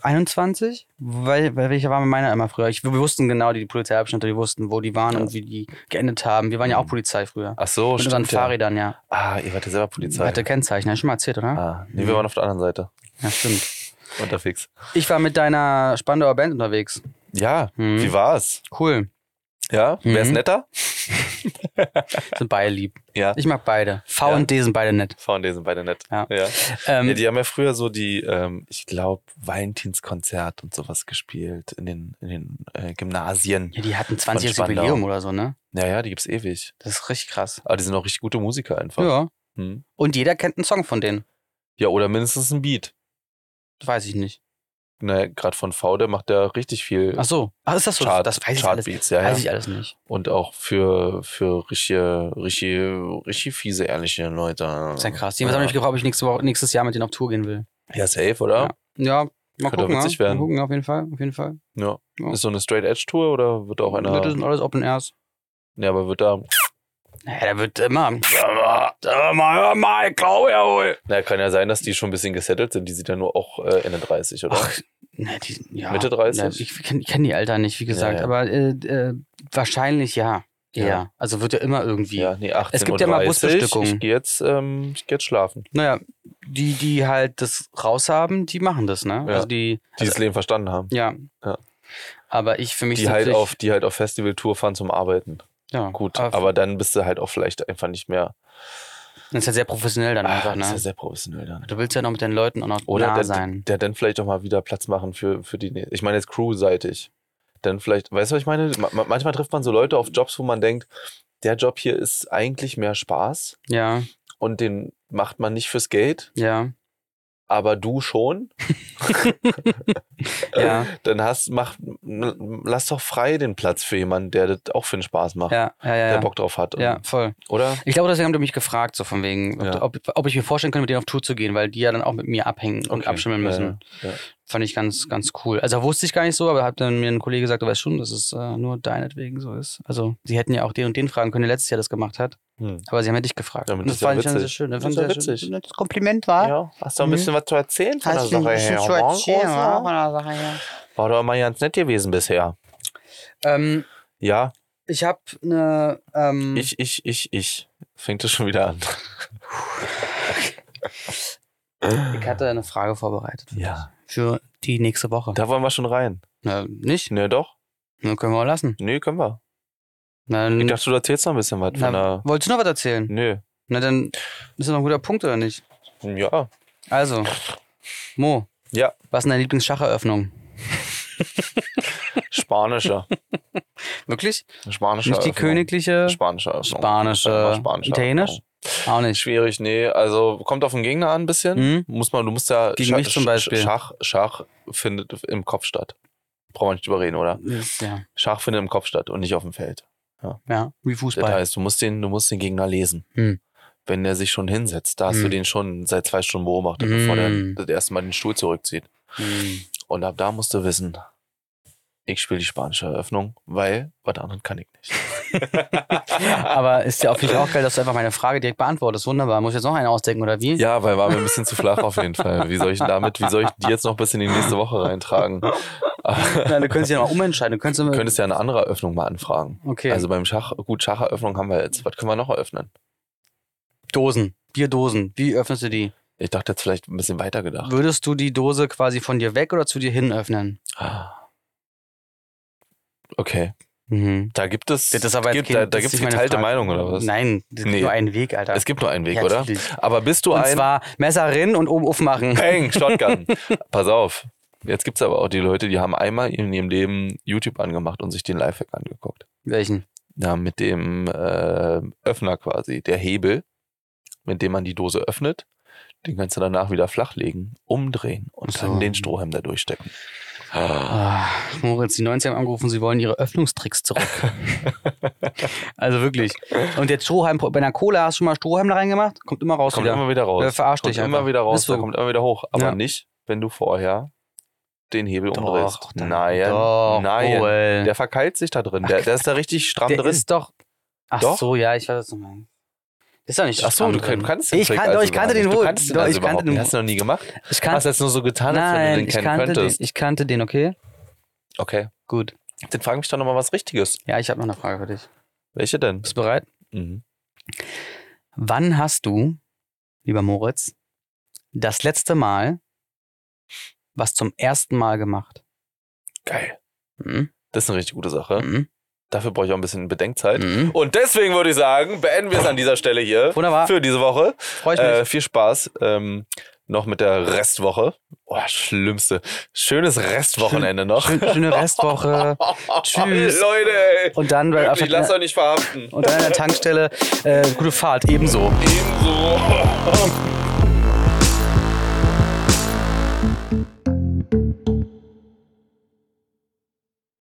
[SPEAKER 2] 21? Weil, weil welcher waren wir meiner immer früher? Ich, wir wussten genau die Polizeiabschnitte, wir wussten, wo die waren und wie die geendet haben. Wir waren ja auch Polizei früher.
[SPEAKER 1] Ach so,
[SPEAKER 2] Mit unseren
[SPEAKER 1] Mhm. ja.
[SPEAKER 2] Fahrrädern, ja.
[SPEAKER 1] Ah, ihr wart ja selber Polizei.
[SPEAKER 2] Hatte Kennzeichen, hab ich schon mal erzählt, oder?
[SPEAKER 1] Ah, nee, wir waren auf der anderen Seite.
[SPEAKER 2] Ja, stimmt.
[SPEAKER 1] Unterwegs.
[SPEAKER 2] Ich war mit deiner Spandauer Band unterwegs.
[SPEAKER 1] Ja,
[SPEAKER 2] Mhm.
[SPEAKER 1] wie war's?
[SPEAKER 2] Cool.
[SPEAKER 1] Ja, wer ist
[SPEAKER 2] Mhm.
[SPEAKER 1] netter?
[SPEAKER 2] Sind beide lieb.
[SPEAKER 1] Ja.
[SPEAKER 2] Ich mag beide. V
[SPEAKER 1] Ja.
[SPEAKER 2] und D sind beide nett.
[SPEAKER 1] V und D sind beide nett.
[SPEAKER 2] Ja.
[SPEAKER 1] ja.
[SPEAKER 2] Ähm,
[SPEAKER 1] Ja, die haben ja früher so die, ähm, ich glaube, Valentinskonzert und sowas gespielt in den, in den äh, Gymnasien.
[SPEAKER 2] ja, die hatten 20-jähriges
[SPEAKER 1] Spandau.
[SPEAKER 2] Jubiläum oder so, ne?
[SPEAKER 1] Ja, ja, die gibt's ewig.
[SPEAKER 2] Das ist richtig krass.
[SPEAKER 1] Aber die sind auch richtig gute Musiker einfach.
[SPEAKER 2] Ja.
[SPEAKER 1] Hm.
[SPEAKER 2] Und jeder kennt einen Song von denen.
[SPEAKER 1] ja oder mindestens ein Beat.
[SPEAKER 2] Das weiß ich nicht.
[SPEAKER 1] Ne, gerade von V, der macht ja richtig viel
[SPEAKER 2] Ach so. Ach, ist das so?
[SPEAKER 1] Chart,
[SPEAKER 2] das weiß ich alles.
[SPEAKER 1] Chartbeats, ja,
[SPEAKER 2] Weiß
[SPEAKER 1] ja.
[SPEAKER 2] ich alles nicht.
[SPEAKER 1] Und auch für, für richtige, richtige, richtig fiese, ehrliche Leute.
[SPEAKER 2] Ist ja krass. Jedenfalls habe ich gefragt, ob ich nächste Woche, nächstes Jahr mit denen auf Tour gehen will.
[SPEAKER 1] Ja, safe, oder?
[SPEAKER 2] Ja, mal
[SPEAKER 1] Könnte
[SPEAKER 2] gucken. Ja.
[SPEAKER 1] witzig
[SPEAKER 2] Mal
[SPEAKER 1] werden.
[SPEAKER 2] gucken, auf jeden Fall. Auf jeden Fall.
[SPEAKER 1] Ja.
[SPEAKER 2] Ja.
[SPEAKER 1] Ist so eine Straight Edge Tour oder wird auch einer.
[SPEAKER 2] Das sind alles Open Airs.
[SPEAKER 1] Ja, aber wird da.
[SPEAKER 2] Naja, der wird immer. Hör mal, hör mal, ich glaube ja wohl.
[SPEAKER 1] Na, kann ja sein, dass die schon ein bisschen gesettelt sind. Die sind ja nur auch äh, Ende 30, oder?
[SPEAKER 2] Ach, ne, die, ja.
[SPEAKER 1] Mitte 30?
[SPEAKER 2] Ja, ich kenne kenn die Alter nicht, wie gesagt.
[SPEAKER 1] Ja, ja.
[SPEAKER 2] Aber äh, äh, wahrscheinlich ja. Ja.
[SPEAKER 1] Ja.
[SPEAKER 2] Also wird ja immer irgendwie.
[SPEAKER 1] Ja, nee, 18
[SPEAKER 2] Es gibt ja mal Busbestückungen.
[SPEAKER 1] Ich gehe jetzt, ähm, ich geh jetzt schlafen.
[SPEAKER 2] Naja, die, die halt das raushaben, die machen das, ne?
[SPEAKER 1] Ja.
[SPEAKER 2] Also die.
[SPEAKER 1] Die das Leben verstanden haben.
[SPEAKER 2] Ja.
[SPEAKER 1] Ja.
[SPEAKER 2] Aber ich für mich
[SPEAKER 1] Die
[SPEAKER 2] sind
[SPEAKER 1] halt,
[SPEAKER 2] natürlich-
[SPEAKER 1] auf, die halt auf Festivaltour fahren zum Arbeiten.
[SPEAKER 2] ja,
[SPEAKER 1] Gut,
[SPEAKER 2] Aber,
[SPEAKER 1] aber, dann bist du halt auch vielleicht einfach nicht mehr.
[SPEAKER 2] das ist ja sehr professionell dann
[SPEAKER 1] Ah,
[SPEAKER 2] einfach,
[SPEAKER 1] Das ist ja
[SPEAKER 2] ne?
[SPEAKER 1] sehr professionell dann.
[SPEAKER 2] Du willst ja noch mit deinen Leuten auch noch
[SPEAKER 1] Oder
[SPEAKER 2] nah
[SPEAKER 1] der,
[SPEAKER 2] sein.
[SPEAKER 1] der dann vielleicht auch mal wieder Platz machen für, für die. Ich meine jetzt crewseitig. Dann vielleicht, weißt du, was ich meine? Ma- ma- Manchmal trifft man so Leute auf Jobs, wo man denkt, der Job hier ist eigentlich mehr Spaß
[SPEAKER 2] Ja,
[SPEAKER 1] und den macht man nicht fürs Geld,
[SPEAKER 2] ja,
[SPEAKER 1] aber du schon. Äh,
[SPEAKER 2] ja.
[SPEAKER 1] Dann hast, mach, lass doch frei den Platz für jemanden, der das auch für den Spaß macht,
[SPEAKER 2] Ja, ja, ja.
[SPEAKER 1] der
[SPEAKER 2] ja.
[SPEAKER 1] Bock drauf hat.
[SPEAKER 2] ja, voll.
[SPEAKER 1] Oder?
[SPEAKER 2] Ich glaube, deswegen haben die mich gefragt, so von wegen, ob,
[SPEAKER 1] Ja.
[SPEAKER 2] ob, ob ich mir vorstellen könnte, mit denen auf Tour zu gehen, weil die ja dann auch mit mir abhängen und abschimmeln müssen.
[SPEAKER 1] Ja, ja.
[SPEAKER 2] Fand ich ganz, ganz cool. Also wusste ich gar nicht so, aber hat dann mir ein Kollege gesagt, du weißt schon, dass es äh, nur deinetwegen so ist. Also sie hätten ja auch den und den fragen können, der letztes Jahr das gemacht hat.
[SPEAKER 1] Hm.
[SPEAKER 2] Aber sie haben ja dich gefragt.
[SPEAKER 1] Damit
[SPEAKER 2] und das
[SPEAKER 1] ist ja
[SPEAKER 2] fand ich dann
[SPEAKER 1] witzig.
[SPEAKER 2] sehr schön.
[SPEAKER 1] Das ist
[SPEAKER 2] fand
[SPEAKER 1] ja
[SPEAKER 2] ich sehr
[SPEAKER 1] witzig.
[SPEAKER 2] Schönes Kompliment war.
[SPEAKER 1] hast du
[SPEAKER 2] ein bisschen
[SPEAKER 1] was zu erzählen
[SPEAKER 2] Ah. Mhm. Hast du ein bisschen zu erzählen, wa? Von der Sache her.
[SPEAKER 1] War doch mal ganz nett gewesen bisher.
[SPEAKER 2] Ähm,
[SPEAKER 1] Ja,
[SPEAKER 2] ich habe eine. Ähm,
[SPEAKER 1] ich, ich, ich, ich. Fängt es schon wieder an.
[SPEAKER 2] Ich hatte eine Frage vorbereitet
[SPEAKER 1] Ja.
[SPEAKER 2] für die nächste Woche.
[SPEAKER 1] Da wollen wir schon rein.
[SPEAKER 2] Na, nicht?
[SPEAKER 1] Ne, doch.
[SPEAKER 2] Dann können wir auch lassen.
[SPEAKER 1] Nö, können wir.
[SPEAKER 2] Dann,
[SPEAKER 1] Ich dachte, du erzählst noch ein bisschen was von
[SPEAKER 2] na,
[SPEAKER 1] der.
[SPEAKER 2] wolltest du noch was erzählen?
[SPEAKER 1] Nö.
[SPEAKER 2] Na, dann ist das noch ein guter Punkt, oder nicht?
[SPEAKER 1] Ja.
[SPEAKER 2] Also, Mo.
[SPEAKER 1] Ja.
[SPEAKER 2] Was ist denn deine Lieblingsschacheröffnung?
[SPEAKER 1] Spanische.
[SPEAKER 2] Wirklich?
[SPEAKER 1] Spanische.
[SPEAKER 2] nicht die
[SPEAKER 1] Eröffnung.
[SPEAKER 2] königliche?
[SPEAKER 1] Spanische. Eröffnung.
[SPEAKER 2] Spanische.
[SPEAKER 1] Sag mal Spanische
[SPEAKER 2] Italienisch?
[SPEAKER 1] Eröffnung.
[SPEAKER 2] Auch nicht.
[SPEAKER 1] Schwierig, nee. Also kommt auf den Gegner an ein bisschen.
[SPEAKER 2] Hm?
[SPEAKER 1] Muss man, du musst ja
[SPEAKER 2] Gegen mich zum Beispiel.
[SPEAKER 1] Schach, Schach findet im Kopf statt. Brauchen wir nicht drüber reden, oder?
[SPEAKER 2] Ist, ja.
[SPEAKER 1] Schach findet im Kopf statt und nicht auf dem Feld.
[SPEAKER 2] ja, wie
[SPEAKER 1] Das
[SPEAKER 2] Fußball.
[SPEAKER 1] heißt, du musst den, du musst den Gegner lesen.
[SPEAKER 2] Hm.
[SPEAKER 1] Wenn der sich schon hinsetzt, da hast du
[SPEAKER 2] Hm.
[SPEAKER 1] den schon seit zwei Stunden beobachtet,
[SPEAKER 2] Hm.
[SPEAKER 1] bevor der das erste Mal den Stuhl zurückzieht.
[SPEAKER 2] Hm.
[SPEAKER 1] Und ab da musst du wissen, ich spiele die spanische Eröffnung, weil was anderes kann ich nicht.
[SPEAKER 2] Aber ist ja auch finde ich auch geil, dass du einfach meine Frage direkt beantwortest. Wunderbar. Muss ich jetzt noch eine ausdenken, oder wie?
[SPEAKER 1] Ja, weil war mir ein bisschen zu flach auf jeden Fall. Wie soll ich denn damit, wie soll ich die jetzt noch bis in die nächste Woche reintragen?
[SPEAKER 2] Na, du könntest ja mal umentscheiden. Du könntest immer,
[SPEAKER 1] Du könntest ja eine andere Eröffnung mal anfragen.
[SPEAKER 2] okay.
[SPEAKER 1] Also beim Schach, gut, Schacheröffnung haben wir jetzt. Was können wir noch eröffnen?
[SPEAKER 2] Dosen. Bierdosen. Wie öffnest du die?
[SPEAKER 1] Ich dachte jetzt vielleicht ein bisschen weiter gedacht.
[SPEAKER 2] Würdest du die Dose quasi von dir weg oder zu dir hin öffnen?
[SPEAKER 1] Ah. Okay,
[SPEAKER 2] Mhm.
[SPEAKER 1] da gibt es,
[SPEAKER 2] Das ist aber jetzt
[SPEAKER 1] gibt,
[SPEAKER 2] kein-
[SPEAKER 1] da, da
[SPEAKER 2] das ist
[SPEAKER 1] gibt es
[SPEAKER 2] nicht meine
[SPEAKER 1] geteilte
[SPEAKER 2] Frage.
[SPEAKER 1] Meinung oder was?
[SPEAKER 2] Nein, es gibt
[SPEAKER 1] Nee.
[SPEAKER 2] nur einen Weg, Alter.
[SPEAKER 1] Es gibt nur einen Weg,
[SPEAKER 2] Ja,
[SPEAKER 1] oder?
[SPEAKER 2] natürlich.
[SPEAKER 1] Aber bist du
[SPEAKER 2] Und
[SPEAKER 1] ein
[SPEAKER 2] zwar Messer rin und oben aufmachen.
[SPEAKER 1] Bang, Shotgun. Pass auf. Jetzt gibt es aber auch die Leute, die haben einmal in ihrem Leben YouTube angemacht und sich den Lifehack angeguckt.
[SPEAKER 2] Welchen?
[SPEAKER 1] Ja, mit dem äh, Öffner quasi, der Hebel, mit dem man die Dose öffnet. Den kannst du danach wieder flachlegen, umdrehen und
[SPEAKER 2] Ach so.
[SPEAKER 1] dann den Strohhalm da durchstecken. Ah.
[SPEAKER 2] Ah, Moritz, die 90 haben angerufen, sie wollen ihre Öffnungstricks zurück. also wirklich. Und jetzt Strohhalm, bei einer Cola hast du schon mal Strohhalm da reingemacht? Kommt immer raus
[SPEAKER 1] Kommt
[SPEAKER 2] wieder.
[SPEAKER 1] immer wieder raus.
[SPEAKER 2] Äh, verarscht
[SPEAKER 1] kommt
[SPEAKER 2] dich
[SPEAKER 1] immer
[SPEAKER 2] einfach.
[SPEAKER 1] wieder raus,
[SPEAKER 2] Ist so.
[SPEAKER 1] da kommt immer wieder hoch. Aber
[SPEAKER 2] Ja.
[SPEAKER 1] nicht, wenn du vorher den Hebel
[SPEAKER 2] Doch,
[SPEAKER 1] umdrehst.
[SPEAKER 2] dann-
[SPEAKER 1] nein,
[SPEAKER 2] doch,
[SPEAKER 1] nein.
[SPEAKER 2] Joel.
[SPEAKER 1] Der verkeilt sich da drin. Der, der ist da richtig stramm
[SPEAKER 2] Der
[SPEAKER 1] drin.
[SPEAKER 2] ist doch. Ach
[SPEAKER 1] Doch.
[SPEAKER 2] so, ja, ich weiß, was du meinst. Ist doch nicht.
[SPEAKER 1] Ach so,
[SPEAKER 2] stramm
[SPEAKER 1] du
[SPEAKER 2] drin.
[SPEAKER 1] kann, kannst den
[SPEAKER 2] ich
[SPEAKER 1] Trick
[SPEAKER 2] kann,
[SPEAKER 1] also
[SPEAKER 2] doch, ich
[SPEAKER 1] gar
[SPEAKER 2] kannte
[SPEAKER 1] nicht.
[SPEAKER 2] den
[SPEAKER 1] Du
[SPEAKER 2] wohl.
[SPEAKER 1] kannst den
[SPEAKER 2] Doch,
[SPEAKER 1] also
[SPEAKER 2] ich kannte
[SPEAKER 1] überhaupt nicht.
[SPEAKER 2] den
[SPEAKER 1] Hast du noch nie gemacht?
[SPEAKER 2] Ich
[SPEAKER 1] Hast du
[SPEAKER 2] kannte,
[SPEAKER 1] jetzt nur so getan, als wenn
[SPEAKER 2] nein,
[SPEAKER 1] du den
[SPEAKER 2] ich
[SPEAKER 1] kennen
[SPEAKER 2] kannte den.
[SPEAKER 1] könntest.
[SPEAKER 2] Ich kannte den, okay?
[SPEAKER 1] Okay.
[SPEAKER 2] Gut.
[SPEAKER 1] Dann frage mich doch nochmal was Richtiges.
[SPEAKER 2] Ja, ich habe noch eine Frage für dich.
[SPEAKER 1] Welche denn?
[SPEAKER 2] Bist du bereit?
[SPEAKER 1] Mhm.
[SPEAKER 2] Wann hast du, lieber Moritz, das letzte Mal was zum ersten Mal gemacht?
[SPEAKER 1] Geil.
[SPEAKER 2] Hm?
[SPEAKER 1] Das ist eine richtig gute Sache.
[SPEAKER 2] Hm?
[SPEAKER 1] Dafür brauche ich auch ein bisschen Bedenkzeit.
[SPEAKER 2] Hm?
[SPEAKER 1] Und deswegen würde ich sagen, beenden wir es an dieser Stelle hier
[SPEAKER 2] Wunderbar,
[SPEAKER 1] für diese Woche.
[SPEAKER 2] freue ich mich.
[SPEAKER 1] Äh, viel Spaß ähm, noch mit der Restwoche. Oh, schlimmste. Schönes Restwochenende noch.
[SPEAKER 2] Schön, schöne Restwoche. Tschüss.
[SPEAKER 1] Leute, ey.
[SPEAKER 2] Und dann, bei-
[SPEAKER 1] Wirklich, lasst euch nicht verhaften.
[SPEAKER 2] und dann an der Tankstelle äh, gute Fahrt, ebenso.
[SPEAKER 1] Ebenso.